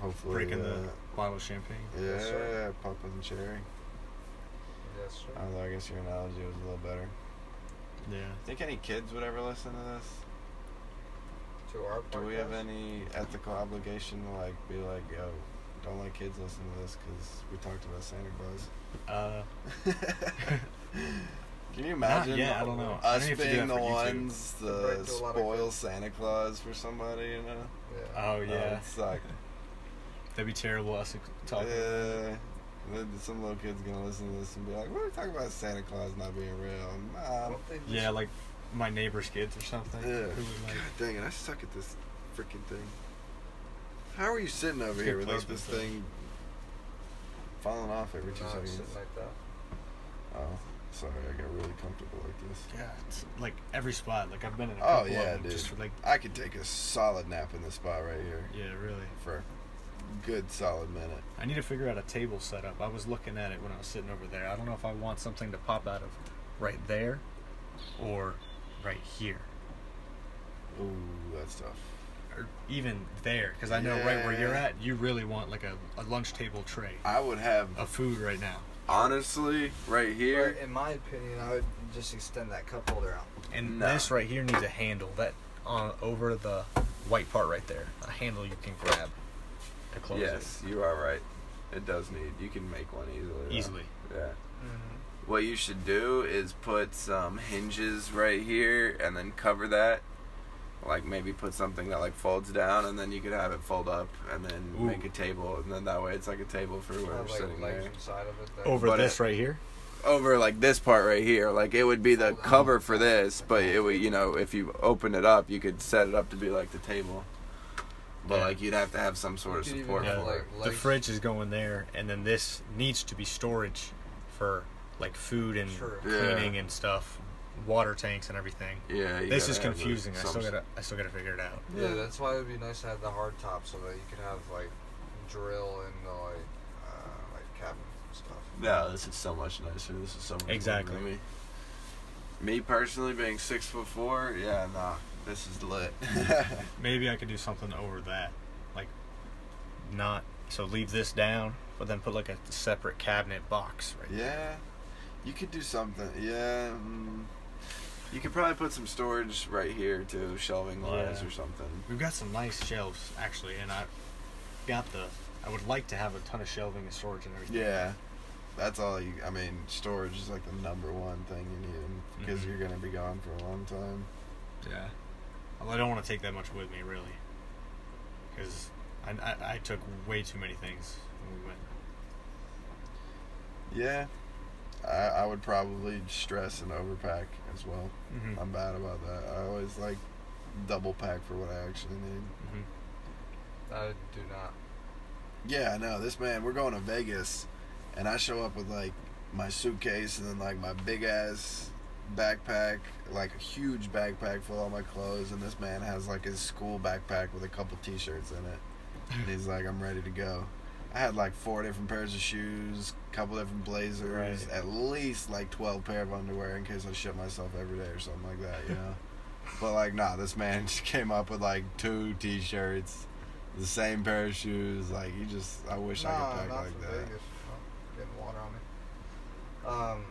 C: Hopefully,
D: breaking
C: uh,
D: the bottle of champagne.
C: yeah,
A: Yes, sir.
C: popping the cherry.
A: Yes, sir.
C: Although I guess your analogy was a little better.
D: Yeah.
C: Think any kids would ever listen to this?
A: to our
C: Uh, Do we
A: podcast?
C: have any ethical obligation to like be like, yo, don't let kids listen to this because we talked about Santa
D: Uh,
C: Claus? Can you imagine?
D: yet, I don't know. I
C: Us
D: don't even have to do
C: being
D: that
C: the
D: for YouTube.
C: ones
A: Right to
C: to
A: a lot of
C: spoil
A: kids.
C: Santa Claus for somebody, you know?
A: Yeah.
D: oh yeah,
C: it sucked.
D: that'd be terrible. Us talking.
C: Uh, yeah. Then eh, Some little kid's gonna listen to this and be like, "What are we talking about? Santa Claus not being real,
A: I
C: mom."
A: don't think
D: Uh, Yeah, like my neighbor's kids or something.
C: Yeah.
D: Who would like,
C: God dang it, I suck at this freaking thing. How are you sitting over
D: Good
C: here without
D: placement,
C: this
D: though.
C: thing falling off every two
A: Nah, it's
C: seconds?
A: sitting like that.
C: Oh, sorry, I got really comfortable like this.
D: yeah, it's like every spot. Like I've been in a
C: Oh
D: couple of
C: yeah,
D: them
C: dude.
D: just for like
C: I could take a solid nap in this spot right here
D: yeah, really.
C: for a good solid minute.
D: I need to figure out a table setup. I was looking at it when I was sitting over there. I don't know if I want something to pop out of right there or right here
C: Ooh, that's tough.
D: or even there because I know right where you're
C: Yeah.
D: at. You really want like a, a lunch table tray
C: I would have
D: of food right now,
C: honestly right here.
A: But in my opinion, I would just extend that cup holder out.
D: and
C: Nah.
D: this right here needs a handle that on over the white part right there. A handle you can grab to close
C: Yes, you are right. It does need. You can make one easily.
D: it
C: though.
D: easily.
C: Yeah. What you should do is put some hinges right here and then cover that. Like maybe put something that like folds down and then you could have it fold up and then
D: Ooh.
C: make a table and then that way it's like a table for
A: I
C: where
A: have,
C: we're
A: like
C: sitting
A: legs
C: there.
A: inside of it. That
D: Over
C: But
D: this
C: it-
D: right here.
C: over like this part right here. Like it would be the cover for this, but it would you know if you open it up, you could set it up to be like the table. But
D: Yeah.
C: like you'd have to have some sort of
A: You could even
C: support
A: have,
C: for it.
A: like,
D: The
A: legs-
D: fridge is going there, and then this needs to be storage for like food and
A: Sure.
C: Yeah.
D: cleaning and stuff, water tanks and everything.
C: Yeah, you
D: This
C: gotta
D: is
C: have, like,
D: confusing. I
C: some
D: still gotta, I still gotta figure it out.
A: Yeah, that's why it would be nice to have the hard top so that you could have like drill and the like uh, like cabin stuff.
C: No, this is so much nicer. This is so much more
D: Exactly.
C: roomy. Me personally, being six foot four, yeah, nah, this is lit.
D: Maybe I could do something over that, like not so leave this down, but then put like a separate cabinet box right. there.
C: yeah, you could do something. Yeah, mm, you could probably put some storage right here too, shelving wise
D: Yeah.
C: or something.
D: We've got some nice shelves actually, and I got the. I would like to have a ton of shelving and storage and everything.
C: Yeah, that's all. you I mean, storage is like the number one thing you need because
D: Mhm.
C: you're gonna be gone for a long time.
D: Yeah. Well, I don't want to take that much with me, really. Because I, I, I took way too many things when we went.
C: Yeah, I, I would probably stress and overpack as well.
D: Mm-hmm.
C: I'm bad about that. I always like double pack for what I actually need.
D: Mm-hmm.
A: I do not.
C: Yeah, I know. This man, we're going to Vegas, and I show up with like my suitcase and then like my big ass backpack, like a huge backpack full of all my clothes, and this man has like his school backpack with a couple T-shirts in it, and he's like, "I'm ready to go." I had like four different pairs of shoes, couple different blazers,
D: Right.
C: at least like twelve pair of underwear in case I shit myself every day or something like that, you know. but like, nah, this man just came up with like two T-shirts, the same pair of shoes. Like, you just, I wish I could pack
A: not
C: like
A: for
C: that.
A: Vegas. Oh, getting water on me. Um,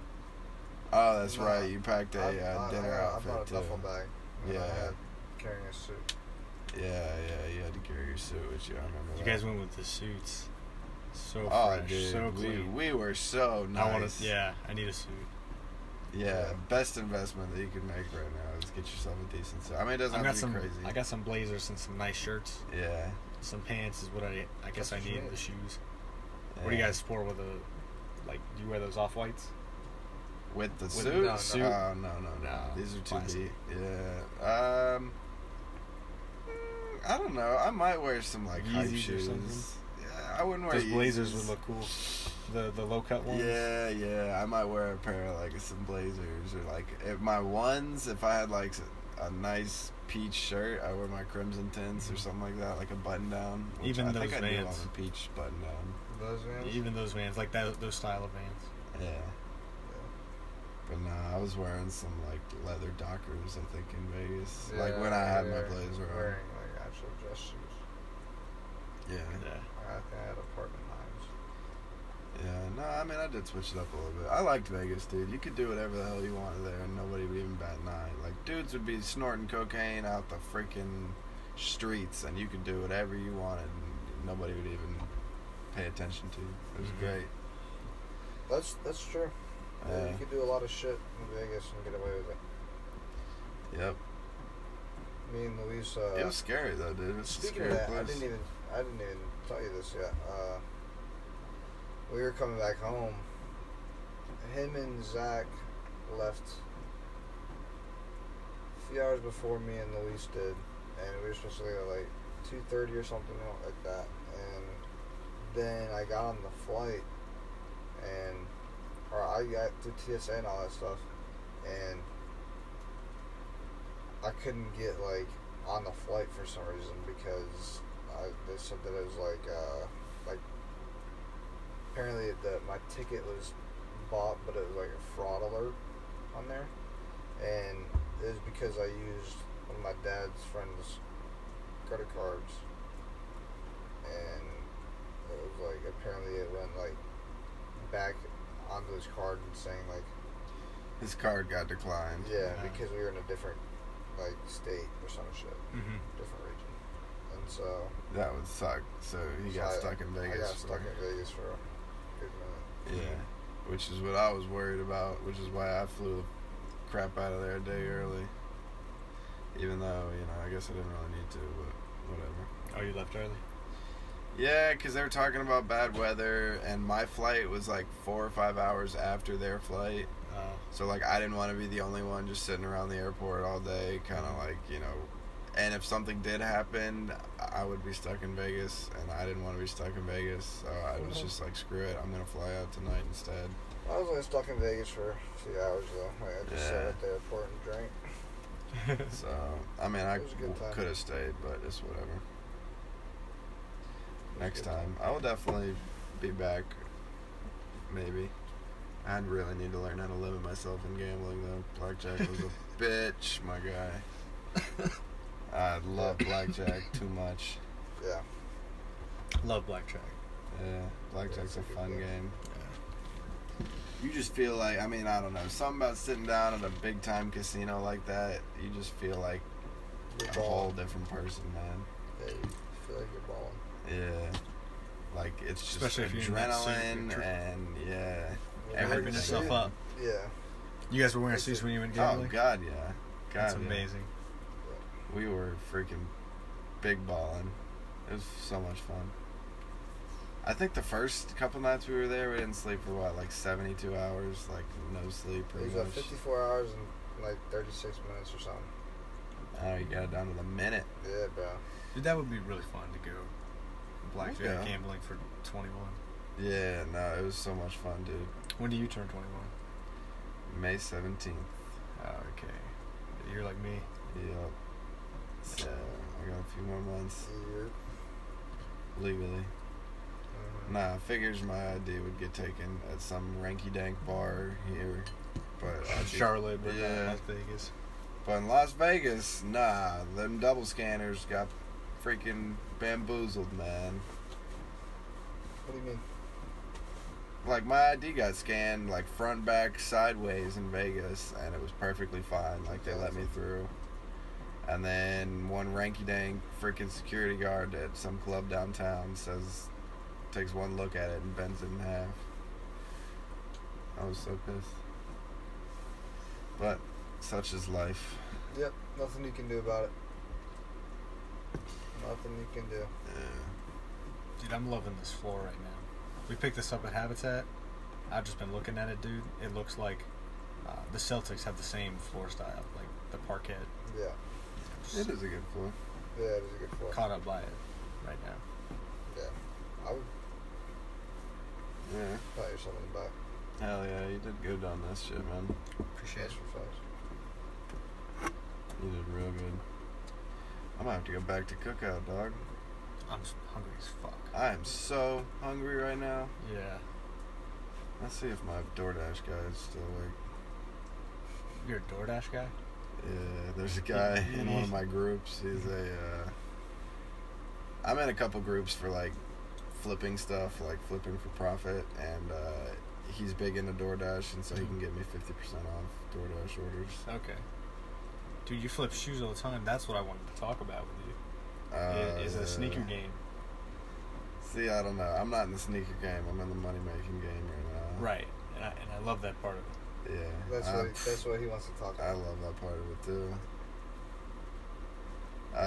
C: Oh, that's
A: Nah,
C: right. You packed a
A: I,
C: uh,
A: I,
C: dinner
A: I, I
C: outfit
A: bought a
C: too.
A: duffel bag. and I
C: Yeah.
A: had carrying a suit.
C: Yeah, yeah. You had to carry your suit with you. I remember.
D: You
C: that.
D: guys went with the suits. So
C: Oh,
D: fresh,
C: dude,
D: so
C: we,
D: clean.
C: we were so nice.
D: I want to. Yeah, I need a suit.
C: Yeah, best investment that you can make right now is get yourself a decent suit. I mean, it doesn't
D: I
C: have
D: got
C: to be
D: some.
C: crazy.
D: I got some blazers and some nice shirts.
C: yeah.
D: Some pants is what I. I guess
A: That's
D: I
A: what you
D: need
A: need.
D: the shoes. What do you
C: yeah.
D: guys sport with the? Like, do you wear those off whites?
C: With the
D: With
C: suit?
A: no, no.
D: Suit?
C: Oh, no, no, no.
D: No,
C: These are too
D: classic.
C: deep. Yeah. Um. mm, I don't know. I might wear some like hype
D: Yeezys or
C: shoes.
D: something?
C: Yeah, I wouldn't wear
D: Those blazers would
C: Yeezys.
D: look cool. The the low cut ones.
C: Yeah, yeah. I might wear a pair of like some blazers or like if my ones. If I had like s- a nice peach shirt, I wear my crimson tints or something like that, like a button down. Which
D: Even
C: I
D: those
C: think I do
D: Vans.
C: on a peach button down.
A: Those vans.
D: Even those vans, like that, those style of vans.
C: Yeah. But nah, I was wearing some like leather Dockers, I think, in Vegas. like when
A: Yeah,
C: I had my
A: wearing-
C: blazer on.
A: Wearing like actual dress shoes.
C: Yeah.
D: Yeah.
A: I think I had apartment nines.
C: Yeah. No, I mean I did switch it up a little bit. I liked Vegas, dude. You could do whatever the hell you wanted there, and nobody would even bat an eye. Like dudes would be snorting cocaine out the freaking streets, and you could do whatever you wanted, and nobody would even pay attention to you. It was
A: Mm-hmm.
D: Mhm.
C: great.
A: That's that's true. Yeah, you
C: Yeah.
A: could do a lot of shit in Vegas and get away with it.
C: Yep.
A: Me and Luis. Uh,
C: It was scary though, dude. It was a
A: Speaking
C: scary
A: of that, I
C: place.
A: didn't even I didn't even tell you this yet. Uh, we were coming back home. Him and Zach left a few hours before me and Luis did, and we were supposed to leave at like two thirty or something like that. And then I got on the flight, and or I got through TSA and all that stuff, and I couldn't get like on the flight for some reason because I, they said that it was like uh, like apparently that my ticket was bought, but it was like a fraud alert on there, and it was because I used one of my dad's friend's credit cards, and it was like apparently it went like back onto his card and saying like
C: His card got declined.
A: yeah
D: Yeah.
A: because we were in a different like state or some shit
D: Mm-hmm.
A: different region. And so
C: That would suck. So he
A: so
C: got
A: I-
C: stuck in Vegas.
A: I got
C: for-
A: stuck in Vegas for a good minute.
C: Yeah, which is what I was worried about, which is why I flew the crap out of there a day early. Even though, you know, I guess I didn't really need to, but whatever.
D: Oh, you left early.
C: Yeah, because they were talking about bad weather, and my flight was like four or five hours after their flight.
K: Oh.
C: So like I didn't want to be the only one just sitting around the airport all day, kind of like you know. And if something did happen, I would be stuck in Vegas, and I didn't want to be stuck in Vegas. So I was
A: Uh-huh.
C: just like, screw it, I'm gonna fly out tonight instead.
A: I was only stuck in Vegas for a few hours though. Like, I just sat
C: Yeah.
A: at the airport and drank.
C: So I mean, I
A: It was a good time.
C: could have stayed, but it's whatever.
A: It was
C: Next
A: good
C: time, I will definitely be back. Maybe. I would really need to learn how to limit myself in gambling though. Blackjack was a bitch, my guy. I love blackjack too much.
A: Yeah.
D: Love blackjack.
C: Yeah, blackjack's
A: Yeah,
C: a
A: it's a good
C: fun
A: game.
C: game. You just feel like I mean I don't know something about sitting down at a big time casino like that. You just feel like
A: You're
C: a whole
A: balling.
C: different person, man.
A: Yeah, you feel like you're balling.
C: Yeah. Like it's just
K: Especially if you're in that suit,
C: adrenaline
K: you're tr-
C: and yeah.
A: You're
C: Everything.
K: Hyping yourself up.
A: Yeah.
K: You guys were wearing suits when you went
C: Oh
K: gambling.
C: god, yeah. God,
K: That's
C: yeah.
K: amazing.
C: We were freaking big balling. It was so much fun. I think the first couple nights we were there, we didn't sleep for what, like seventy-two hours, like no sleep
A: It
C: pretty
A: was uh,
C: much.
A: 54 hours and like 36 minutes or something.
C: Oh, you got it down to the minute.
A: Yeah, bro.
K: Dude, that would be really fun to go blackjack
C: Yeah.
K: gambling for 21.
C: Yeah, no, it was so much fun, dude.
K: When do you turn 21?
C: May seventeenth.
K: Oh, okay. You're like me.
C: Yep. So I got a few more months
A: You're,
C: legally.
A: mhm.
C: Nah, figures my ID would get taken at some ranky dank bar here, but I
K: In
C: ju-
K: Charlotte, but not
C: yeah.
K: Las Vegas.
C: But in Las Vegas, nah, them double scanners got freaking bamboozled, man.
A: What do you mean?
C: Like my ID got scanned like front, back, sideways in Vegas, and it was perfectly fine. Like they let me through. And then one ranky dank freaking security guard at some club downtown says, takes one look at it and bends it in half. I was so pissed. But such is life.
A: Yep. Nothing you can do about it. Nothing you can do.
K: Dude, I'm loving this floor right now. We picked this up at Habitat. I've just been looking at it, dude. It looks like uh, the Celtics have the same floor style, like the parquet.
A: Yeah.
C: It is a good floor.
A: Yeah, it was a good floor.
K: Caught up by it right now.
A: I would
C: Yeah.
A: pat yourself on the back.
C: Hell yeah, you did good on this shit, man.
A: Appreciate your facts.
C: You did real good. I'm gonna have to go back to cookout, dog.
K: I'm s- hungry as fuck.
C: I am so hungry right now.
K: Yeah.
C: Let's see if my DoorDash guy is still awake.
K: You're a DoorDash guy?
C: Yeah, there's a guy in one of my groups. He's a. Uh, I'm in a couple groups for like flipping stuff, like flipping for profit, and uh, he's big into DoorDash, and so he can get me 50% off DoorDash orders.
K: Okay. Dude, you flip shoes all the time. That's what I wanted to talk about with you.
C: Uh,
K: is the sneaker game.
C: See, I don't know. I'm not in the sneaker game. I'm in the money making game right now.
K: Right. And I, and I love that part of it.
C: Yeah.
A: That's
C: I-
A: what that's what he wants to talk
C: I
A: about.
C: love that part of it too. Uh,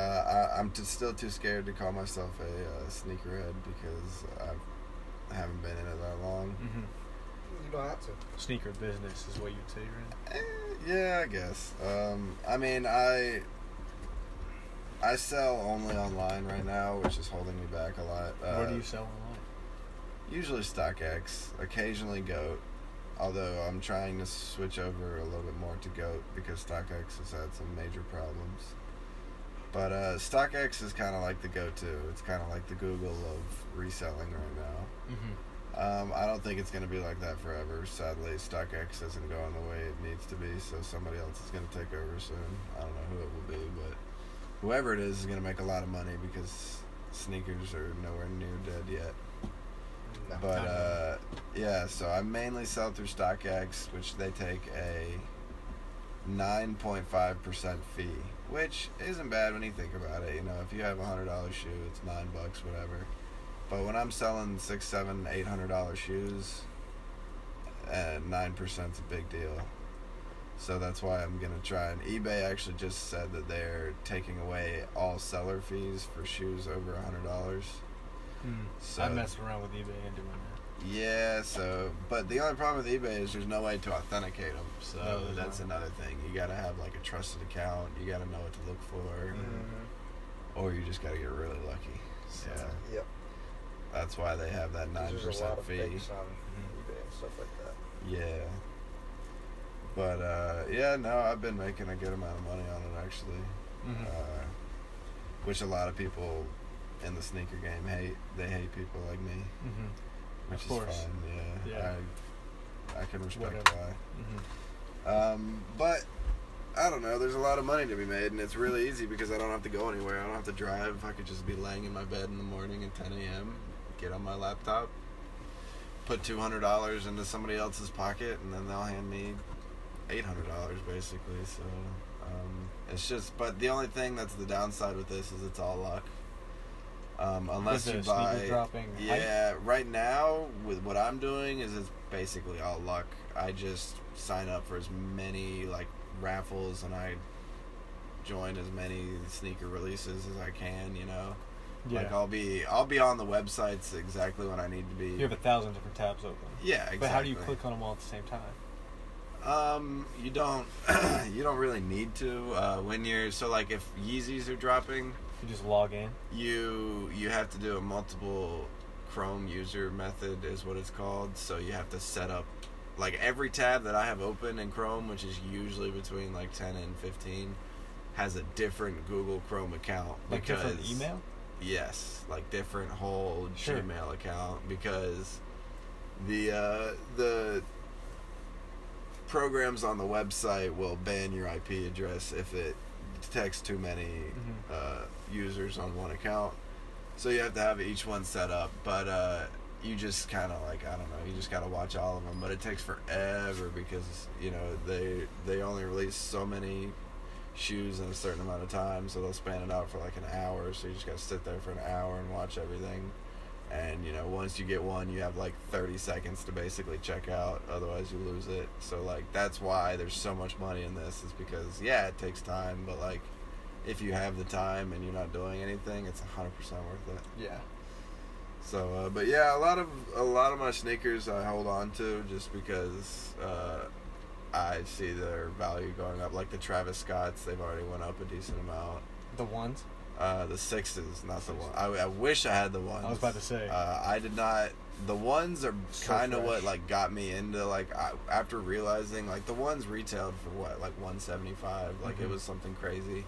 C: I, I'm just still too scared to call myself a uh, sneakerhead because I've, I haven't been in it that long.
K: Mm-hmm.
C: uh,
A: You don't have to.
K: Sneaker business is what you'd say you're in.
C: Eh, yeah, I guess. Um, I mean, I I sell only online right now, which is holding me back a lot. Uh,
K: Where do you sell online?
C: Usually StockX, occasionally Goat. Although I'm trying to switch over a little bit more to Goat because StockX has had some major problems. But uh, StockX is kind of like the go-to. It's kind of like the Google of reselling right now.
K: Mm-hmm.
C: Um, I don't think it's going to be like that forever. Sadly, StockX isn't going the way it needs to be, so somebody else is going to take over soon. I don't know who it will be, but whoever it is is going to make a lot of money because sneakers are nowhere near dead yet.
A: No.
K: Mm-hmm.
C: But uh, yeah, so I mainly sell through StockX, which they take a 9.5% fee, which isn't bad when you think about it. You know, if you have a hundred dollar shoe, it's nine bucks, whatever. But when I'm selling six, seven, eight hundred dollar shoes, uh, nine percent's a big deal. So that's why I'm gonna try. And eBay actually just said that they're taking away all seller fees for shoes over a hundred dollars.
K: Mm-hmm.
C: So,
K: I messed around with eBay and doing that.
C: Yeah, so but the only problem with eBay is there's no way to authenticate them. So
K: No, there's
C: that's
K: not.
C: another thing. You gotta have like a trusted account. You gotta know what to look for,
K: Mm-hmm.
G: Mm-hmm.
C: or you just gotta get really lucky. So
A: Yeah. Yep.
C: that's why they have that
A: 'Cause
C: nine
A: There's a lot
C: percent
A: of
C: fee. Mm-hmm.
A: fakes on eBay and stuff like that.
C: Yeah. But uh, yeah, no, I've been making a good amount of money on it actually,
K: Hmm. Mm-hmm.
C: uh, which a lot of people in the sneaker game hate. They hate people like me,
K: Mm-hmm.
C: which
K: Of course.
C: is fine. Yeah,
K: Yeah.
C: I, I can respect
K: Whatever.
C: why.
K: Mm-hmm.
C: Um, but I don't know. There's a lot of money to be made, and it's really easy because I don't have to go anywhere. I don't have to drive. I could just be laying in my bed in the morning at 10 a.m. Get on my laptop, put $200 into somebody else's pocket, and then they'll hand me $800 basically. So um, it's just. But the only thing that's the downside with this is it's all luck. Um, unless
K: With
C: you
K: the sneaker
C: buy
K: dropping hype?
C: yeah, right now with what I'm doing is it's basically all luck. I just sign up for as many like raffles and I join as many sneaker releases as I can. You know,
K: Yeah.
C: like I'll be I'll be on the websites exactly when I need to be.
K: you have a thousand different tabs open.
C: yeah, exactly.
K: But how do you click on them all at the same time?
C: Um, you don't you don't really need to uh, when you're so like if Yeezys are dropping,
K: You just log in.
C: you you have to do a multiple chrome user method is what it's called so you have to set up like every tab that i have open in chrome which is usually between like 10 and 15 has a different google chrome account
K: Like different
C: because-
K: email?
C: yes like different whole
K: Sure.
C: gmail account because the uh the programs on the website will ban your ip address if it detects too many
K: Mm-hmm.
C: uh, users on one account so you have to have each one set up but uh you just kind of like i don't know you just got to watch all of them but it takes forever because you know they they only release so many shoes in a certain amount of time, so they'll span it out for like an hour. So you just gotta sit there for an hour and watch everything. And you know, once you get one, you have like 30 seconds to basically check out. Otherwise, you lose it. So like that's why there's so much money in this is because yeah, it takes time, but like if you have the time and you're not doing anything, it's 100% worth it.
K: Yeah.
C: So, uh, but yeah, a lot of a lot of my sneakers I hold on to just because uh, I see their value going up. Like the Travis Scotts, they've already went up a decent amount.
K: The ones?
C: Uh, the sixes, not the one. I, I wish I had the ones.
K: I was about to say.
C: Uh, I did not. The ones are
K: So
C: kind of what
K: fresh.
C: like got me into like I, after realizing like the ones retailed for what like one seventy five. Like it
K: Mhm.
C: was something crazy,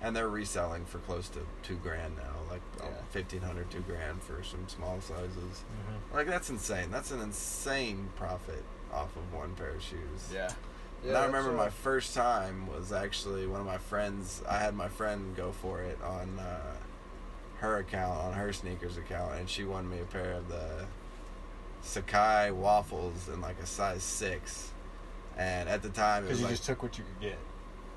C: and they're reselling for close to two grand now. Like um,
K: Yeah.
C: fifteen hundred, two grand for some small sizes.
K: Mhm.
C: Like that's insane. That's an insane profit off of one pair of shoes.
K: Yeah.
C: And I
A: that's,
C: remember
A: uh,
C: my first time was actually one of my friends. I had my friend go for it on uh, her account, on her sneakers account, and she won me a pair of the Sakai waffles in like a size six. And at the time, it
K: Because
C: was
K: you
C: like,
K: just took what you could get.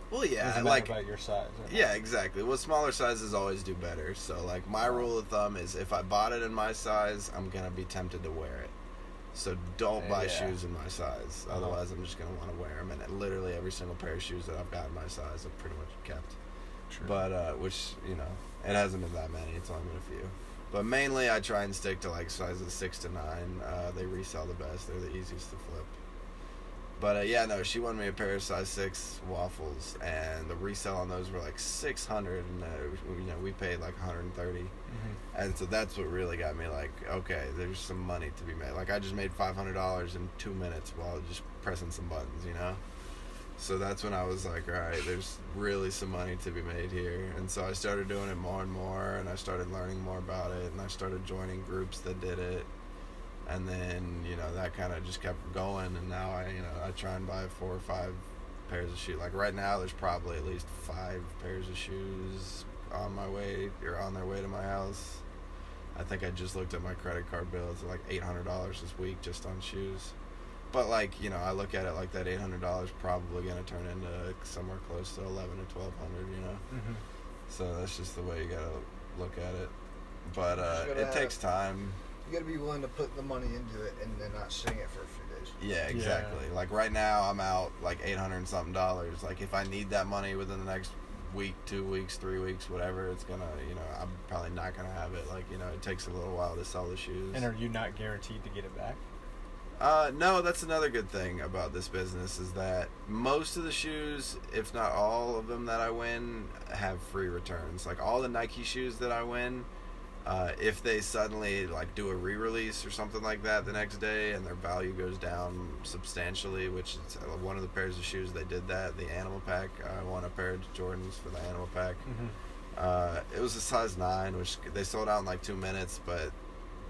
C: well, yeah,
K: Doesn't matter
C: like
K: about your size. or not.
C: yeah, exactly. Well, smaller sizes always do better. So, like, my rule of thumb is if I bought it in my size, I'm going to be tempted to wear it. So, don't buy
K: Yeah.
C: shoes in my size. Otherwise, I'm just going to want to wear them. And literally every single pair of shoes that I've got in my size, I've pretty much kept. But, uh, which, you know, it hasn't been that many. It's only been a few. But mainly, I try and stick to, like, sizes six to nine. Uh, they resell the best, they're the easiest to flip. But uh, yeah, no, she won me a pair of size six waffles, and the resale on those were like six hundred, and uh, we- you know we paid like one hundred and thirty,
K: Mm-hmm.
C: and so that's what really got me like, okay, there's some money to be made. Like I just made five hundred dollars in two minutes while just pressing some buttons, you know. So that's when I was like, all right, there's really some money to be made here, and so I started doing it more and more, and I started learning more about it, and I started joining groups that did it, and then you know that kind of just kept going and now i you know i try and buy four or five pairs of shoes like right now there's probably at least five pairs of shoes on my way or on their way to my house i think i just looked at my credit card bill it's like $800 this week just on shoes but like you know i look at it like that $800 probably going to turn into somewhere close to 11 or 1200 you know
K: Mhm.
C: so that's just the way you gotta look at it but uh,
A: Just gotta
C: it
A: have-
C: takes time
A: You gotta be willing to put the money into it and then not sing it for a few days.
C: Yeah, exactly. Like right now, I'm out like eight hundred and something dollars. Like if I need that money within the next week, two weeks, three weeks, whatever, it's gonna, you know, I'm probably not gonna have it. Like, you know, it takes a little while to sell the shoes.
K: And are you not guaranteed to get it back?
C: Uh, no, that's another good thing about this business is that most of the shoes, if not all of them that I win, have free returns. Like all the Nike shoes that I win, uh, if they suddenly like do a re-release or something like that the next day and their value goes down substantially, which is uh, one of the pairs of shoes they did that the Animal Pack. I won a pair of Jordans for the Animal Pack.
D: Mm-hmm.
C: Uh, it was a size nine, which they sold out in like two minutes, but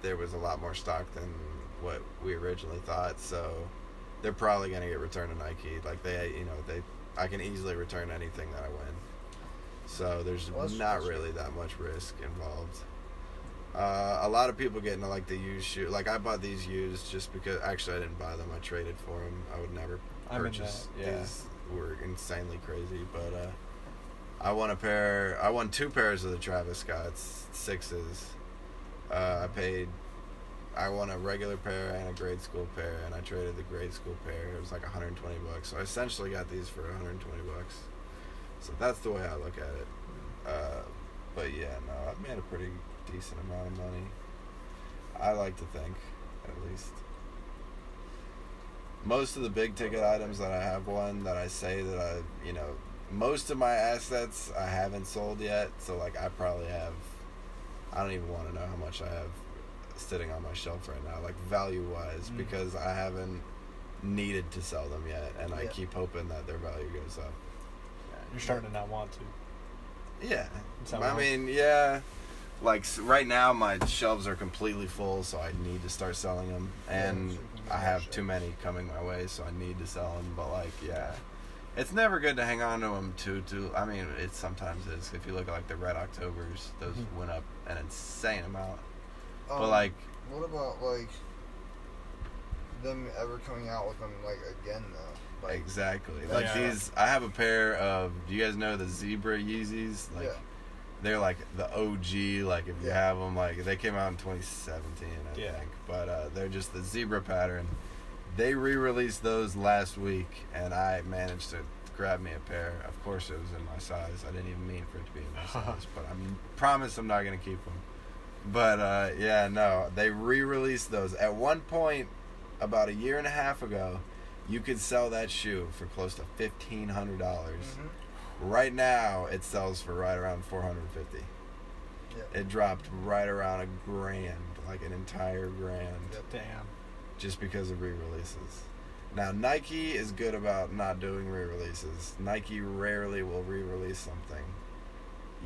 C: there was a lot more stock than what we originally thought. So they're probably gonna get returned to Nike. Like they, you know, they I can easily return anything that I win. So there's
A: Well, that's-
C: not
A: that's-
C: really that much risk involved. Uh, a lot of people get into like the used shoe. Like I bought these used just because. Actually, I didn't buy them. I traded for them. I would never
K: I'm in
C: purchase.
K: that, yeah.
C: These were insanely crazy, but uh, I won a pair. I won two pairs of the Travis Scott's sixes. Uh, I paid. I won a regular pair and a grade school pair, and I traded the grade school pair. It was like 120 bucks. So I essentially got these for 120 bucks. So that's the way I look at it. Uh, but yeah, no, I've made a pretty decent amount of money. I like to think, at least. Most of the big ticket items that I have won that I say that I, you know, most of my assets I haven't sold yet. So, like, I probably have, I don't even want to know how much I have sitting on my shelf right now, like, value wise,
K: Mm.
C: because I haven't needed to sell them yet. And I
A: Yeah.
C: keep hoping that their value goes up.
K: You're starting to not want to.
C: Yeah.
K: It's not
C: I
K: wrong.
C: mean, yeah. Like s- right now, my shelves are completely full, so I need to start selling them, and
G: so you can
C: I have
G: manage
C: too many coming my way, so I need to sell them. But like, yeah, it's never good to hang on to them too. Too. I mean, it sometimes is. If you look at like the Red Octobers, those
K: Mhm.
C: went up an insane amount.
G: Um,
C: but like,
G: what about like them ever coming out with them like again though? Like,
C: exactly, like
K: Yeah.
C: these. I have a pair of. Do you guys know the Zebra Yeezys? Like,
G: yeah,
C: they're like the OG. Like if you
G: Yeah.
C: have them, like they came out in 2017, I
K: Yeah.
C: think. But uh, they're just the zebra pattern. They re-released those last week, and I managed to grab me a pair. Of course, it was in my size. I didn't even mean for it to be in my size, but I am promise I'm not gonna keep them. But uh, yeah, no, they re-released those. At one point, about a year and a half ago, you could sell that shoe for close to fifteen hundred dollars.
A: Mm-hmm.
G: Mm-hmm.
C: Right now, it sells for right around 450.
G: Yeah.
C: It dropped right around a grand, like an entire grand,
K: Damn.
C: just because of re-releases. Now Nike is good about not doing re-releases. Nike rarely will re-release something.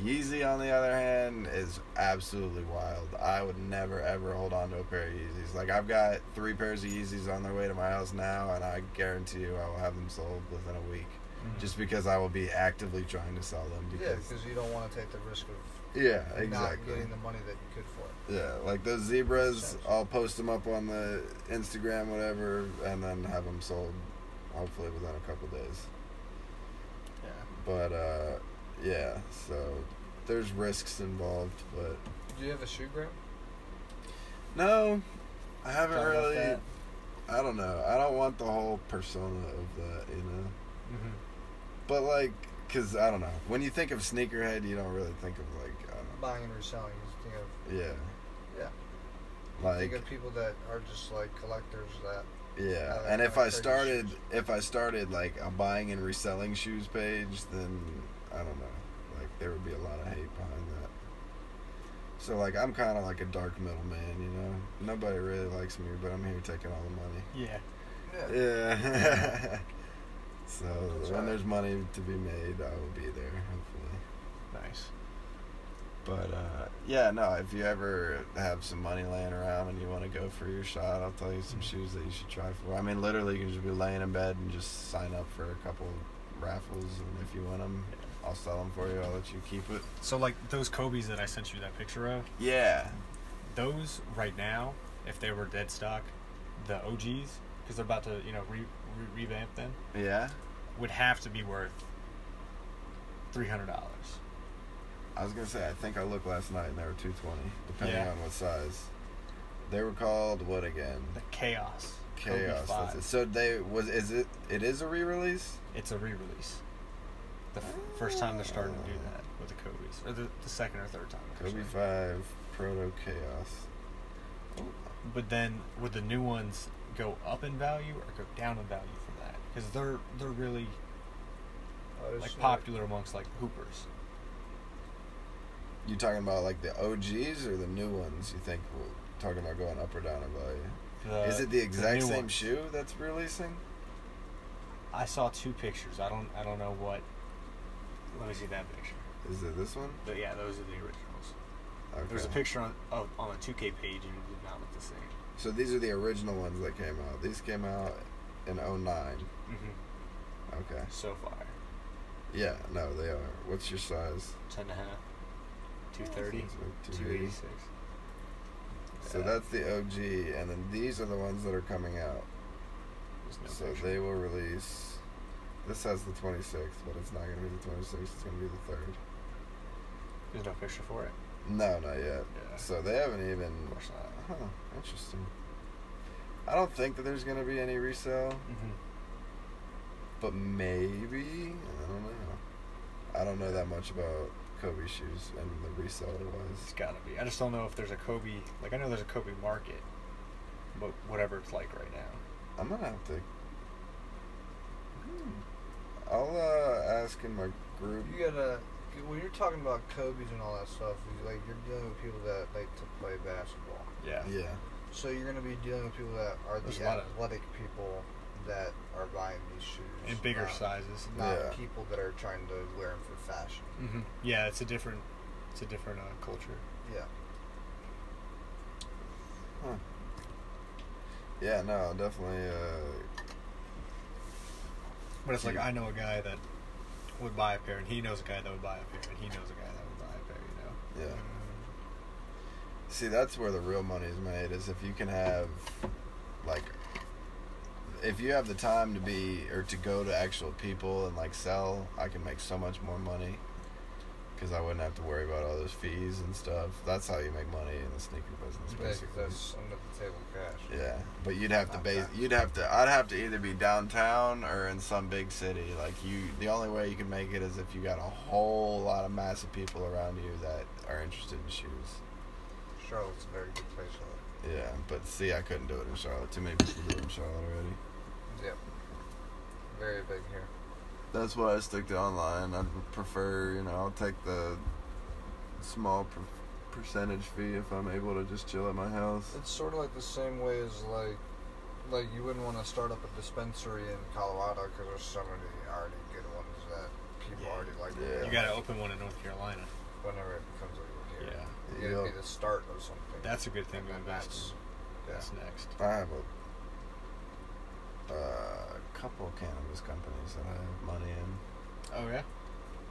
C: Yeezy, on the other hand, is absolutely wild. I would never ever hold on to a pair of Yeezys. Like I've got three pairs of Yeezys on their way to my house now, and I guarantee you I will have them sold within a week mm-hmm. just because I will be actively trying to sell them.
G: yeah,
C: Because
G: because you don't want to take the risk of
C: yeah,
G: not
C: exactly.
G: getting the money that you could for it.
C: Yeah, like those zebras, I'll post them up on the Instagram, whatever, and then have them sold, hopefully within a couple days.
K: Yeah.
C: But uh, yeah, so there's risks involved, but
G: Do you have a shoe gram?
C: no, I haven't
K: Thought about
C: really.
K: that.
C: I don't know. I don't want the whole persona of that, you know.
K: Mm-hmm.
C: But like, cause I don't know. When you think of sneakerhead, you don't really think of like, I don't
G: Buying and reselling. You think of
C: Yeah.
G: Yeah.
C: Like
G: think of people that are just like collectors that
C: yeah,
G: uh,
C: and if
G: like
C: I
G: thirty
C: started
G: shoes.
C: if I started like a buying and reselling shoes page, then I don't know, like there would be a lot of hate behind that. So like I'm kind of like a dark middleman, you know. Nobody really likes me, but I'm here taking all the money.
K: Yeah.
G: yeah.
C: Yeah. so
G: That's
C: when
G: right.
C: there's money to be made, I will be there hopefully.
K: Nice.
C: But uh, yeah, no. If you ever have some money laying around and you want to go for your shot, I'll tell you some shoes that you should try for. I mean, literally, you can just be laying in bed and just sign up for a couple raffles, and if you win them, I'll sell them for you. I'll let you keep it.
K: So like those Kobe's that I sent you that picture of,
C: Yeah,
K: those right now, if they were dead stock, the OGs, because they're about to you know re- re- revamp them,
C: yeah.
K: would have to be worth three hundred dollars.
C: I was gonna say, I think I looked last night, and they were two twenty, depending
K: Yeah.
C: on what size. They were called what again?
K: The chaos. Kobe
C: Chaos. That's
K: five.
C: it. So they was is it? It is a re-release.
K: It's a re-release.
D: The f- first time they're starting to do that with the Kobe's, or the, the second or third time. they're
C: Oh. Kobe
D: starting.
C: Five, Proto Chaos.
D: But then would the new ones go up in value or go down in value from that? Because they're they're really
A: Oh,
D: like
A: shit.
D: popular amongst like hoopers.
C: You talking about like the OGs or the new ones? You think we're talking about going up or down in value?
D: Uh, The-
C: Is it the exact
D: new
C: same
D: ones.
C: shoe that's releasing?
D: I saw two pictures. I don't I don't know what. Let me see that picture.
C: Is it this one?
D: But yeah, those are the originals.
C: Okay.
D: There's a picture on of, on the 2K page and it did not look the same.
C: So these are the original ones that came out. These came out in 09.
D: Mm-hmm.
C: Okay.
D: So far,
C: Yeah, no, they are. What's your size?
D: ten and a half, two thirty,
C: It's like
D: two Uh,
C: 280.
D: eighty six.
C: So that's the OG, and then these are the ones that are coming out. So they will release. This has the 26th, but it's not going to be the 26th. It's going to be the 3rd.
D: There's no picture for it.
C: No, not yet.
D: Yeah.
C: So they haven't even.
D: Of course not.
C: Huh, interesting. I don't think that there's going to be any resale,
D: Mm-hmm.
C: but maybe. I don't know. I don't know that much about Kobe shoes and the reseller
D: It's
C: wise.
D: gotta be. I just don't know if there's a Kobe. Like I know there's a Kobe market, but whatever it's like right now.
C: I'm going to have to. I'll uh, ask in my group.
A: You gotta when you're talking about Kobe's and all that stuff, you, like you're dealing with people that like to play basketball.
D: Yeah.
C: Yeah.
A: So you're gonna be dealing with people that are
D: There's
A: the
D: a lot of-
A: athletic people that are buying these shoes.
D: In bigger
A: not,
D: sizes.
A: Not
C: Yeah.
A: people that are trying to wear them for fashion.
D: Mm-hmm. Yeah, it's a different. It's a different uh, culture.
A: Yeah.
C: Yeah, no, I'll definitely. Uh,
D: But it's like
C: Yeah.
D: I know a guy that would buy a pair, and he knows a guy that would buy a pair, and he knows a guy that would buy a pair. You know.
C: yeah.
D: Mm-hmm.
C: See, that's where the real money is made. Is if you can have, like, if you have the time to be or to go to actual people and like sell, I can make so much more money because I wouldn't have to worry about all those fees and stuff. That's how you make money in the sneaker business,
A: Basically,
C: basically.
A: that's under the table cash.
C: Yeah, but you'd have to
A: Not
C: base.
A: that.
C: You'd have to. I'd have to either be downtown or in some big city. Like you, the only way you can make it is if you got a whole lot of mass of people around you that are interested in shoes.
A: Charlotte's a very good place for
C: Yeah, but see, I couldn't do it in Charlotte. Too many people do it in Charlotte already.
A: it. Yep. Very big here.
C: That's why I stick to online. I prefer, you know, I'll take the small per- percentage fee if I'm able to just chill at my house.
A: It's sort of like the same way as like, like you wouldn't want to start up a dispensary in Colorado because there's so many already good ones that people
D: Yeah.
A: already like.
C: Yeah.
D: You gotta open one in North Carolina.
A: whenever it becomes legal here.
C: Yeah.
A: You gotta
C: Yeah.
A: be the start of something.
D: That's a good thing
A: And
D: to
A: then
D: invest.
A: that's-
D: in.
A: yeah.
D: That's next.
C: I have a uh, couple cannabis companies that I have money in.
D: Oh yeah.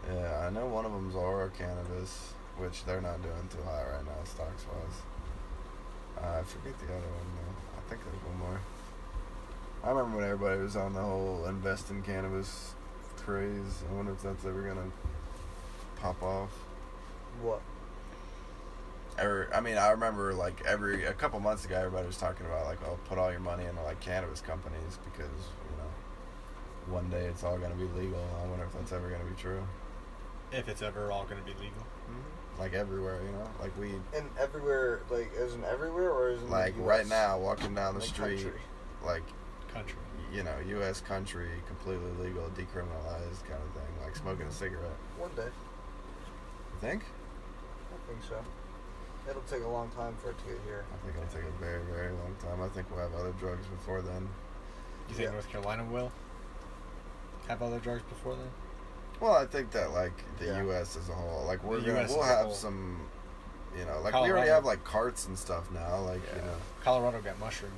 C: Yeah, I know one of them's Aura Cannabis, which they're not doing too hot right now, stocks wise. Uh, I forget the other one though. I think there's one more. I remember when everybody was on the whole invest in cannabis craze. I wonder if that's ever gonna pop off.
A: What?
C: Every, I mean, I remember like every a couple months ago, everybody was talking about like, oh, put all your money into like cannabis companies because you know, one day it's all gonna be legal. I wonder if that's ever gonna be true.
D: If it's ever all gonna be legal.
C: Like everywhere, you know, like weed.
A: And everywhere, like, isn't everywhere or isn't
C: Like right now, walking down the
A: Like
C: street,
A: country.
C: like
D: Country.
C: you know, U.S. country, completely legal, decriminalized kind of thing, like smoking a cigarette.
A: One day,
C: You think?
A: I think so. It'll take a long time for it to get here.
C: I think it'll take a very, very long time. I think we'll have other drugs before then.
D: You think
A: Yeah.
D: North Carolina will have other drugs before then?
C: Well, I think that like the
A: Yeah.
C: U.S. as a whole, like we're
D: The
C: gonna,
D: US
C: we'll
D: as a
C: have
D: whole.
C: some, you know, like we already
D: Colorado.
C: have like carts and stuff now, like
D: Colorado got mushrooms.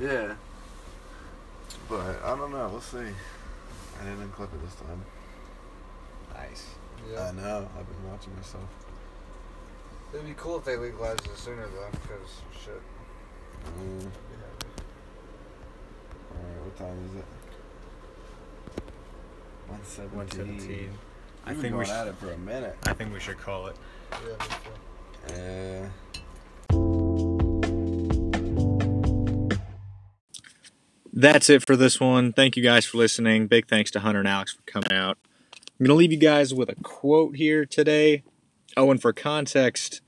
C: you know. Yeah. But I don't know. We'll see. I didn't clip it this time.
D: Nice.
A: Yeah.
C: I know. I've been watching myself.
A: It'd be cool if they legalized it sooner though, because shit.
C: Mm. All right. What time is it? One seventeen.
D: I think we
C: should at
D: should.
C: it for a minute.
D: I think we should call it.
A: Yeah, me too.
C: Uh,
L: that's it for this one. Thank you guys for listening. Big thanks to Hunter and Alex for coming out.
D: I'm going to leave you guys with a quote here today. Oh, and for context,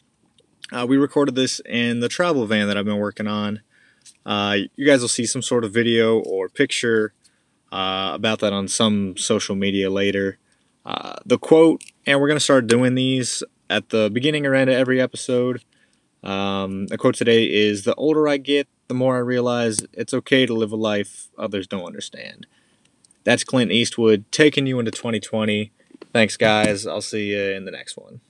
D: uh, we recorded this in the travel van that I've been working on. Uh, you guys will see some sort of video or picture uh, about that on some social media later. Uh, the quote, and we're going to start doing these at the beginning or end of every episode. Um, the quote today is The older I get, the more I realize it's okay to live a life others don't understand. That's Clint Eastwood taking you into 2020. Thanks, guys. I'll see you in the next one.